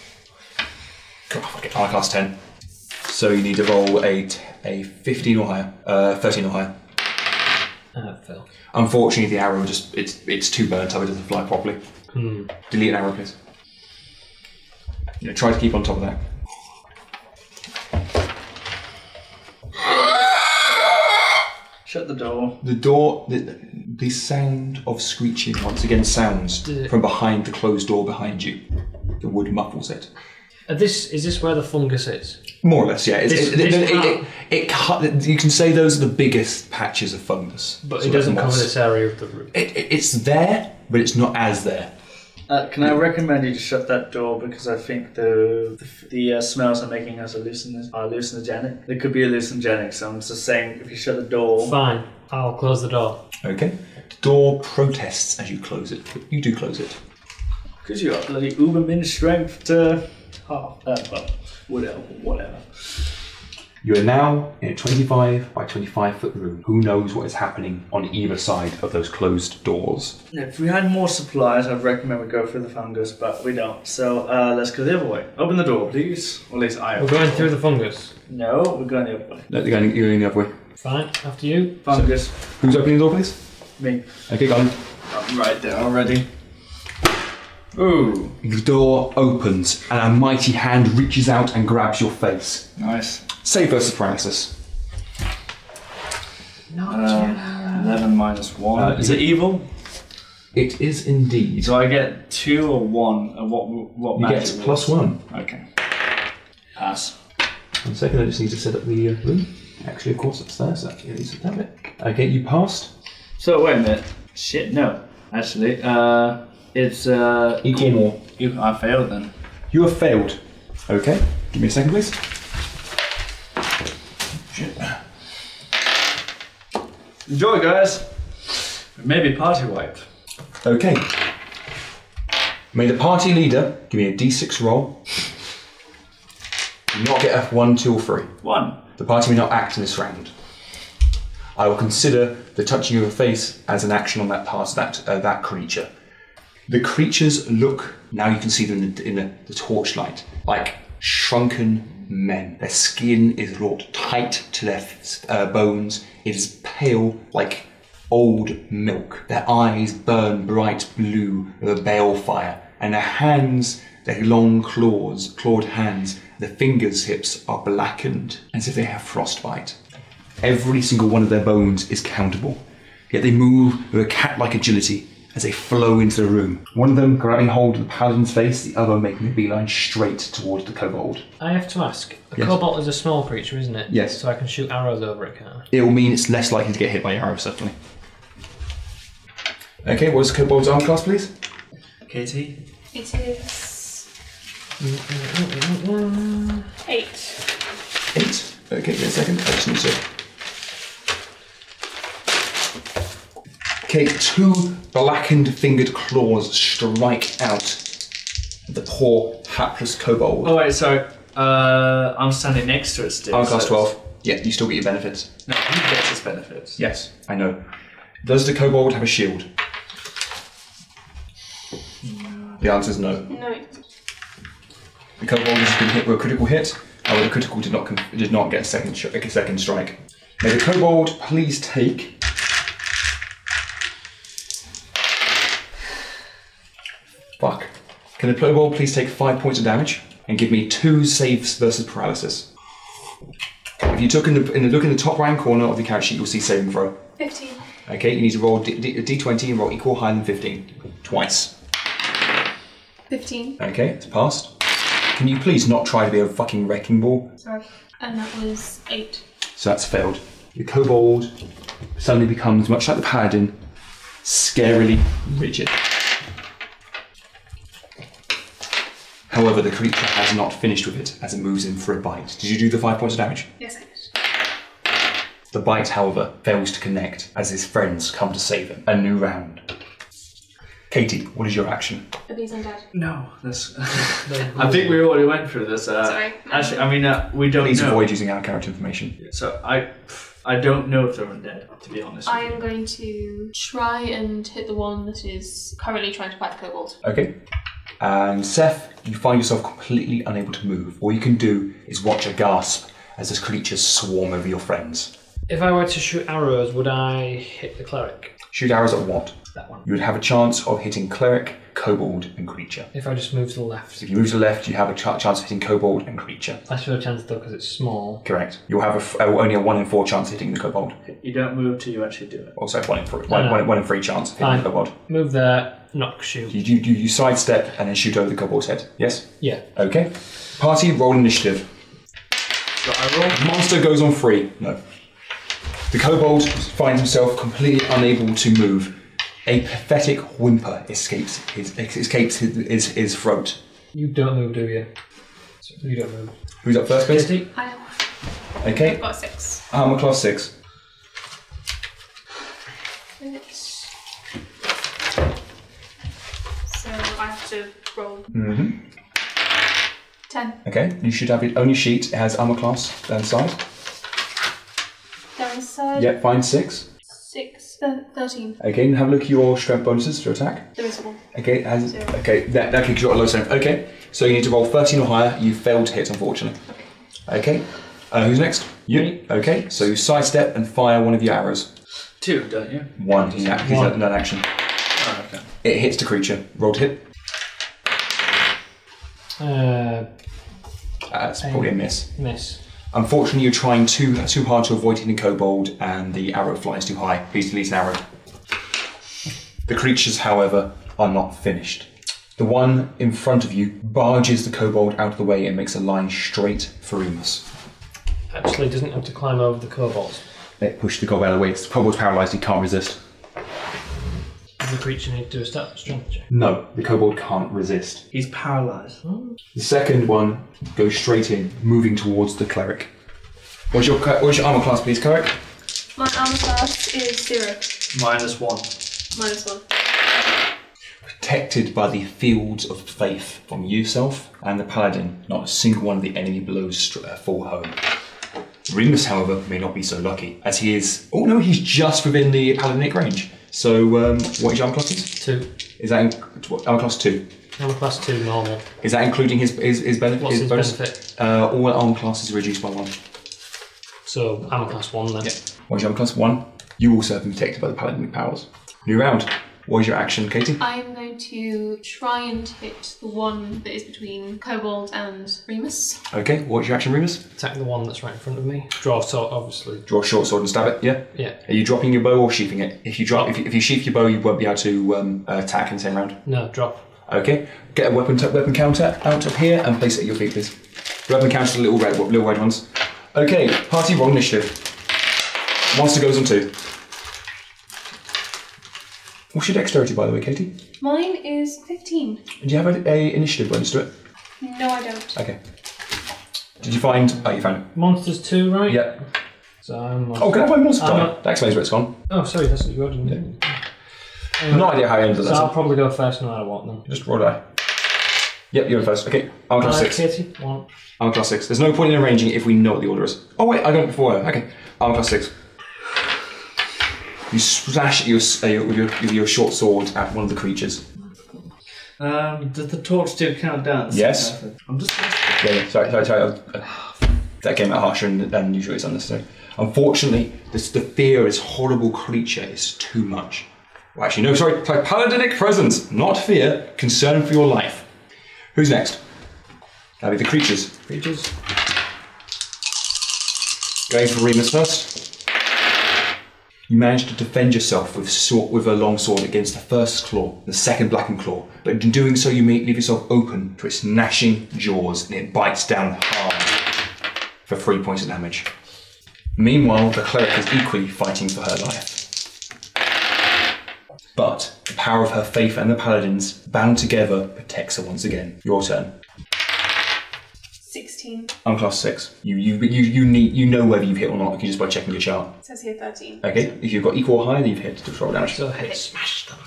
God, fuck it, Armor class ten. So you need to roll a t- a fifteen or higher, uh, thirteen or higher.
That fell.
Unfortunately, the arrow just it's it's too burnt up. It doesn't fly properly. Delete an arrow, please. You know, try to keep on top of that.
Shut the door.
The door, the, the sound of screeching once again sounds from behind the closed door behind you. The wood muffles it.
Uh, this is this where the fungus is?
More or less, yeah. It's,
This-
it, it,
this
it, it,
part-
it cut- you can say those are the biggest patches of fungus.
But
Sort
it
of
doesn't cover
moss.
this area of the room.
It, it- it's there, but it's not as there.
Uh, can I recommend you to shut that door because I think the the uh, smells are making us hallucin- are hallucinogenic. They could be hallucinogenic, so I'm just saying if you shut the door.
Fine. I'll close the door.
Okay. Door protests as you close it. but You do close it.
Because you got bloody uber min strength to half. Uh, well, whatever, whatever.
You are now in a 25 by 25 foot room. Who knows what is happening on either side of those closed doors?
If we had more supplies, I'd recommend we go through the fungus, but we don't. So uh, let's go the other way. Open the door, please. Or at least I
We're
open
going
the
through
door.
the fungus.
No, we're going the other way.
No, you're going, you're going the other way.
Fine. After you.
Fungus,
Who's opening the door, please?
me.
Okay, go on.
I'm right there already. Ooh,
The door opens and a mighty hand reaches out and grabs your face.
Nice.
Save versus paralysis.
Um,
Eleven minus one.
Uh,
is it evil?
It is indeed.
Do I get two or one? Uh, what what
You
magic?
get
rules?
plus one.
Okay. Pass.
One second, I just need to set up the uh, room. Actually, of course, upstairs. Actually, I need to damn it. Okay, you passed.
So wait a minute. Shit, no. Actually, uh, it's uh,
Equal more.
you, I failed then.
You have failed. Okay, give me a second, please.
enjoy, guys. Maybe party wipe.
Okay. May the party leader give me a d6 roll. Do not get a 1, 2, or 3.
One.
The party may not act in this round. I will consider the touching of a face as an action on that part, that uh, that creature. The creatures look now. You can see them in the, in the, the torchlight, like shrunken men. Their skin is wrought tight to their uh, bones. It is pale, like old milk. Their eyes burn bright blue with a bale fire, and their hands, their long claws, clawed hands, their fingers' hips are blackened as if they have frostbite. Every single one of their bones is countable, yet they move with a cat like agility as they flow into the room. One of them grabbing hold of the paladin's face, the other making a beeline straight towards the kobold.
I have to ask. A
Yes.
cobalt is a small creature, isn't it?
Yes.
So I can shoot arrows over it, can't I?
It will mean it's less likely to get hit by arrow, certainly. Okay, what is kobold's arm class, please?
Katie?
It is. Eight.
Eight. Okay, give me a second. I just need to. Okay, two blackened fingered claws strike out the poor hapless kobold.
Oh, wait, sorry. Uh, I'm standing next to it still.
Arm class
so-
12. Yeah, you still get your benefits.
No, he gets his benefits.
Yes, I know. Does the kobold have a shield? The answer is no.
No.
The kobold has been hit with a critical hit. However, the critical did not con- did not get a second sh- a second strike. May the kobold please take fuck. Can the kobold please take five points of damage and give me two saves versus paralysis? If you took in the, in the look in the top right corner of your character sheet, you'll see saving throw.
Fifteen.
Okay, you need to roll d- d- d20 and roll equal higher than 15 twice.
Fifteen.
Okay, it's passed. Can you please not try to be a fucking wrecking ball?
Sorry. And that was eight.
So that's failed. The kobold suddenly becomes, much like the paladin, scarily rigid. However, the creature has not finished with it as it moves in for a bite. Did you do the five points of damage?
Yes, I did.
The bite, however, fails to connect as his friends come to save him. A new round. Katie, what is your action?
Are these undead?
No, that's. I think we already went through this. Uh,
Sorry.
Actually, I mean, uh, we don't
Please
know.
avoid using our character information.
So I, I don't know if they're undead, to be honest.
I am going to try and hit the one that is currently trying to fight the kobold.
Okay. And Seth, you find yourself completely unable to move. All you can do is watch a gasp as this creatures swarm over your friends.
If I were to shoot arrows, would I hit the cleric?
Shoot arrows at what? That one. You would have a chance of hitting cleric, kobold, and creature.
If I just move to the left,
If you move to the left, you have a ch- chance of hitting kobold and creature.
I should have chance though because it's small.
Correct. You'll have a f- uh, only a one in four chance of hitting the kobold.
You don't move till you actually do it.
Also, one in three, one,
no.
one- one in three chance of hitting
Fine.
the kobold.
Move there, knock, shoot.
You, you, you, you sidestep and then shoot over the kobold's head. Yes.
Yeah.
Okay. Party roll initiative. Monster goes on free. No. The kobold finds himself completely unable to move. A pathetic whimper escapes his escapes his, his, his throat.
You don't move, do you? You don't move.
Who's up first, please?
Misty?
I
Okay.
have got six.
Armor class six.
Six. So I have to roll.
Mm-hmm.
Ten.
Okay. You should have it only sheet. It has armor class um, down side.
Down the side.
Yeah. Find six.
Six. Thir- Thirteen.
Okay. Now have a look at your strength bonuses for attack.
There is one.
Okay, it has, okay, that, that kicks you out of low strength. Okay, so you need to roll 13 or higher. You failed to hit, unfortunately. Okay, uh, who's next? You. Okay, so you sidestep and fire one of your arrows.
Two, don't you? Oh,
One, he's, act, he's
One.
in that action. It hits the creature. Roll to hit.
Uh,
Uh, it's probably a miss.
miss.
Unfortunately, you're trying too too hard to avoid hitting Kobold, and the arrow flies too high. Please delete an arrow. The creatures, however, are not finished. The one in front of you barges the Kobold out of the way and makes a line straight for Remus.
Actually, doesn't have to climb over the kobolds.
It pushed the gob out of the way. It's Kobold's paralysed. He can't resist.
Does the creature need to do a stat strength check?
No, the Kobold can't resist.
He's paralyzed.
The second one goes straight in, moving towards the cleric. What's your cl- what's your armor class, please, cleric?
My armor class is zero.
Minus one.
Minus one.
protected by the fields of faith from yourself and the paladin. Not a single one of the enemy blows str- uh, fall home. Remus, however, may not be so lucky, as he is. Oh no, he's just within the paladinic range. So, um, what is your armor class?
Two.
Is that in- armor class two?
I'm a class two normal.
Is that including his his, his, benef-
What's his
bonus?
benefit?
Uh, all armor classes are reduced by one.
So I'm a class one then.
What is your armor class? One. You also have been protected by the paladinic powers. New round. What is your action, Katie?
I am going to try and hit the one that is between Kobold and Remus.
Okay. What is your action, Remus?
Attack the one that's right in front of me. Draw sword, obviously.
Draw a short sword and stab it. Yeah.
Yeah.
Are you dropping your bow or sheathing it? If you
Oh.
drop, if you, if you sheath your bow, you won't be able to um, attack in the same round.
No, drop.
Okay, get a weapon t- weapon counter out of here and place it at your feet, please. The weapon counter, the little red, little red ones. Okay, party roll initiative. Monster goes on two. What's your dexterity, by the way, Katie?
Mine is fifteen.
Do you have a, a initiative bonus to it?
No, I don't.
Okay. Did you find? Oh, you found
Monsters two, right?
it. Yep.
So I'm.
Oh, can I buy monster
I'm
die?
not-
That explains where it's gone.
Oh, sorry, that's what you ordered. didn't you?
No idea how I ended
So I'll
that.
probably go first no matter what then.
Just roll die. Yep, you're first. Okay, I'll drop
Five,
six.
Katie, one.
Armor class 6. There's no point in arranging it if we know what the order is. Oh, wait, I got it before. her. Okay. Armor class 6. You slash at your, s- uh, your- with, your, with your short sword at one of the creatures.
Um, does the torch still count down?
Yes.
I'm just.
Yeah, yeah, sorry, sorry, sorry. I was- uh, That came out harsher than, than usual. It's unnecessary. Unfortunately, this, the fear of this horrible creature is too much. Well, actually, no, sorry. sorry, Paladinic presence, not fear, concern for your life. Who's next? That'll be the creatures.
Creatures.
Going for Remus first. You manage to defend yourself with sword, with a long sword against the first claw, the second blackened claw, but in doing so, you may leave yourself open to its gnashing jaws, and it bites down hard for three points of damage. Meanwhile, the cleric is equally fighting for her life. But the power of her faith and the paladin's, bound together, protects her once again. Your turn.
Sixteen.
I'm class six. You you you you need you know whether you've hit or not just by checking your chart.
It says here thirteen.
Okay, if you've got equal or higher, then you've hit to roll damage.
So hit smash them.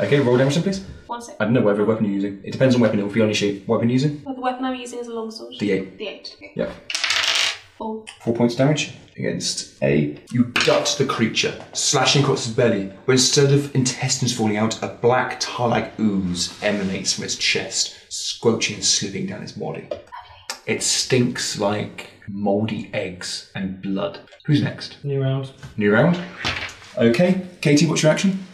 Okay, roll damage then, please.
One sec.
I don't know whatever weapon you're using. It depends on weapon. It will be on your sheet. Weapon you're using?
Well, the weapon I'm using is a longsword.
D8.
The eight. Okay.
Yep.
Oh.
Four points damage against A. You gut the creature, slashing across its belly, but instead of intestines falling out, a black tar-like ooze emanates from its chest, squelching and slipping down its body. It stinks like mouldy eggs and blood. Who's next?
New round.
New round. Okay, Katie, what's your action?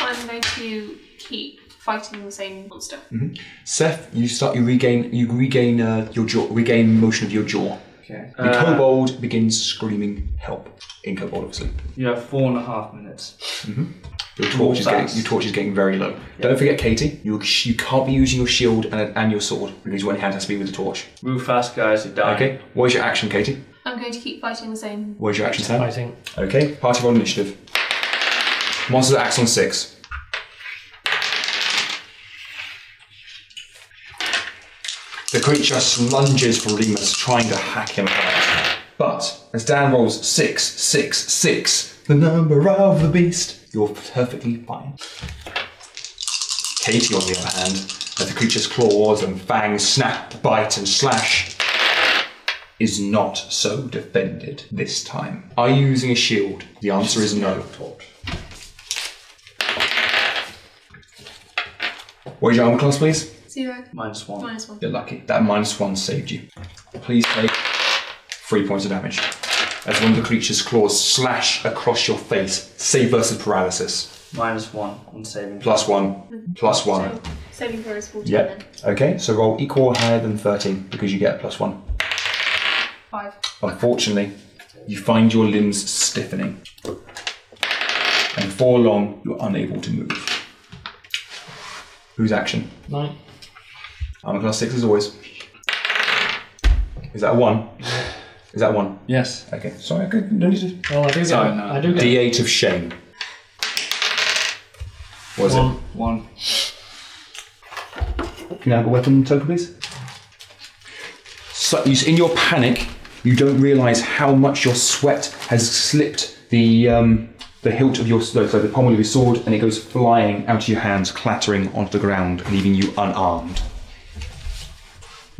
I'm going to keep fighting the same monster.
hmm Seth, you start. You regain. You regain uh, your jaw. Regain motion of your jaw.
Okay.
The
Uh,
kobold begins screaming help in kobold, obviously.
You have four and a half minutes.
Mhm. Your torch is
More
getting
fast.
your torch is getting very low. Don't forget, Katie, you you can't be using your shield and, and your sword because one hand has to be with the torch.
Move fast, guys. You die.
Okay. What is your action, Katie?
I'm going to keep fighting the same.
What is your action, Sam?
Fighting.
Okay. Party roll initiative. Monsters acts on six. The creature lunges for Remus, trying to hack him apart. But as Dan rolls six, six, six, the number of the beast, you're perfectly fine. Katie, on the other hand, as the creature's claws and fangs snap, bite, and slash, is not so defended this time. Are you using a shield? The answer is no. What is your armor class, please?
Zero.
Minus one.
Minus one.
You're lucky. That minus one saved you. Please take three points of damage as one of the creature's claws slash across your face. Save versus paralysis.
Minus one on saving.
Plus one. Plus one.
So, saving throw is 14
Yep.
then.
Okay, so roll equal or higher than 13 because you get a plus one.
Five.
Unfortunately, you find your limbs stiffening. And for long, you're unable to move. Whose action?
Nine.
Armor class six as always. Is that a one? Is that a one?
Yes.
Okay, sorry, I could no need to.
Well, I do get.
Sorry,
I do get.
D8 of shame. What is
One.
it?
One.
Can I have a weapon token, please? So, you s- in your panic, you don't realise how much your sweat has slipped the um, the hilt of your no, sorry, the pommel of your sword, and it goes flying out of your hands, clattering onto the ground, leaving you unarmed.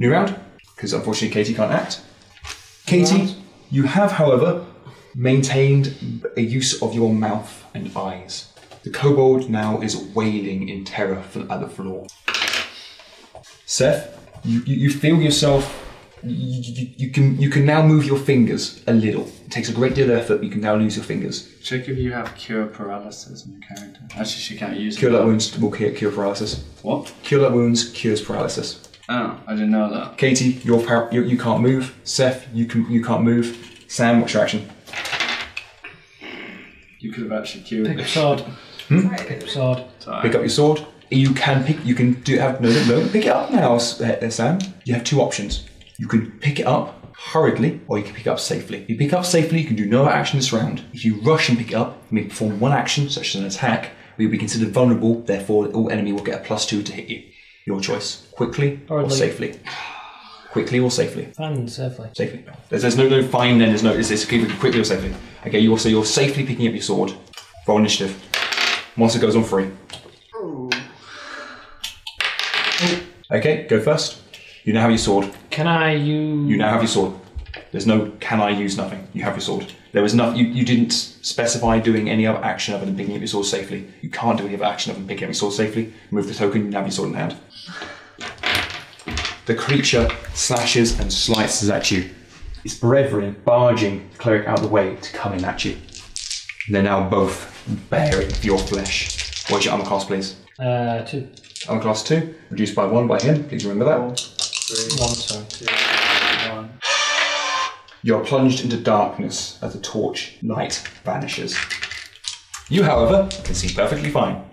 New round, because unfortunately Katie can't act. Katie, you have, however, maintained a use of your mouth and eyes. The kobold now is wailing in terror f- at the floor. Seth, you, you, you feel yourself. You, you, you can you can now move your fingers a little. It takes a great deal of effort. But you can now lose your fingers.
Check if you have cure paralysis in your character. Actually, she can't use
Cure
it.
light wounds will cure, cure paralysis.
What?
Cure light wounds cures paralysis.
Ah,
Oh, I didn't know that.
Katie, you're par- you, you can't move. Seth, you can you can't move. Sam, what's your action?
You could have actually cured
Pick up
me.
sword.
Hmm?
Pick up sword.
Pick up your sword. You can pick. You can do have no no no. Pick it up now, S- uh, Sam. You have two options. You can pick it up hurriedly, or you can pick it up safely. If you pick it up safely, you can do no action this round. If you rush and pick it up, you may perform one action, such as an attack. Or you'll be considered vulnerable. Therefore, all enemy will get a plus two to hit you. Your choice: quickly or
Hurriedly.
safely. Quickly or safely.
And safely.
Safely. There's, there's no no fine. Then there's no. It's, it's quickly, quickly or safely. Okay. You also you're safely picking up your sword. Roll initiative. Monster goes on free. Okay, go first. You now have your sword.
Can I use?
You now have your sword. There's no can I use nothing. You have your sword. There was nothing. You, you didn't specify doing any other action other than picking up your sword safely. You can't do any other action other than picking up your sword safely. Move the token. You now have your sword in hand. The creature slashes and slices at you. Its brethren barging the cleric out of the way to come in at you. They're now both bearing your flesh. What's your armor class, please?
Uh, two.
Armor class two, reduced by one by him. Please remember that.
One. Sorry.
You are plunged into darkness as the torch light vanishes. You, however, can see perfectly fine.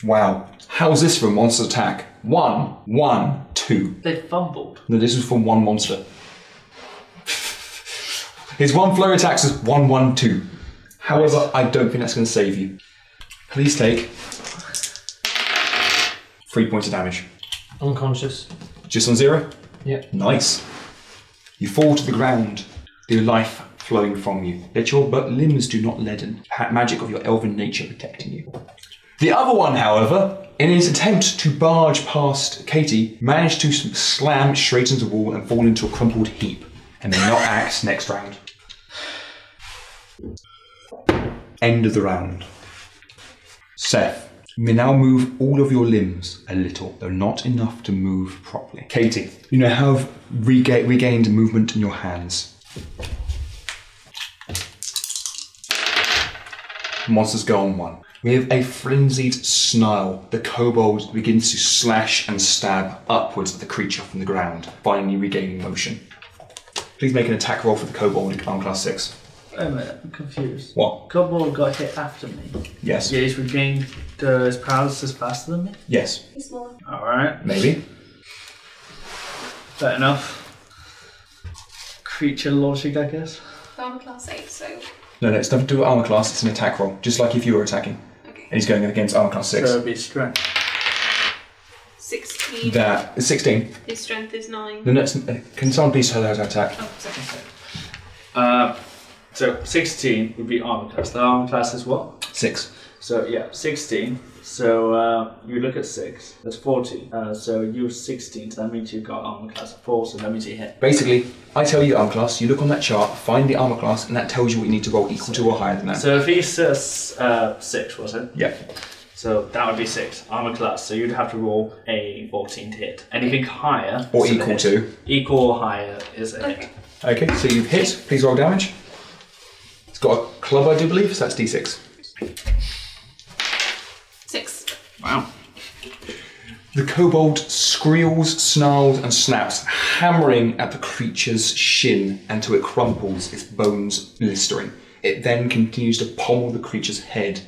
Ding! Wow. How's this for a monster attack? One, one, two.
They fumbled.
No, this was from one monster. His one flurry attacks is one, one, two. However, I don't think that's going to save you. Please take three points of damage.
Unconscious.
Just on zero?
Yep.
Nice. You fall to the ground, your life flowing from you, yet your but limbs do not leaden, ha- magic of your elven nature protecting you. The other one, however, in his attempt to barge past Katie, managed to s- slam straight into the wall and fall into a crumpled heap, and may not act next round. End of the round. Seth, you may now move all of your limbs a little, though not enough to move properly. Katie, you now have rega- regained movement in your hands. Monster's gone one. With a frenzied snarl, the kobold begins to slash and stab upwards at the creature from the ground, finally regaining motion. Please make an attack roll for the kobold in command class 6.
Wait a minute, I'm confused.
What?
Cobalt got hit after me.
Yes.
Yeah, he's regained uh, his paralysis faster than me.
Yes.
Alright.
Maybe.
Fair enough. Creature logic, I guess.
I'm class 8, so
No, no, it's nothing to do with armor class, it's an attack roll, just like if you were attacking. And he's going against armor class 6.
So it'd be strength.
16.
That is 16.
His strength is 9.
The next, uh, can someone please tell her how to attack?
Oh, sorry.
Uh, so 16 would be armor class. The armor class is what?
6.
So yeah, 16. So uh, you look at 6. That's 40. Uh, so you're 16. So that means you've got armor class 4. So that means you hit.
Basically, I tell you armor class, you look on that chart, find the armor class, and that tells you what you need to roll equal to or higher than that.
So if he's uh, s- uh, 6, was it?
yeah.
So that would be 6. Armor class. So you'd have to roll a 14 to hit. Anything higher.
Or
is a
equal
hit.
to.
Equal or higher is a hit.
Okay, so you've hit. Please roll damage. It's got a club, I do believe, so that's d6.
6.
Wow. The kobold screels, snarls, and snaps, hammering at the creature's shin until it crumples, its bones blistering. It then continues to pommel the creature's head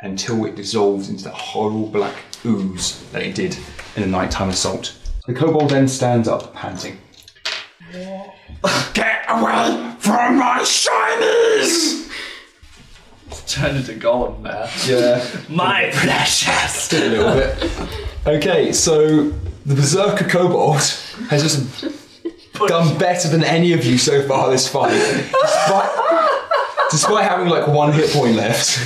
until it dissolves into that horrible black ooze that it did in a nighttime assault. The kobold then stands up, panting. Get away from my shinies!
Turned into golem there.
Yeah.
My precious!
a little bit. Okay, so the Berserker Kobold has just done better than any of you so far this fight. Despite, despite having like one hit point left.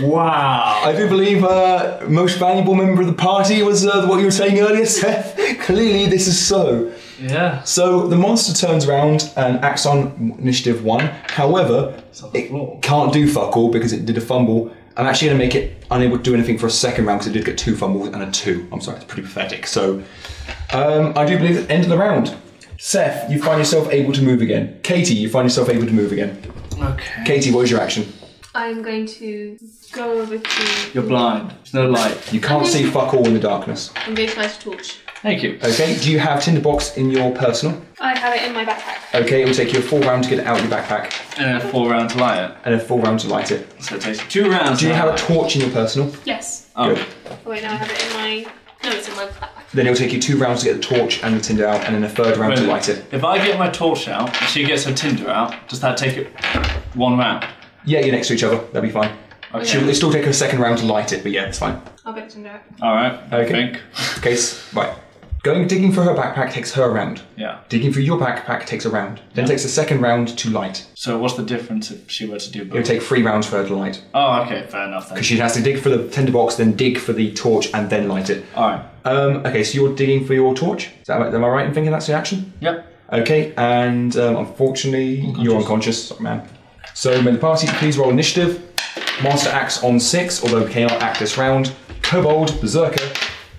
Wow. I do believe uh, most valuable member of the party was uh, what you were saying earlier, Seth. Clearly, this is so.
Yeah.
So the monster turns around and acts on initiative one. However, it can't do fuck all because it did a fumble. I'm actually going to make it unable to do anything for a second round because it did get two fumbles and a two. I'm sorry, it's pretty pathetic. So um, I do believe at the end of the round, Seth, you find yourself able to move again. Katie, you find yourself able to move again.
Okay.
Katie, what is your action?
I'm going to go over to.
You're blind. There's no light. You can't see fuck all in the darkness.
Engage Magic Torch.
Thank you. Okay, do you have Tinderbox in your personal?
I have it in my backpack.
Okay, it will take you a full round to get it out of your backpack. And a full round to light it. And a full round to light it. So it takes two rounds. Do you
to
have a
light it.
torch in your personal?
Yes.
Good.
Oh, wait, no, I have it in my. No, it's in my backpack.
Then it'll take you two rounds to get the torch and the tinder out, and then a third round to
Wait.
light it.
If I get my torch out and she gets her tinder out, does that take it one round?
Yeah, you're next to each other. That'll be fine.
Okay.
She'll, it'll still take her a second round to light it, but yeah, it's fine.
I'll get to know.
All right. Okay. Okay. s- Right. Going digging for her backpack takes her a round.
Yeah.
Digging for your backpack takes a round. Then takes a second round to light.
So what's the difference if she were to do both?
It'll take three rounds for her to light.
Oh, okay, fair enough then.
Because she has to dig for the tinderbox, then dig for the torch, and then light it. All right. Um, okay, so you're digging for your torch. Is that, am I right in thinking that's your action?
Yep.
Okay, and um, unfortunately, you're unconscious, Sorry, man. So may the party please roll initiative. Monster acts on six, although cannot act this round. Kobold Berserker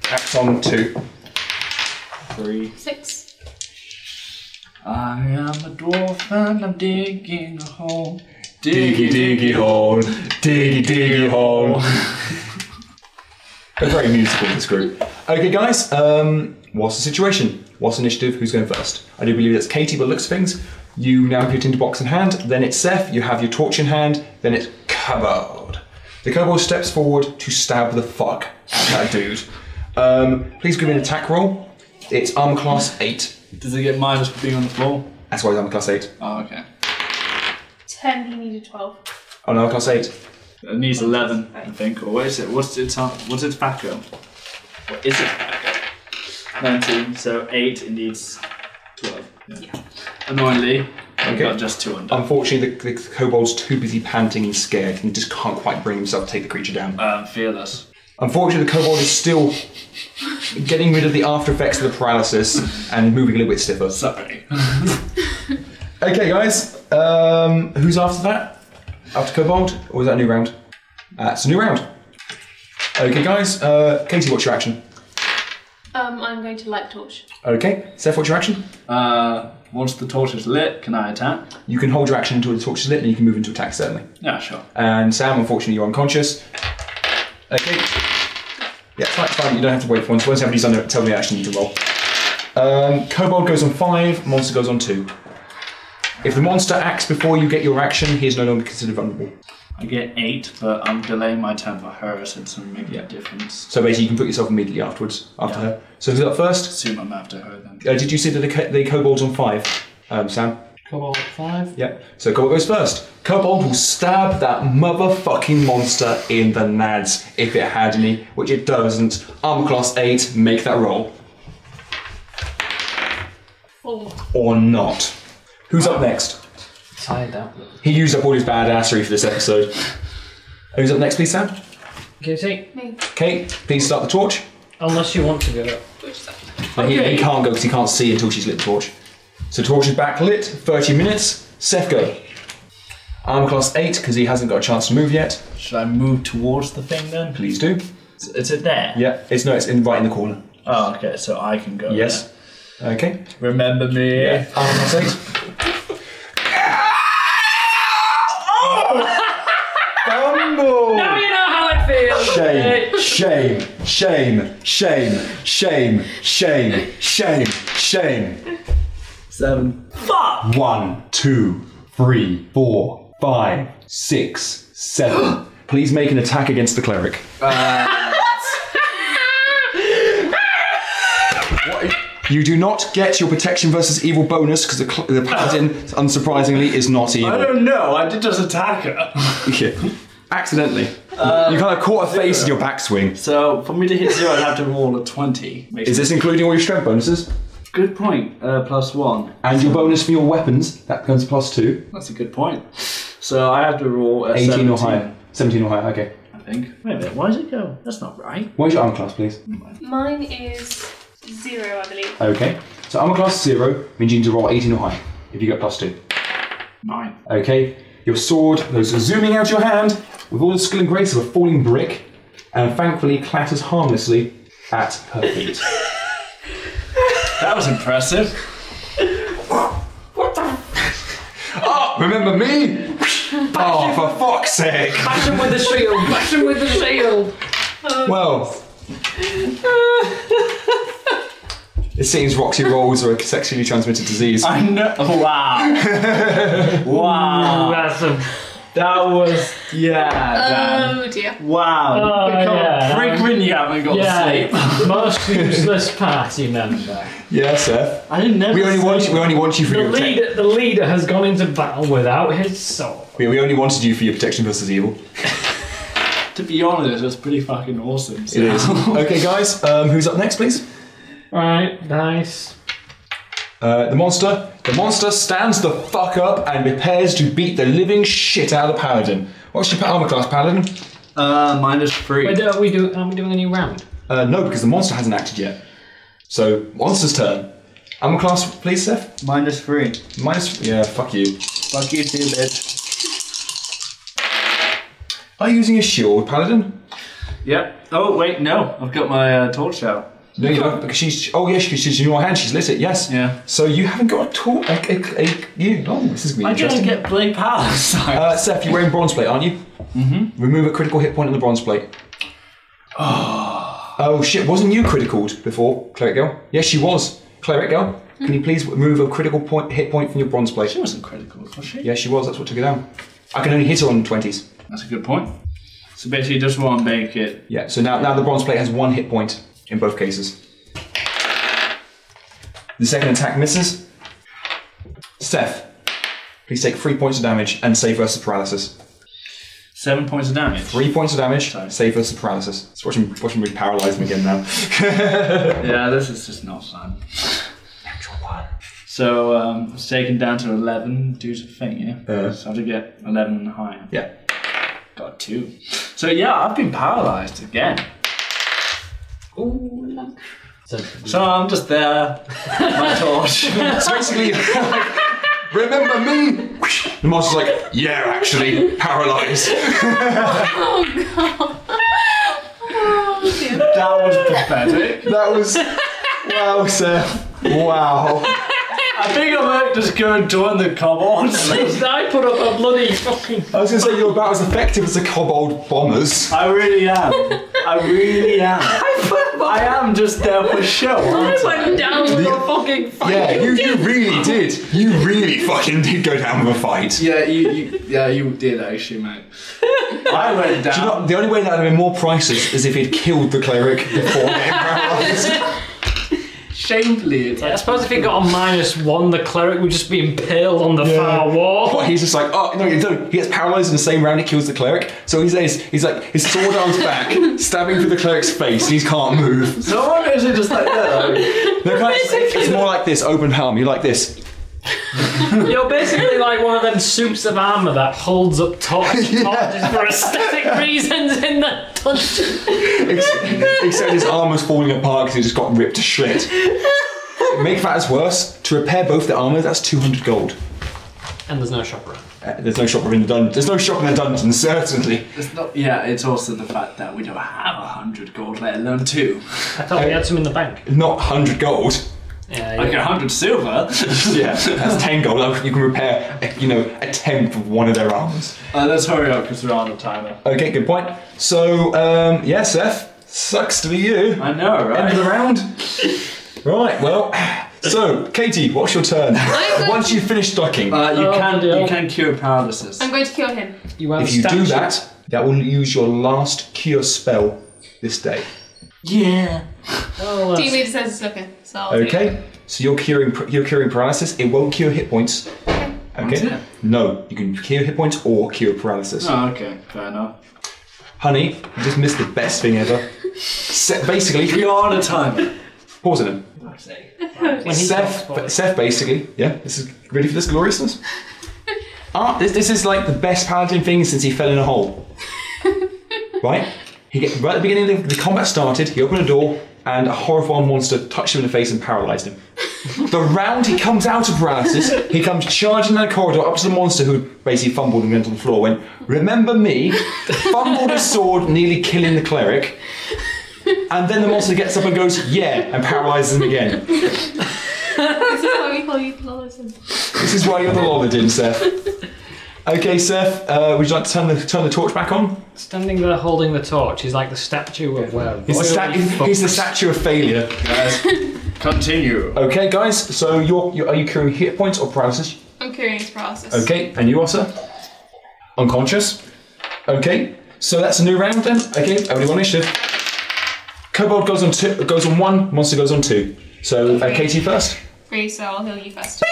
acts on two.
Three.
Six.
I am a dwarf and I'm digging a hole.
Diggy diggy hole, diggy diggy hole. They're very musical this group. Okay, guys. Um, what's the situation? What's initiative? Who's going first? I do believe it's Katie, but looks of things. You now have your tinder box in hand. Then it's Seth. You have your torch in hand. Then it's Kobold. The Kobold steps forward to stab the fuck at that dude. Um, please give me an attack roll. It's armor class eight. Does it get minus for being on the floor? That's why it's armor class eight. Oh, okay.
10, he needed 12.
Oh no, class eight.
It needs eleven, I think. Or what is it? What's its ar- what's its backup? What is it backup? Nineteen. So eight. It needs twelve. Yeah. Annoyingly, I've got just two
Um,
undone.
Unfortunately, the, the kobold's too busy panting and scared and just can't quite bring himself to take the creature down.
Um, fearless.
Unfortunately, the kobold is still getting rid of the after effects of the paralysis and moving a little bit stiffer.
Sorry.
okay, guys. Um, who's after that? After kobold, or is that a new round? Uh, it's a new round. Okay, guys. Uh, Katie, what's your action?
Um, I'm going to light torch.
Okay, Seth, what's your action?
Uh, once the torch is lit, can I attack?
You can hold your action until the torch is lit, and you can move into attack certainly.
Yeah, sure.
And Sam, unfortunately, you're unconscious. Okay. Yeah, it's fine, it's fine. You don't have to wait for one. Once everybody's done it, tell me the action you need to roll. Um, Kobold goes on five. Monster goes on two. If the monster acts before you get your action, he is no longer considered vulnerable.
I get eight, but I'm delaying my turn for her since I'm making a difference.
So basically, you can put yourself immediately afterwards after her. So who's up first?
Assume I'm after her then.
Uh, did you see that the, co- the kobold's on five, um, Sam?
Cobalt five.
Yep. So Kobold goes first. Kobold will stab that motherfucking monster in the nads if it had any, which it doesn't. Armor class eight. Make that roll
Four.
or not. Who's up next?
Tired out.
He used up all his badassery for this episode. Who's up next, please, Sam?
Katie,
Me.
Kate, please start the torch.
unless you want to go up.
Which is up.
But he, he can't go because he can't see until she's lit the torch. So torch is back lit, 30 minutes. Seth go. Armor class 8 because he hasn't got a chance to move yet.
Should I move towards the thing then?
Please do.
Is, is it there?
Yeah, it's no, it's in right in the corner.
Oh, okay. So I can go.
Yes. Okay.
there. Remember me.
Armor class 8. Bumble!
you know how I feel.
Shame, shame, shame, shame, shame, shame, shame, shame.
Seven.
One, two, three, four, five, six, seven.
Please make an attack against the cleric. What- You do not get your protection versus evil bonus because the, cl- the paladin, unsurprisingly, is not evil.
I don't know. I did just attack her.
Yeah. Accidentally. you kind of caught a face in your backswing.
so for me to hit zero, I'd have to roll a twenty. Makes
Is this including all your strength bonuses?
good point? Uh, plus one.
And your bonus for your weapons, that becomes plus two.
That's a good point. So I have to roll a
18
17,
or higher. 17 or higher, okay.
I think.
Wait a minute. Why does it go? That's not right.
What is your armor class, please?
Mine is zero, I believe.
Okay. So armor class zero means you need to roll 18 or higher if you get plus two.
Nine.
Okay. Your sword goes zooming out your hand with all the skill and grace of a falling brick and thankfully clatters harmlessly at her feet.
That was impressive.
Remember me? oh, for fuck's sake!
Bash him with the shield. Bash him with the shield.
Well, it seems Roxy rolls are a sexually transmitted disease.
I know. Wow.
Ah.
wow.
That's a
That was yeah. Dan.
Oh dear.
Wow.
Oh, yeah.
Frequent you haven't got
yeah,
to sleep.
most useless party member.
Yeah, Seth.
I didn't know.
We only want you, we only want you for
The
your protection.
leader, the leader has gone into battle without his sword.
We, we only wanted you for your protection versus evil.
To be honest, it's pretty fucking awesome. so-
It is.
Oh.
okay, guys. Um, who's up next, please?
Right, nice.
Uh, the monster. The monster stands the fuck up and prepares to beat the living shit out of the paladin. What's your armor class, paladin?
Uh, minus three.
Wait, are we do? Are we doing a new round?
Uh, no, because the monster hasn't acted yet. So monster's turn. Armor class, please, Seth.
Minus three.
Minus. Yeah, fuck you.
Fuck you too, bitch.
Are you using a shield, paladin?
Yep. Oh wait, no. I've got my uh, torch out.
No, you don't, because she's. Oh, yes, she's, she's in your hand. She's lit it. Yes.
Yeah.
So you haven't got a tool. A, a, a, you. Oh, this is gonna
I
be
didn't
interesting.
get blade power. Sorry.
Uh, Seth, you're wearing bronze plate, aren't you? Mm-hmm. Remove a critical hit point on the bronze plate. Oh. shit! Wasn't you criticaled before, cleric girl? Yes, she was. Cleric girl, can you please remove a critical point hit point from your bronze plate?
she wasn't critical, was she?
Yeah, she was. That's what took her down. I can only hit her on twenties.
That's a good point. So basically, just want to make it
Yeah. So now, now the bronze plate has one hit point in both cases. The second attack misses. Seth, please take three points of damage and save versus paralysis.
seven points of damage.
Three points of damage, save versus paralysis. Let's watch him, watch him be paralyzed again now.
Yeah, this is just not fun. So um, it's taken down to 11 due to thing, yeah?
Uh.
so I have to get 11 and higher.
Yeah.
Got two. So yeah, I've been paralyzed again. Ooh.
So,
I'm just there, my torch.
So basically, remember me? The monster's like, yeah, actually, paralyzed.
Oh god. Oh dear.
That was pathetic.
That was. Wow, Seth. Wow.
I think I might just go and join the kobold.
I put up a bloody fucking.
I was going to say you're about as effective as the kobold bombers.
I really am. I really am. I am just there for show.
I
aren't I?
went down with a fucking fight.
Yeah, you, you really did. You really fucking did go down with a fight.
Yeah, you, you yeah, you did actually, mate. I went
Do you
down.
know, the only way that would have been more priceless is if he'd killed the cleric before getting paralyzed.
Shamefully, it's
I suppose if he got a minus one, the cleric would just be impaled on the far wall.
But he's just like, oh no, you don't. He gets paralysed in the same round. He kills the cleric. So he's he's, he's like his sword arms back, stabbing through the cleric's face. And he can't move.
So I'm actually just like that.
No, can I- it's more like this, open palm. You like this?
You're basically like one of them suits of armour that holds up torch, torches for aesthetic reasons in the dungeon.
Ex- Except his armor's falling apart because he just got ripped to shit. Make matters worse. To repair both the armor, that's two hundred gold.
And there's no shop around.
Uh, There's no shopper in the dungeon. There's no shop in the dungeon, certainly.
It's not. Yeah, it's also the fact that we don't have a hundred gold, let alone two.
I thought we had some in the bank.
Not hundred gold.
Yeah,
Like a hundred silver.
Yeah, that's ten gold. Like, You can repair, uh, you know, a tenth of one of their arms.
Uh, let's hurry up because we're on a timer.
Okay, good point. So, um, yeah, Seth, sucks to be you.
I know, right?
End of the round. Right. Well, so Katie, what's your turn?
going
Once you finish ducking,
Uh, you
Oh,
can
dear.
you can cure paralysis.
I'm going to kill him.
You have
if you do that, that will use your last cure spell this day.
Yeah.
TV says it's okay. So I'll take it.
Okay. So you're curing par- you're curing paralysis. It won't cure hit points.
Won't
Okay.
it?
No, you can cure hit points or cure paralysis.
Oh, okay, fair enough.
Honey, you just missed the best thing ever. Se- basically,
We are on a timer.
pause it.
When he
Seth,
comes forward.
Seth, basically, yeah. This is ready for this gloriousness. Ah, this, this is like the best paladin thing since he fell in a hole. right? He get, right at the beginning of the, the combat started. He opened a door, and a horrifying monster touched him in the face and paralyzed him. the round he comes out of paralysis, he comes charging down the corridor up to the monster who basically fumbled and went on the floor. Went, remember me? Fumbled his sword, nearly killing the cleric. And then the monster gets up and goes, yeah, and paralyzes him again.
This is why we call you Lawson.
This is why you're the Lolladin, Seth. Okay, Seth, uh, would you like to turn the turn the torch back on?
Standing there holding the torch, he's like the statue of uh, where.
He's the, sta- he's the statue of failure.
Continue.
Okay, guys. So you're, you're are you curing hit points or paralysis?
I'm curious process.
Okay, and you are, sir. Unconscious. Okay, so that's a new round then. Okay, everybody on initiative. Kobold goes on two, goes on one. Monster goes on two. So uh, Katie first.
Free, so I'll heal you first.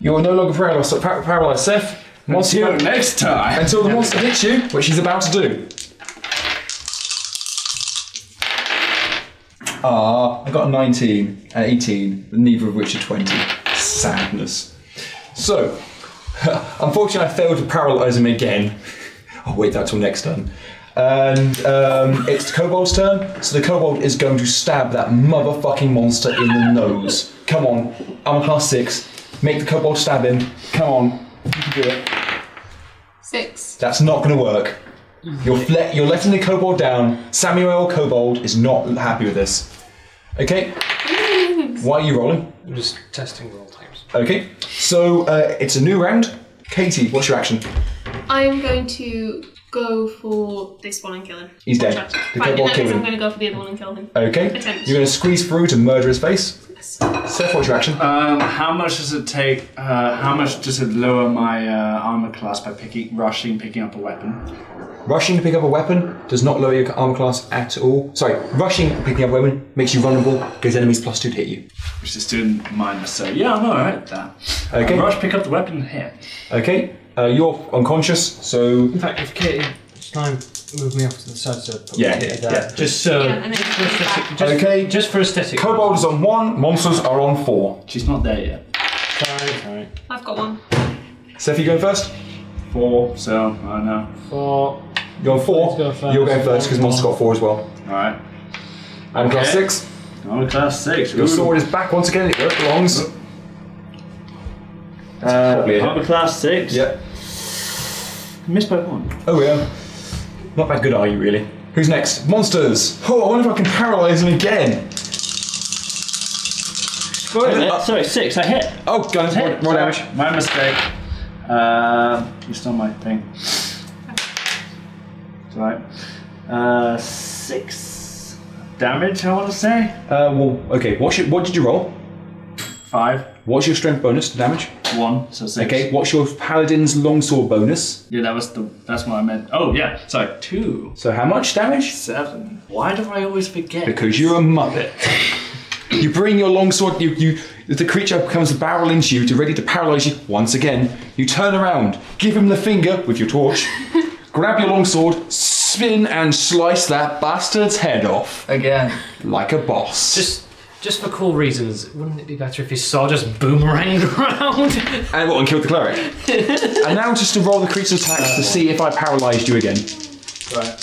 You are no longer paralyzed. Par- paralyzed, Seth. Monster
Till Oh, next time.
until the monster hits you, which he's about to do. Ah, I got a 19 and 18, neither of which are 20. Sadness. So, unfortunately, I failed to paralyze him again. I'll wait that till next turn. And um, it's the kobold's turn, so the kobold is going to stab that motherfucking monster in the nose. Come on, I'm a class six. Make the kobold stab him. Come on, you can do it.
Six.
That's not going to work.
Mm.
You're, fle- you're letting the kobold down. Samuel Kobold is not happy with this. Okay. Why are you rolling?
I'm just testing roll times.
Okay. So uh, it's a new round. Katie, what's your action?
I am going to go for this one and kill him.
He's dead.
Fine, in
The
that
cobalt killed
case, I'm
him.
going to go for the other one and kill him.
Okay.
Attempt.
You're going to squeeze through to murder his face.
Yes.
Seth, what's your action?
Um, how much does it take? Uh, how much does it lower my uh, armor class by picking, rushing, picking up a weapon?
Rushing to pick up a weapon does not lower your armor class at all. Sorry, rushing and picking up a weapon makes you vulnerable because enemies plus two to hit you.
Which is doing minus. So yeah, I'm alright with that.
Okay.
I rush, pick up the weapon here.
Okay. Uh, you're unconscious, so
In fact, if Katie, it's time move me off to the side so. put
Yeah,
me
yeah,
there.
yeah.
Just so.
Yeah, and then
just,
come
for aesthetic-
back.
just,
Okay.
just for aesthetic.
kobold is on one, monsters are on four.
She's not there yet.
Five. I've got one.
Seth, you going first?
Four, so I know.
Four.
You're going 4
Let's go
You're going
first.
first because Monster got four as well.
Alright.
And class
Okay.
six.
I'm class six.
Your sword is back once again. It where it belongs.
Uh,
probably a hit.
I'm a class six.
Yep.
Missed by one.
Oh yeah. Not that good are you really? Who's next? Monsters. Oh, I wonder if I can paralyze them again.
Wait a minute, Uh, Sorry, six. I hit.
Uh, Oh, guys, more, more damage.
My mistake. Um, you stole my thing. It's Right. Uh, six damage. I want to say
Uh, well, okay. What's your, what did you roll?
five,
What's your strength bonus to damage?
one, so six.
Okay. What's your paladin's longsword bonus?
Yeah, that was the. That's what I meant. Oh yeah. Sorry, two,
So how much damage?
seven. Why do I always forget?
Because you're a muppet. you bring your longsword. You, you the creature comes a barrel into you, to ready to paralyze you once again. You turn around, give him the finger with your torch, grab your longsword, spin and slice that bastard's head off
Again.
like a boss.
Just, just for cool reasons, wouldn't it be better if his saw just boomeranged around?
And what? And killed the cleric. and now just to roll the creature attacks to see if I paralysed you again.
Right.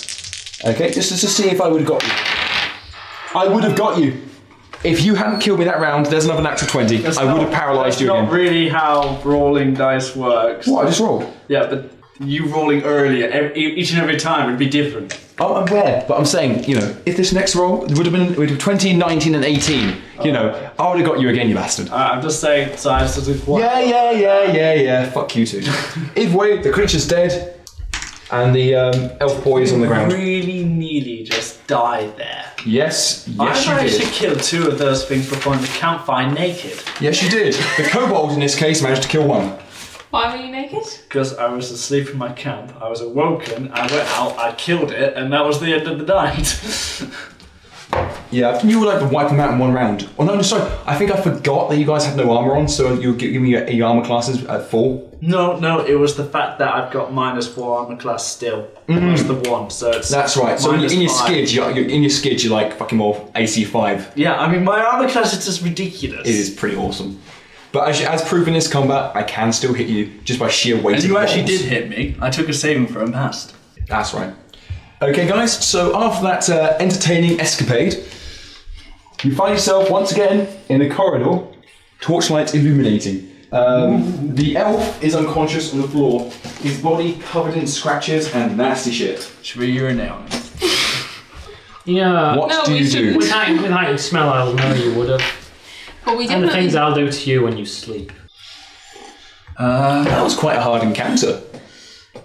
Okay, just just to see if I would have got you. I would have got you. If you hadn't killed me that round, there's another natural 20. I would have paralysed you
Not
again.
really how rolling dice works.
what? I just rolled.
Yeah, but you rolling earlier ev- e each and every time would be different.
Oh, I'm aware, but I'm saying, you know, if this next roll it would have been it would have 20, 19, and 18,
Oh.
you know, I would have got you again, you bastard.
Uh, I'm just saying size does it work.
Yeah, yeah, yeah, yeah, yeah. Fuck you two. Either way, the creature's dead, and the um, elf boy is on the ground.
Really nearly just died there.
Yes, yes,
I
you
managed
did.
to kill two of those things before the campfire naked
Yes, you did. The kobold in this case managed to kill one.
Why were you naked?
because I was asleep in my camp. I was awoken, I went out, I killed it, and that was the end of the night.
Yeah, you were like wipe them out in one round. Oh no, no, sorry. I think I forgot that you guys had no armor on, so you were giving me your, your armor classes at full.
no, no, it was the fact that I've got minus four armor class still. That's
Mm.
the one, so it's.
That's right. So in, your-
minus
in your
five.
skid, you're, you're in your skid, you're like fucking more AC five.
Yeah, I mean, my armor class is just ridiculous.
It is pretty awesome. But as, as proven in this combat, I can still hit you just by sheer weight.
And you
of
actually
rolls.
did hit me. I took a saving throw and passed.
That's right. Okay, guys. So after that uh, entertaining escapade, you find yourself once again in a corridor, torchlight illuminating. Um, the elf is unconscious on the floor, his body covered in scratches and nasty shit.
Should we urinate on it?
yeah.
What
No,
do
we
you
shouldn't.
do?
With height, with height and smell, I'll know you would have.
But we
And the
definitely.
things I'll do to you when you sleep.
Uh,
That was quite a hard encounter.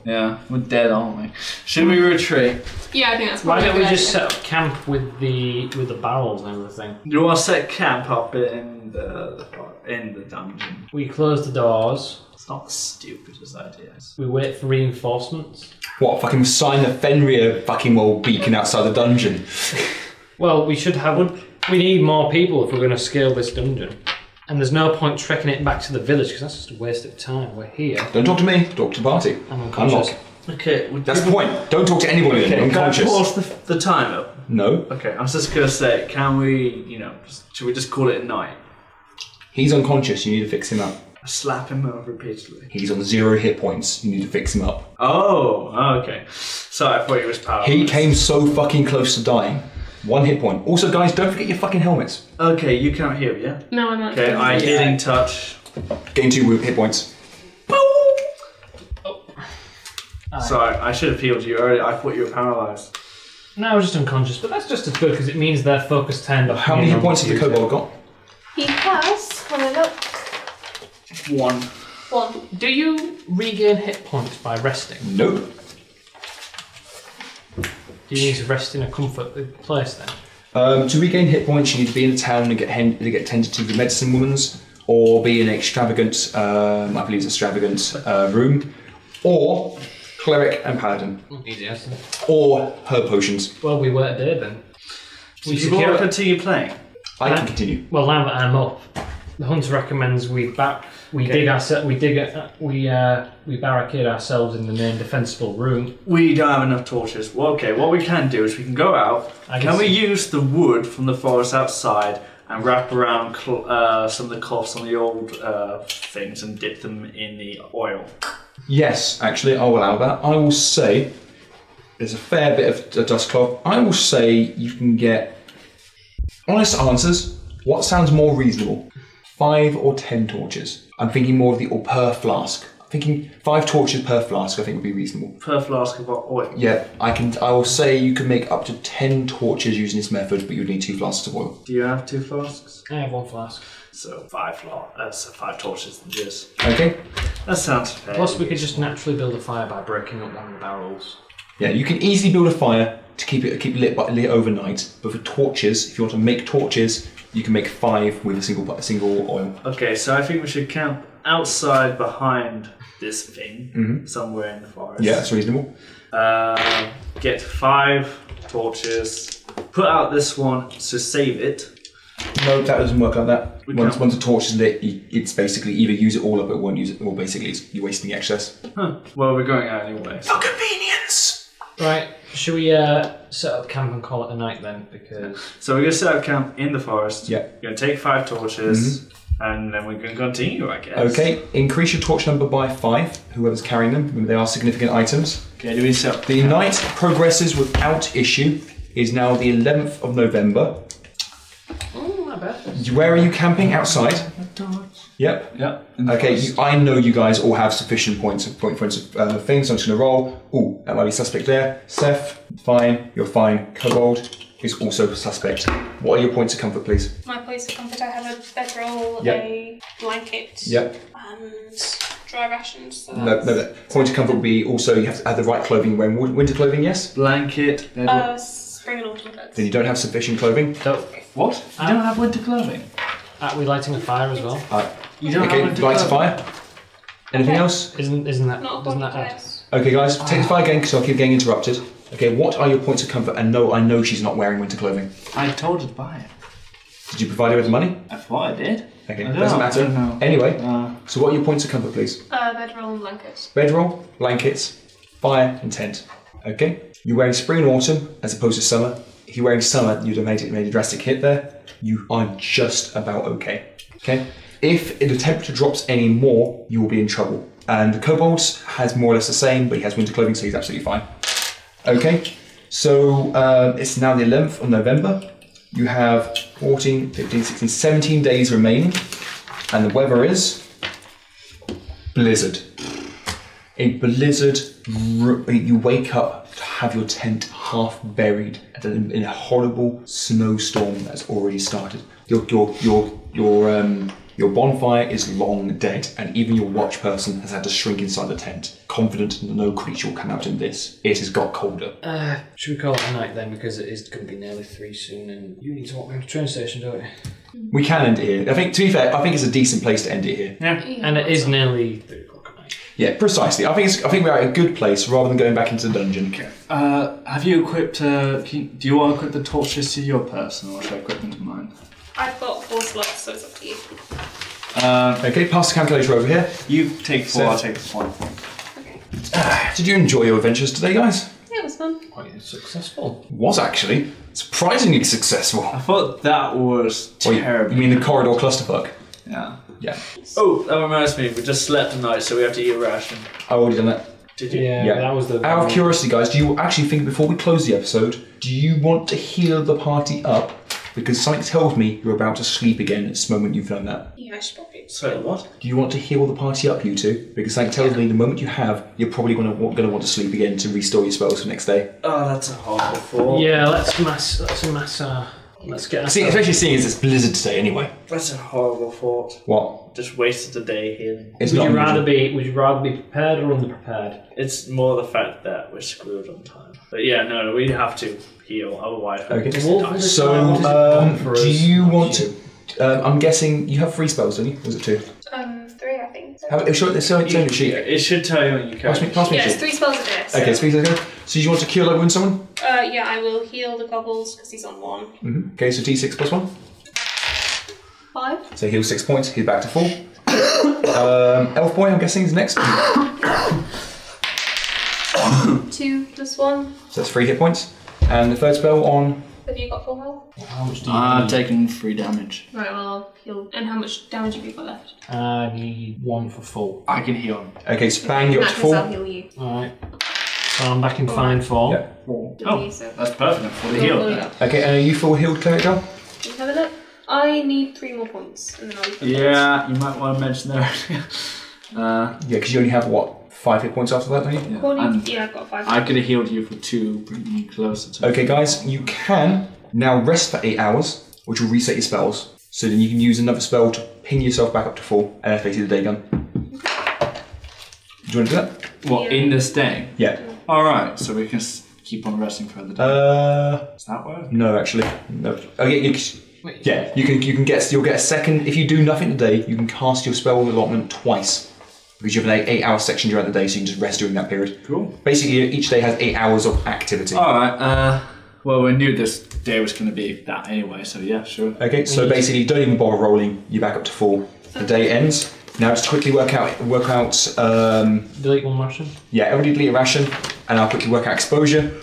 Yeah, we're dead, aren't we? Should we retreat?
yeah, I think that's
Why
probably
don't
a
we
good
just
idea.
set up camp with the with the barrels and everything?
You want to set camp up in the in the dungeon?
We close the doors.
It's not the stupidest idea.
We wait for reinforcements.
What fucking sign the Fenrir fucking old beacon outside the dungeon?
Well, we should have. We need more people if we're going to scale this dungeon. And there's no point trekking it back to the village because that's just a waste of time. We're here.
Don't talk to me. Talk to Barty.
I'm unconscious.
not.
Okay, we
That's the point. Don't talk to anybody. then,
Okay,
I'm
can I
conscious.
pause the, the timer?
No,
Okay, I was just gonna say, can we, you know, just- should we just call it a night?
he's unconscious. You need to fix him up.
Slap him over repeatedly.
He's on zero hit points. You need to fix him up.
Oh, okay. So I thought he was powerless.
He came so fucking close to dying. One hit point. Also, guys, don't forget your fucking helmets.
Okay, you can't heal, yeah?
No, I'm not.
Okay, I healing touch.
Gain two hit points.
Sorry, I should have healed you earlier. I thought you were paralyzed.
No, I was just unconscious, but that's just as good because it means their focus turned off.
How many hit points have the kobold got?
He has. Let me look.
One.
One.
Do you regain hit points by resting?
Nope.
Do you need to rest in a comfort place then?
Um, to regain hit points, you need to be in a town and get hen- to get tended to the medicine woman's, or be in an extravagant, um, I believe it's extravagant uh, room, or cleric and paladin,
Easy answer.
or herb potions.
Well, we were there then. We
You
secure
brought
it.
until you playing.
I can continue.
Well, now that I'm up, the hunter recommends we back. We dig ourselves. We dig. a- We uh, we barricade ourselves in the main defensible room.
We don't have enough torches. Well, okay, what we can do is we can go out.
I
can
guess-
we use the wood from the forest outside and wrap around cl- uh, some of the cloths on the old uh, things and dip them in the oil.
Yes, actually, I'll allow that. I will say there's a fair bit of dust cloth. I will say you can get honest answers. What sounds more reasonable? Five or ten torches. I'm thinking more of the or per flask. I'm thinking five torches per flask. I think would be reasonable.
Per flask of oil.
Yeah, I can. I will say you can make up to ten torches using this method, but you would need two flasks of oil.
Do you have two flasks?
I have one flask.
So five fla- uh, so five torches and this.
Okay.
That sounds fair.
Plus, we could just naturally build a fire by breaking up one of the barrels.
Yeah, you can easily build a fire to keep it keep lit by, lit overnight. But for torches, if you want to make torches, you can make five with a single a single oil.
Okay, so I think we should camp outside behind this thing,
Mhm.
somewhere in the forest.
Yeah, that's reasonable.
Uh, get five torches. Put out this one to save it.
No, that doesn't work like that.
We
Once
can't.
once a torch is lit, you- it's basically either use it all up, or it won't use it, or basically it's, you're wasting the excess.
Huh. Well, we're going out anyway.
Ah.
so-
Convenience.
Right, should we uh, set up camp and call it a night then? Because
So we're gonna set up camp in the forest.
Yeah. Mm-hmm.
We're gonna take five torches, and then we're gonna continue, I guess.
Okay, increase your torch number by five. Whoever's carrying them, remember they are significant items.
Okay, do we set up?
The night progresses without issue. It Is now the 11th of November.
oh, I bet.
You- Where are you camping? Outside. Yep.
Yeah.
Okay. You, I know you guys all have sufficient points of point points of uh, things. I'm just gonna roll. Ooh, that might be suspect there. Seth, fine. You're fine. Kobold is also suspect. What are your points of comfort, please?
My place of comfort, I have a bedroll,
Yep.
a blanket,
Yep.
and dry rations. So
No, no, no. Point of comfort would be also you have to have the right clothing you're wearing. Win- Winter clothing, yes.
Blanket.
that's- Uh, spring and autumn clothes.
Then you don't have sufficient clothing.
So,
What?
Uh,
You don't have winter clothing.
are we lighting a fire as well?
Uh,
You don't
okay,
have winter
lights a
clothing.
fire. Anything else?
Isn't isn't that
Not
doesn't
upon
that add?
clothes.
Okay, guys, take the fire again because I'll keep getting interrupted. Okay, what are your points of comfort? And no, I know she's not wearing winter clothing.
I told her to buy it.
Did you provide her with money?
I thought I did.
Okay,
I don't
doesn't
know, I
matter.
don't know.
Anyway,
Uh,
so what are your points of comfort, please?
Uh, bedroll and blanket.
Bedroll, blankets, fire, and tent. Okay. You're wearing spring and autumn as opposed to summer. If you're wearing summer, you'd have made it made a drastic hit there. You are just about okay. Okay. If the temperature drops any more, you will be in trouble. And the kobold has more or less the same, but he has winter clothing, so he's absolutely fine. Okay. So um, it's now the 11th of November. You have 14, 15, 16, 17 days remaining, and the weather is blizzard a blizzard. r- You wake up to have your tent half buried at a- in a horrible snowstorm that's already started. Your your your your um your bonfire is long dead, and even your watch person has had to shrink inside the tent, confident that no creature will come out in this. It has got colder.
Uh, should we call it a night then? Because it is going to be nearly three soon, and you need to walk down to the train station, don't you?
We can end it here. I think, to be fair, I think it's a decent place to end it here.
Yeah. And it is nearly three o'clock at night.
Yeah, precisely. I think it's, I think we're at a good place rather than going back into the dungeon.
Uh, have you equipped? Uh, can you- do you want to equip the torches to your person, or should I equip them to mine?
I've got four slots, so it's up to you.
Uh,
Okay, pass the calculator over here.
you take four.
So-
I'll take one.
Okay.
Did you enjoy your adventures today, guys?
Yeah, it was fun.
Quite successful.
was actually surprisingly successful.
I thought that was
Well, you-
terrible.
You mean the corridor clusterfuck?
yeah.
Yeah.
oh, that reminds me. We just slept a night, so we have to eat a ration. Mm.
I've already done that.
Did you?
Yeah,
Yeah.
that was the.
Out of curiosity, guys, do you actually think before we close the episode, do you want to heal the party up? Because something tells me you're about to sleep again at this moment you've done that.
Yeah, I should probably.
So what?
Do you want to heal the party up, you two? Because something tells me the moment you have, you're probably going to want, going to want to sleep again to restore your spells for next day.
Oh, that's a horrible thought.
Yeah, let's mass. Let's mass. Uh, let's get.
See, especially seeing as it's blizzard today anyway.
That's a horrible thought.
What?
Just wasted a day healing.
It's
would you
unusual.
rather be? Would you rather be prepared or underprepared?
It's more the fact that we're screwed on time. But yeah, no, we have to heal, otherwise we'll
Okay.
just
Wolf
die.
is-
So,
Um,
um, do you want to? Um, I'm guessing you have three spells, don't you? Was it two? Uh,
Um, three, I think. So.
Have, show, show, show your sheet.
Yeah, it should tell you when you
Pass me,
can.
pass me
Yeah,
a
it's
sheet.
three spells a day. So.
Okay, speak again. So you want to cure level in someone?
Uh, yeah, I will heal the goggles because he's on one.
Mm-hmm. Okay, so D6 plus one.
Five.
So heal six points. He's back to full. um, Elf boy, I'm guessing is next. So
Two plus one.
that's three hit points. And the third spell on
Have you got full health?
How much do you I've taken three damage.
Right, well, I'll heal. And how much damage have you got left?
I need one for full. I can heal him.
Okay, so bang, you're
In
up
that
to
case,
full.
I'll heal you.
Oh.
Alright.
So I'm back in fine form.
Four.
Oh, so-
that's perfect. I'm fully
You're
healed.
fully
now.
Okay, and are you full healed, Cleric Doll?
Can you have a look? I need three more points, and then I'll be
Yeah, you might want to mention that. uh,
Yeah, because you only have what five hit points after that, don't you?
yeah.
Well, you-
and
yeah, I've got five.
I could have healed you for two, bringing you closer to
Okay, guys, you can now rest for eight hours, which will reset your spells. So then you can use another spell to ping yourself back up to full and activate the day gun. Do you want to do that?
What, in this day?
Yeah.
Alright, so we can s- keep on resting for the day.
Uh,
Does that work?
no, actually, no. Oh yeah, you, c- yeah. You can you can get you'll get a second if you do nothing today. You can cast your spell allotment twice because you have an eight, eight hour section during the day, so you can just rest during that period.
Cool.
Basically, each day has eight hours of activity.
Alright, uh, well, we knew this day was going to be that anyway, so yeah, sure.
Okay, so basically, don't even bother rolling. You're back up to
Oh.
full. The day ends. Now, just quickly work out work out. Um,
Delete one ration.
yeah, everybody delete a ration, and I'll quickly work out exposure.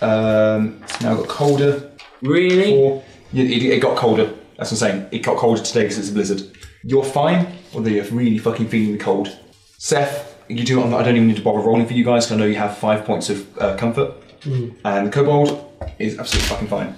Um, it's now got colder.
Really?
Or yeah, it, it got colder. That's what I'm saying. It got colder today because it's a blizzard. You're fine, although you're really fucking feeling the cold. Seth, you do. I'm not, I don't even need to bother rolling for you guys. 'cause I know you have five points of uh, comfort, and the kobold is absolutely fucking fine.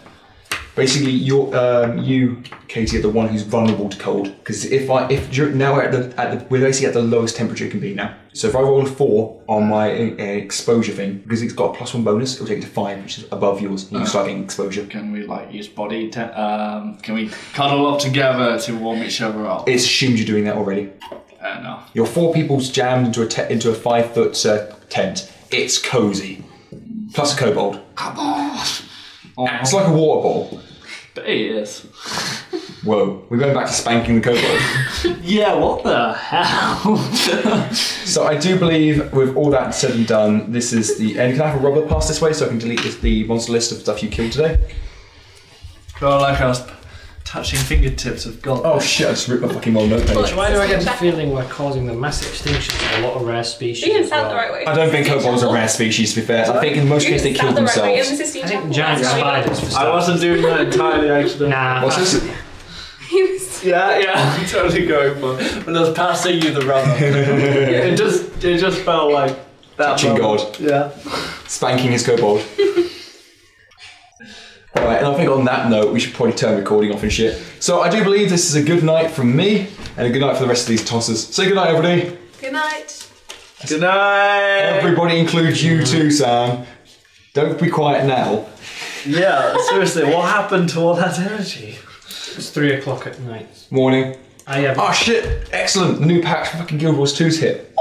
Basically, you're, um, you, Katie, are the one who's vulnerable to cold. Because if I, if you're now at the, at the, we're basically at the lowest temperature it can be now. So if I roll a four on my uh, uh, exposure thing, because it's got a plus one bonus, it'll take it to five, which is above yours. and You start getting exposure.
Can we, like, use body te- um, Can we cuddle up together to warm each other up?
It's assumed you're doing that already.
I don't know.
You're four people's jammed into a te- into a five foot uh, tent. It's cozy. Plus a kobold.
Come on!
It's like a water ball.
It Oh, is.
Whoa. We're going back to spanking the kobold.
Yeah, what the hell?
so I do believe, with all that said and done, this is the end. Can I have a robber pass this way so I can delete this, the monster list of stuff you killed today?
Felt like I was touching fingertips of God.
Oh shit! I just ripped my fucking old note page.
Why do I get the feeling we're causing the mass extinction of a lot of rare species?
You didn't
as
sound
well?
the right way.
I don't think kobolds are rare species. To be fair, I think in most
You
cases they
didn't
kill
sound the right way in
themselves.
the Sistine
I think
Chapel.
giant
That's right.
spiders. For
I
starters.
wasn't doing that entirely, actually.
Nah.
What's this?
He was-
Yeah, yeah, I'm totally going for it. When I was passing you the runner, it just it just felt like that.
Touching
moment. Yeah.
Spanking his kobold. Alright, and I think on that note, we should probably turn recording off and shit. So I do believe this is a good night from me, and a good night for the rest of these tossers. Say good night, everybody.
Good night.
Good night.
Everybody includes you too, Sam. Don't be quiet now.
Yeah, seriously, what happened to all that energy?
It's three o'clock at night.
Morning. Ah,
I have
Oh shit! Excellent. The new patch for fucking Guild Wars 2's hit.